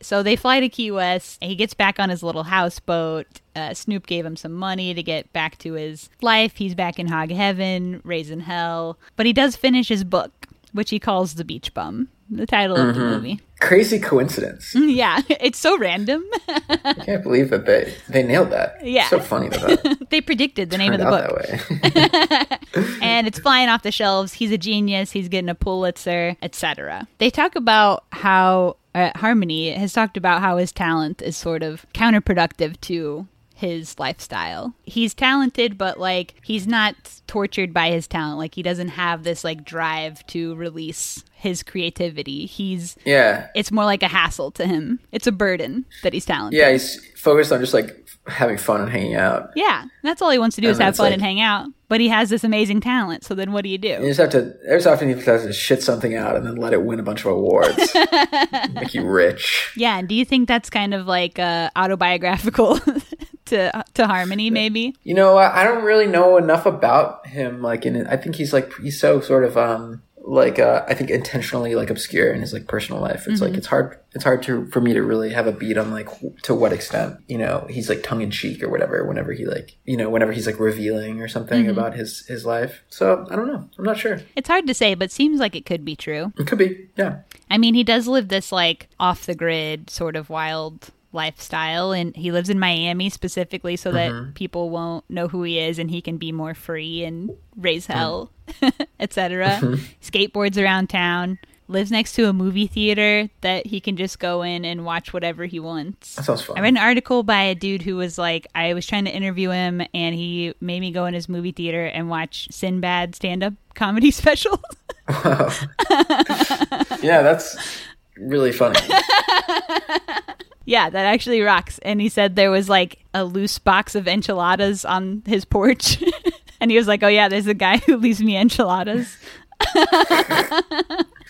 So they fly to Key West. And he gets back on his little houseboat. Uh, Snoop gave him some money to get back to his life. He's back in Hog Heaven, raising hell. But he does finish his book, which he calls The Beach Bum, the title of the movie.
Crazy coincidence.
yeah, it's so random.
I can't believe that they they nailed that.
Yeah.
so funny that that
they predicted the name of
turned
the
out
book.
that way.
and it's flying off the shelves. He's a genius. He's getting a Pulitzer, etc. They talk about how uh, Harmony has talked about how his talent is sort of counterproductive to his lifestyle. He's talented, but like he's not tortured by his talent. Like he doesn't have this like drive to release his creativity. He's
Yeah,
it's more like a hassle to him. It's a burden that he's talented.
yeah. He's focused on just like having fun and hanging out.
Yeah, that's all he wants to do is
And
have
it's
fun
like-
and hang out. But he has this amazing talent. So then, what do you do?
You just have to. There's often you just have to shit something out and then let it win a bunch of awards, make you rich.
Yeah, and do you think that's kind of like uh, autobiographical to to Harmony? Maybe
You know, I, I don't really know enough about him. Like, in I think he's like he's so sort of um like uh, I think intentionally like obscure in his like personal life. It's
Mm-hmm.
like it's hard it's hard to for me to really have a beat on like wh- to what extent you know he's like tongue in cheek or whatever. Whenever he like you know whenever he's like revealing or something
Mm-hmm.
about his his life. So I don't know. I'm not sure.
it's hard to say, but seems like it could be true.
It could be. Yeah.
I mean, he does live this like off the grid sort of wild lifestyle, and he lives in Miami specifically so that people won't know who he is, and he can be more free and raise hell, etc. Skateboards around town. Lives next to a movie theater that he can just go in and watch whatever he wants.
That sounds fun.
I read an article by a dude who was like, I was trying to interview him, and he made me go in his movie theater and watch Sinbad stand up comedy special.
yeah, that's really funny.
yeah, that actually rocks. And he said there was like a loose box of enchiladas on his porch. and he was like, Oh, yeah, there's a guy who leaves me enchiladas.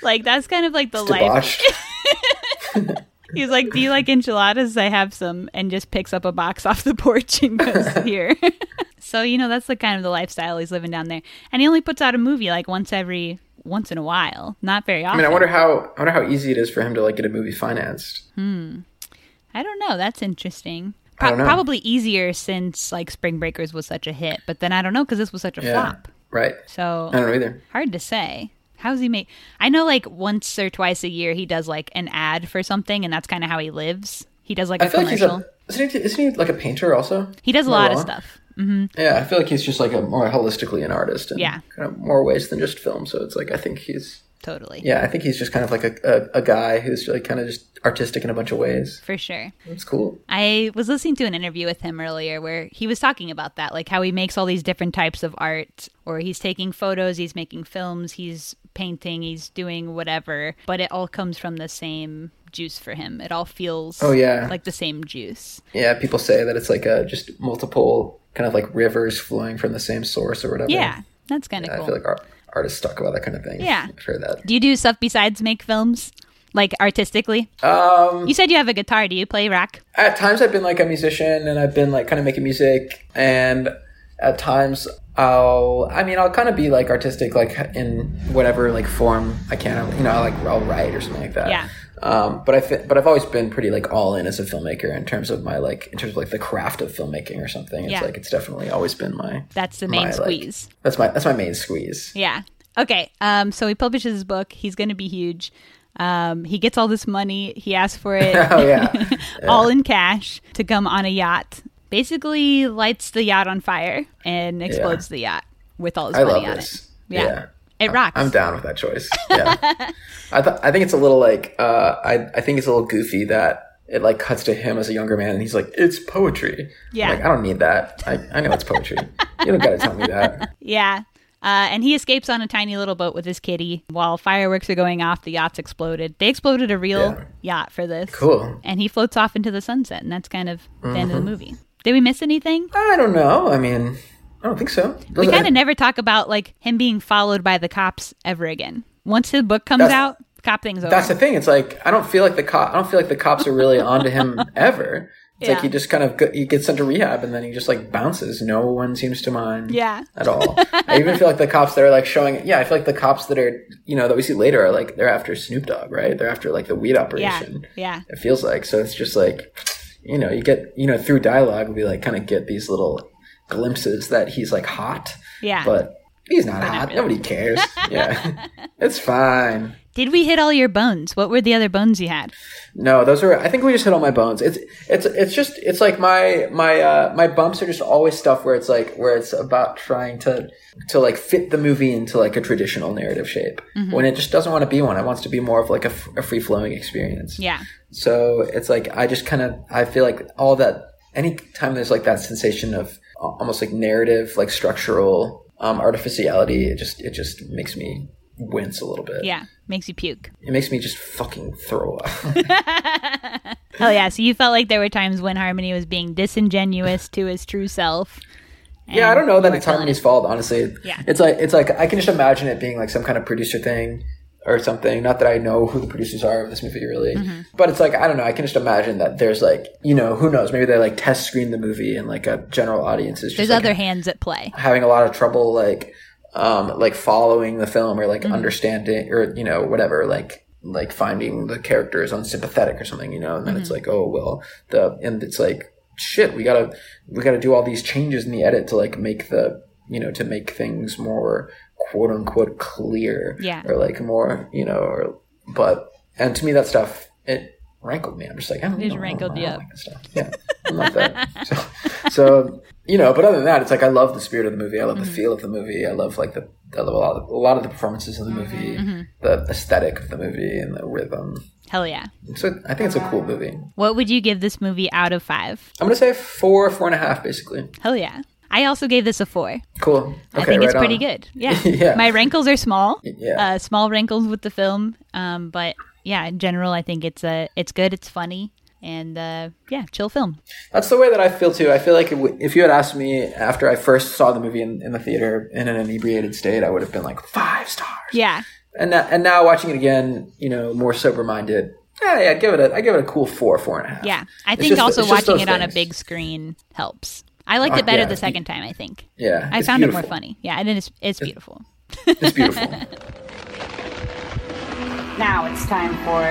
like, that's kind of like the life.
Debauched.
He was like, Do you like enchiladas? I have some. And just picks up a box off the porch and goes here. so, you know, that's the kind of the lifestyle he's living down there. And he only puts out a movie like once every once in a while. Not very often.
I mean, I wonder how I wonder how easy it is for him to like get a movie financed.
I don't know. That's interesting.
I don't know.
Pro- Probably easier since like Spring Breakers was such a hit, but then I don't know because this was such a flop.
Right.
So
I don't know either.
hard to say. How's he make? I know like once or twice a year he does like an ad for something, and that's kind of how he lives. He does like a
I feel like he's
commercial.
a Oh, isn't he, isn't he like a painter also?
he does a
Am I
lot of
wrong?
stuff.
Yeah, I feel like he's just like a more holistically an artist in
Yeah.
kind of more ways than just film. So it's like I think he's
Totally.
yeah, I think he's just kind of like a, a, a guy who's like kind of just artistic in a bunch of ways.
For sure.
It's cool.
I was listening to an interview with him earlier where he was talking about that, like how he makes all these different types of art, or he's taking photos, he's making films, he's painting, he's doing whatever, but it all comes from the same juice for him. It all feels
Oh, yeah.
like the same juice.
Yeah, people say that it's like a, just multiple kind of like rivers flowing from the same source or whatever.
Yeah, that's kind of
I
cool.
feel like art, artists talk about that kind of thing.
Yeah.
I've heard that.
do you do stuff besides make films? Like artistically?
Um,
You said you have a guitar. Do you play rock?
at times I've been like a musician and I've been like kind of making music and at times I'll I mean I'll kind of be like artistic like in whatever like form I can you know I like I'll write or something like that
Yeah.
Um, but I th- but I've always been pretty like all in as a filmmaker in terms of my like in terms of like the craft of filmmaking or something. It's
Yeah.
like it's definitely always been my
That's the main
my, like-
squeeze.
that's my that's my main squeeze.
Yeah. Okay. Um, so he publishes his book. He's going to be huge. Um, he gets all this money. He asks for it
Oh yeah.
all in cash to come on a yacht. Basically, lights the yacht on fire and explodes the yacht with all his
I
money
love
on
this.
it. Oh, Yeah. It rocks.
I'm down with that choice. Yeah. I th- I think it's a little like uh I I think it's a little goofy that it like cuts to him as a younger man and he's like, It's poetry.
Yeah.
Like, I don't need that. I, I know it's poetry. you don't gotta tell me that.
Yeah. Uh, and he escapes on a tiny little boat with his kitty while fireworks are going off. The yacht's exploded. They exploded a real
Yeah.
yacht for this.
Cool. Mm-hmm.
And he floats off into the sunset, and that's kind of the end of the movie. Did we miss anything?
I don't know. I mean I don't think so.
We
Doesn't-
kind of never talk about like him being followed by the cops ever again. Once his book comes
That's-
out, cop things over.
that's the thing. It's like I don't feel like the cop. I don't feel like the cops are really onto him ever. It's
Yeah.
like he just kind of go- he gets sent to rehab and then he just like bounces. No one seems to mind.
Yeah.
at all. I even feel like the cops that are like showing. Yeah, I feel like the cops that are you know that we see later are like they're after Snoop Dogg, right? They're after like the weed
yeah,
operation.
yeah,
It feels like so. It's just like you know you get you know through dialogue we like kind of get these little glimpses that he's like hot,
yeah.
but he's not hot. Nobody cares. Yeah, it's fine.
Did we hit all your bones? What were the other bones you had?
No, those are. I think we just hit all my bones. It's it's it's just it's like my my uh, my bumps are just always stuff where it's like where it's about trying to to like fit the movie into like a traditional narrative shape
Mm-hmm.
when it just doesn't want to be one. It wants to be more of like a, free flowing experience.
Yeah,
So it's like I just kind of I feel like all that anytime there's like that sensation of al- almost like narrative like structural um, artificiality, it just it just makes me wince a little bit.
yeah. Makes you puke.
It makes me just fucking throw up.
Oh yeah. So you felt like there were times when Harmony was being disingenuous to his true self.
Yeah, I don't know that it's
feeling
Harmony's fault, honestly.
Yeah.
It's like it's like I can just imagine it being like some kind of producer thing or something. Not that I know who the producers are of this movie really.
Mm-hmm.
But it's like I don't know, I can just imagine that there's like you know, who knows, maybe they like test screen the movie and like a general audience is just
There's
like,
other hands at play.
having a lot of trouble like um like following the film or like understanding or you know, whatever, like like finding the character is unsympathetic or something, you know, and then it's like, oh well the and it's like shit we gotta we gotta do all these changes in the edit to like make the you know to make things more quote unquote clear
Yeah.
or like more you know or but and to me that stuff it rankled me i'm just like i don't
It
know,
rankled
I don't
you
like
up.
that stuff. yeah i love that so, so you know but other than that it's like i love the spirit of the movie i love the
Mm-hmm.
feel of the movie i love like the I love a lot, of, a lot of the performances in the movie,
Mm-hmm.
the aesthetic of the movie, and the rhythm.
Hell yeah.
So I think it's a cool movie. I'm
What would you give this movie out of five?
gonna say four, four and a half, basically.
Hell yeah. I also gave this a four.
Cool.
I
Okay,
think it's
right
pretty
on.
good. Yeah.
Yeah.
My wrinkles are small.
Yeah.
Uh, small wrinkles with the film. Um, but yeah, in general, I think it's a it's good. It's funny. And uh, yeah, chill film.
That's the way that I feel too. I feel like it w- if you had asked me after I first saw the movie in, in the theater in an inebriated state, I would have been like five stars.
Yeah.
And now, and now watching it again, you know, more sober minded. Yeah, yeah, I'd give it a I give it a cool four, four and a half.
Yeah. I
It's
think
just-
also
it's just
watching
those
it on a
things.
big screen helps. I liked
Oh,
it better
yeah.
the second time, I think.
Yeah,
I
it's
found it more
beautiful.
funny. Yeah, and it's it's beautiful.
It's beautiful.
Now it's time for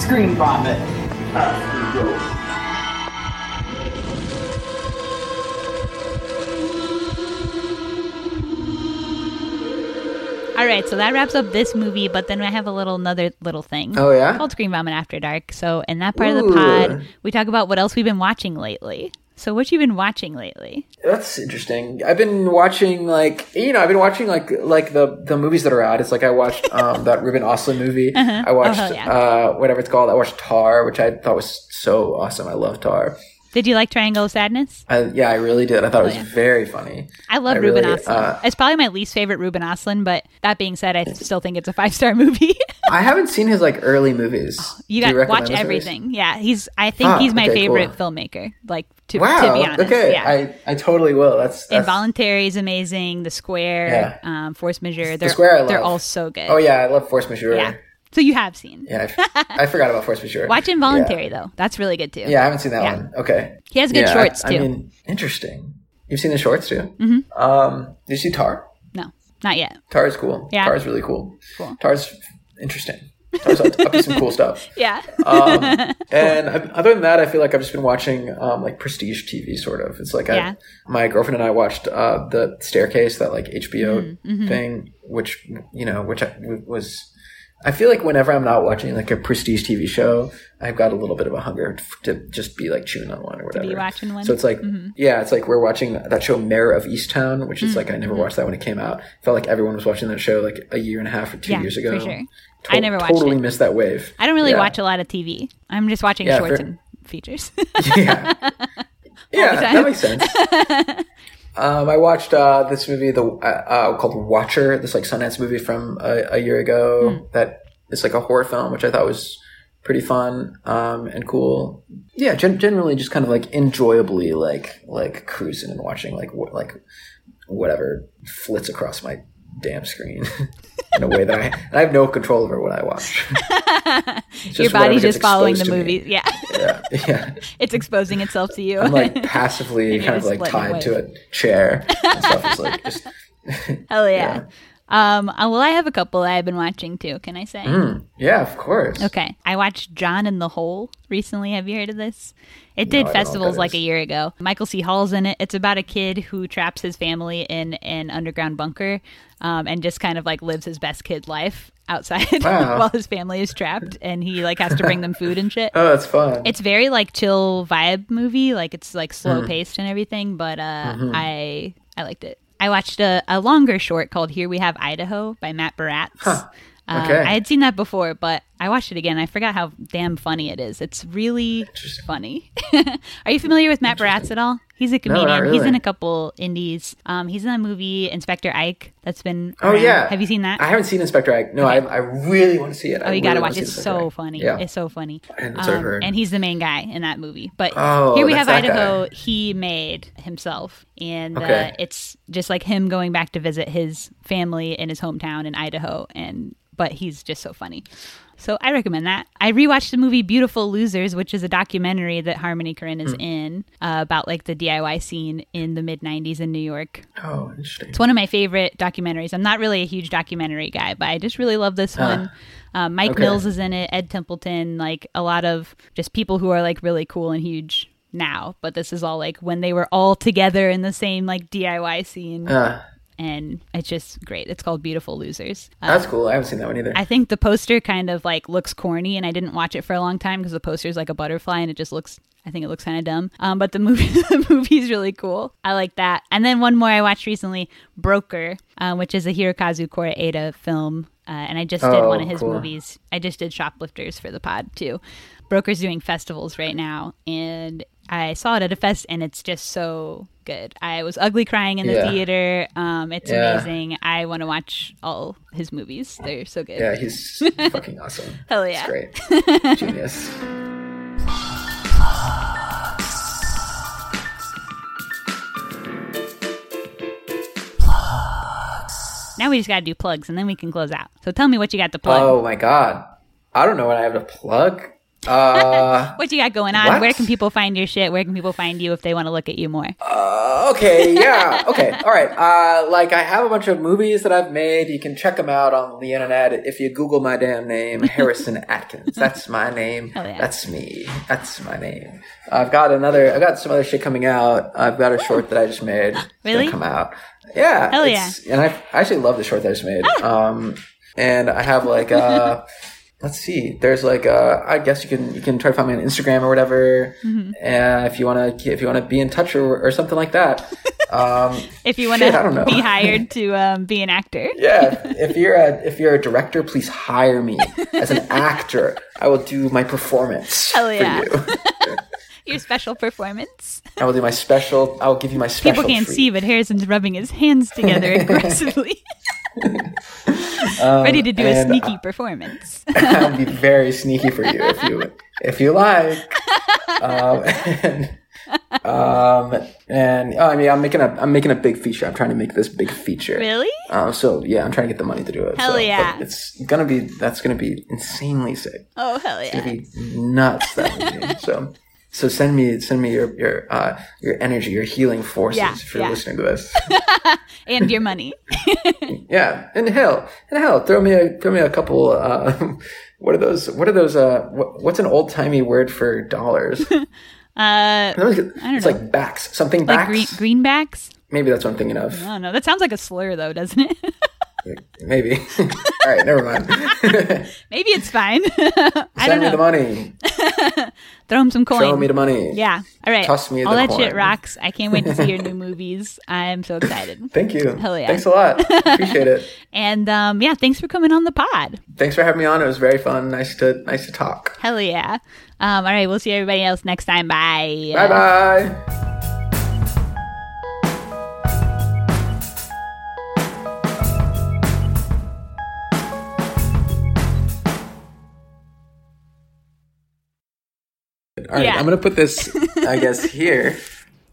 Screen Vomit.
All right, so that wraps up this movie, but then I have a little another little thing.
oh yeah.
called Screen Vomit After Dark. So in that part of the
Ooh.
pod, we talk about what else we've been watching lately. So what you been watching lately?
That's interesting. I've been watching like you know I've been watching like like the the movies that are out. It's like I watched um, that Ruben Ostlund movie. I watched
hell Uh-huh. yeah.
uh, whatever it's called. I watched Tar, which I thought was so awesome. I love Tar.
Did you like Triangle of Sadness?
I, yeah, I really did. I thought it was very funny.
Oh, I love
I
Ruben
really,
Ostlund.
uh,
it's probably my least favorite Ruben Ostlund, but that being said, I still think it's a five star movie.
I haven't seen his like early movies.
Oh, you
Do
got to
recommend
watch
those movies?
everything. Yeah, he's. I think
Ah,
he's my
okay,
favorite
cool.
filmmaker. Like to,
Wow.
to be honest,
okay.
yeah.
I, I totally will. That's, that's
Involuntary is amazing. The Square, um, Force Majeure, they're
Square I
they're
love.
all so good.
Oh yeah, I love Force Majeure.
yeah.
Yeah.
So you have seen.
I f- I forgot about Force Majeure.
Watch Involuntary though. That's really good too.
Yeah. I haven't seen that
Yeah.
one. Okay.
He has good
Yeah, I-
shorts
I
too.
mean, interesting. You've seen the shorts too. Mm-hmm. Um, did you see Tar?
No, not yet.
Tar is cool.
Yeah.
Tar is really cool.
Cool.
Tar's interesting. I was up, up to some cool stuff.
Yeah.
Um, and I, other than that, I feel like I've just been watching um, like prestige TV. Sort of. It's like
Yeah.
I, my girlfriend and I watched uh, the Staircase, that like HBO
Mm-hmm.
thing, which you know, which I, was. I feel like whenever I'm not watching like a prestige TV show, I've got a little bit of a hunger to just be like chewing on one or whatever.
be watching one. Mm-hmm.
So it's like, yeah, it's like we're watching that show Mayor of Easttown, which is like I
Mm-hmm.
never watched that when it came out. Felt like everyone was watching that show like a year and a half or two
Yeah,
years ago.
for sure.
To-
I never watched
totally
it.
missed that wave.
I don't really
Yeah.
watch a lot of TV. I'm just watching
Yeah,
shorts
fair-
and features.
yeah, yeah, that makes sense. um, I watched uh, this movie, the uh, uh, called Watcher, this like Sundance movie from a, a year
Hmm.
ago. That it's like a horror film, which I thought was pretty fun um, and cool. Yeah, gen- generally just kind of like enjoyably like like cruising and watching like wh- like whatever flits across my damn screen. In a way that I, and I have no control over what I watch. It's
Your
just whatever
body's
gets
just following the
exposed to me.
movie. Yeah.
Yeah, yeah.
it's exposing itself to you.
I'm like passively
You're
kind of
just
like
letting it
tied to a chair and stuff. It's like just
Hell yeah. Um, uh, well, I have a couple that I've been watching too. Can I say?
mm, yeah, of course.
Okay. I watched John in the Hole recently. Have you heard of this? It did
I don't know what
festivals
that
like
is.
a year ago. Michael C. Hall's in it. It's about a kid who traps his family in an underground bunker um, and just kind of like lives his best kid life outside
Wow.
while his family is trapped and he like has to bring them food and shit.
Oh, that's fun.
It's very like chill vibe movie. Like it's like
Mm-hmm.
slow paced and everything, but uh, I I liked it. I watched a, a longer short called "Here We Have Idaho" by Matt Baratz. Uh,
Okay.
I had seen that before, but I watched it again. I forgot how damn funny it is. It's really funny. Are you familiar with Matt Baratz at all? He's a comedian. He's
really.
in a couple indies. Um, he's in the movie Inspector Ike. That's been.
oh
around.
yeah.
Have you seen that?
I haven't seen Inspector Ike. No, I, I really want to see it.
Oh, you gotta watch it. It's so funny.
Yeah.
It's so funny. Um,
And it's over.
and he's the main guy in that movie. But
Oh,
here we have
that's that
Idaho. He made himself, and uh,
Okay.
it's just like him going back to visit his family in his hometown in Idaho. And but he's just so funny. So I recommend that. I rewatched the movie Beautiful Losers, which is a documentary that Harmony Korine
Hmm.
is in uh, about like the DIY scene in the mid '90s in New York.
oh, interesting.
It's one of my favorite documentaries. I'm not really a huge documentary guy, but I just really love this one. Um, Mike
Okay.
Mills is in it, Ed Templeton, like a lot of just people who are like really cool and huge now. But this is all like when they were all together in the same like DIY scene.
Uh,
and it's just great. It's called Beautiful Losers. Uh,
that's cool. I haven't seen that one either.
I think the poster kind of like looks corny, and I didn't watch it for a long time because the poster's like a butterfly, and it just looks. I think it looks kind of dumb. Um, but the movie, the movie's really cool. I like that. And then one more I watched recently, Broker, uh, which is a Hirokazu Koreeda film. Uh, and I just did
Oh,
one of his
cool.
movies. I just did Shoplifters for the pod too. Broker's doing festivals right now, and I saw it at a fest, and it's just so good. I was ugly crying in the
Yeah.
theater. Um, it's
Yeah.
amazing. I want to watch all his movies. They're so good.
yeah, he's fucking awesome.
Hell
It's
yeah.
great. Genius.
Now we just gotta do plugs and then we can close out. So tell me what you got to plug.
Oh my god. I don't know what I have to plug. Uh,
What you got going on?
What?
Where can people find your shit? Where can people find you if they want to look at you more?
Uh, okay, yeah, okay, all right. Uh, like I have a bunch of movies that I've made. You can check them out on the internet if you Google my damn name, Harrison Atkins. That's my name.
Oh, yeah.
That's me. That's my name. I've got another. I've got some other shit coming out. I've got a short that I just made. It's gonna
Really?
Come out. Yeah.
Hell
it's- And I I actually love the short that I just made.
Ah.
Um, and I have like uh. let's see there's like uh i guess you can you can try to find me on instagram or whatever
Mm-hmm.
uh, if you want to if you want to be in touch or, or something like that um
If you want
Shit, I don't
to
know.
be hired to um, be an actor,
yeah if you're a if you're a director please hire me as an actor i will do my performance
Hell yeah.
for you
your special performance.
i will do my special i'll give you my special
People can't
treat.
see, but Harrison's rubbing his hands together aggressively, ready to do a
Um, and, uh,
sneaky performance.
I'll be very sneaky for you if you if you like. Um, and, um, and oh, I mean, I'm making a I'm making a big feature. I'm trying to make this big feature.
Really?
Um, so yeah, I'm trying to get the money to do it.
Hell
so, but
yeah.
It's gonna be that's gonna be insanely sick.
Oh hell yeah!
It'd be nuts that movie. so. So send me send me your your uh, your energy your healing forces
Yeah,
if you're
yeah.
listening to this
And your money.
yeah and hell and hell throw me a throw me a couple uh, What are those? What are those? Uh, what, what's an old timey word for dollars?
Uh,
I don't it's
know.
like backs, something
like
backs.
green, greenbacks.
Maybe that's what I'm thinking of.
I don't know. That sounds like a slur, though, doesn't it?
Maybe. All right, never mind.
Maybe it's fine. I
Send
don't
me the
know.
money.
Throw him some coin.
Show me the money.
Yeah. All right.
Toss me
All
the
that shit
coin.
rocks. I can't wait to see your new movies. I'm so excited.
Thank you.
Hell yeah.
Thanks a lot. Appreciate it.
And um, yeah, thanks for coming on the pod.
Thanks for having me on. It was very fun. Nice to nice to talk.
Hell yeah. Um, all right. We'll see everybody else next time. Bye.
Bye bye. All right,
Yeah.
I'm gonna put this, I guess, here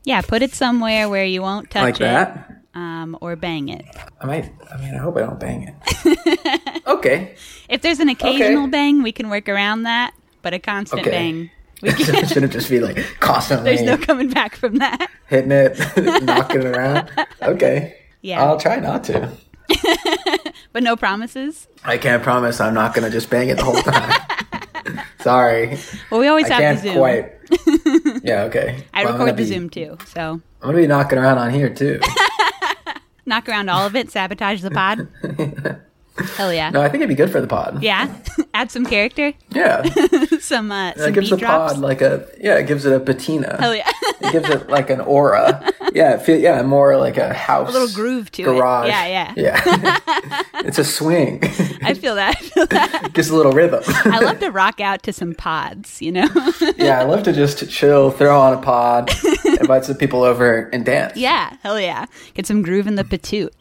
Yeah. Put it somewhere where you won't touch
like
it.
that.
Um, or bang it.
I might. I mean, I hope I don't bang it. okay.
If there's an occasional
Okay.
bang, we can work around that. But a constant
Okay.
bang, we can,
it shouldn't just be like constantly
there's no coming back from that.
hitting it, knocking it around. Okay.
Yeah.
I'll try not to.
But no promises.
I can't promise I'm not gonna just bang it the whole time. Sorry.
Well, we always
I
have
can't
the Zoom.
quite. Yeah. Okay.
I
Well, I'm
record
gonna
the
be-
Zoom too, so
I'm gonna be knocking around on here too.
knock around all of it, sabotage the pod. Hell yeah.
No, I think it'd be good for the pod.
Yeah. Add some character,
Yeah. It
some uh, some Oh.
gives
beat
the
drops.
pod like a yeah. It gives it a patina.
Hell yeah.
it gives it like an aura. Yeah, it feel, yeah, more like a house, a
little groove to it.
garage.
Yeah, yeah.
yeah. it's a swing.
I feel that. I feel that.
Gives a little rhythm.
I love to rock out to some pods, you know?
yeah, I love to just chill, throw on a pod, invite some people over, and dance.
yeah. Hell yeah. Get some groove in the patoot.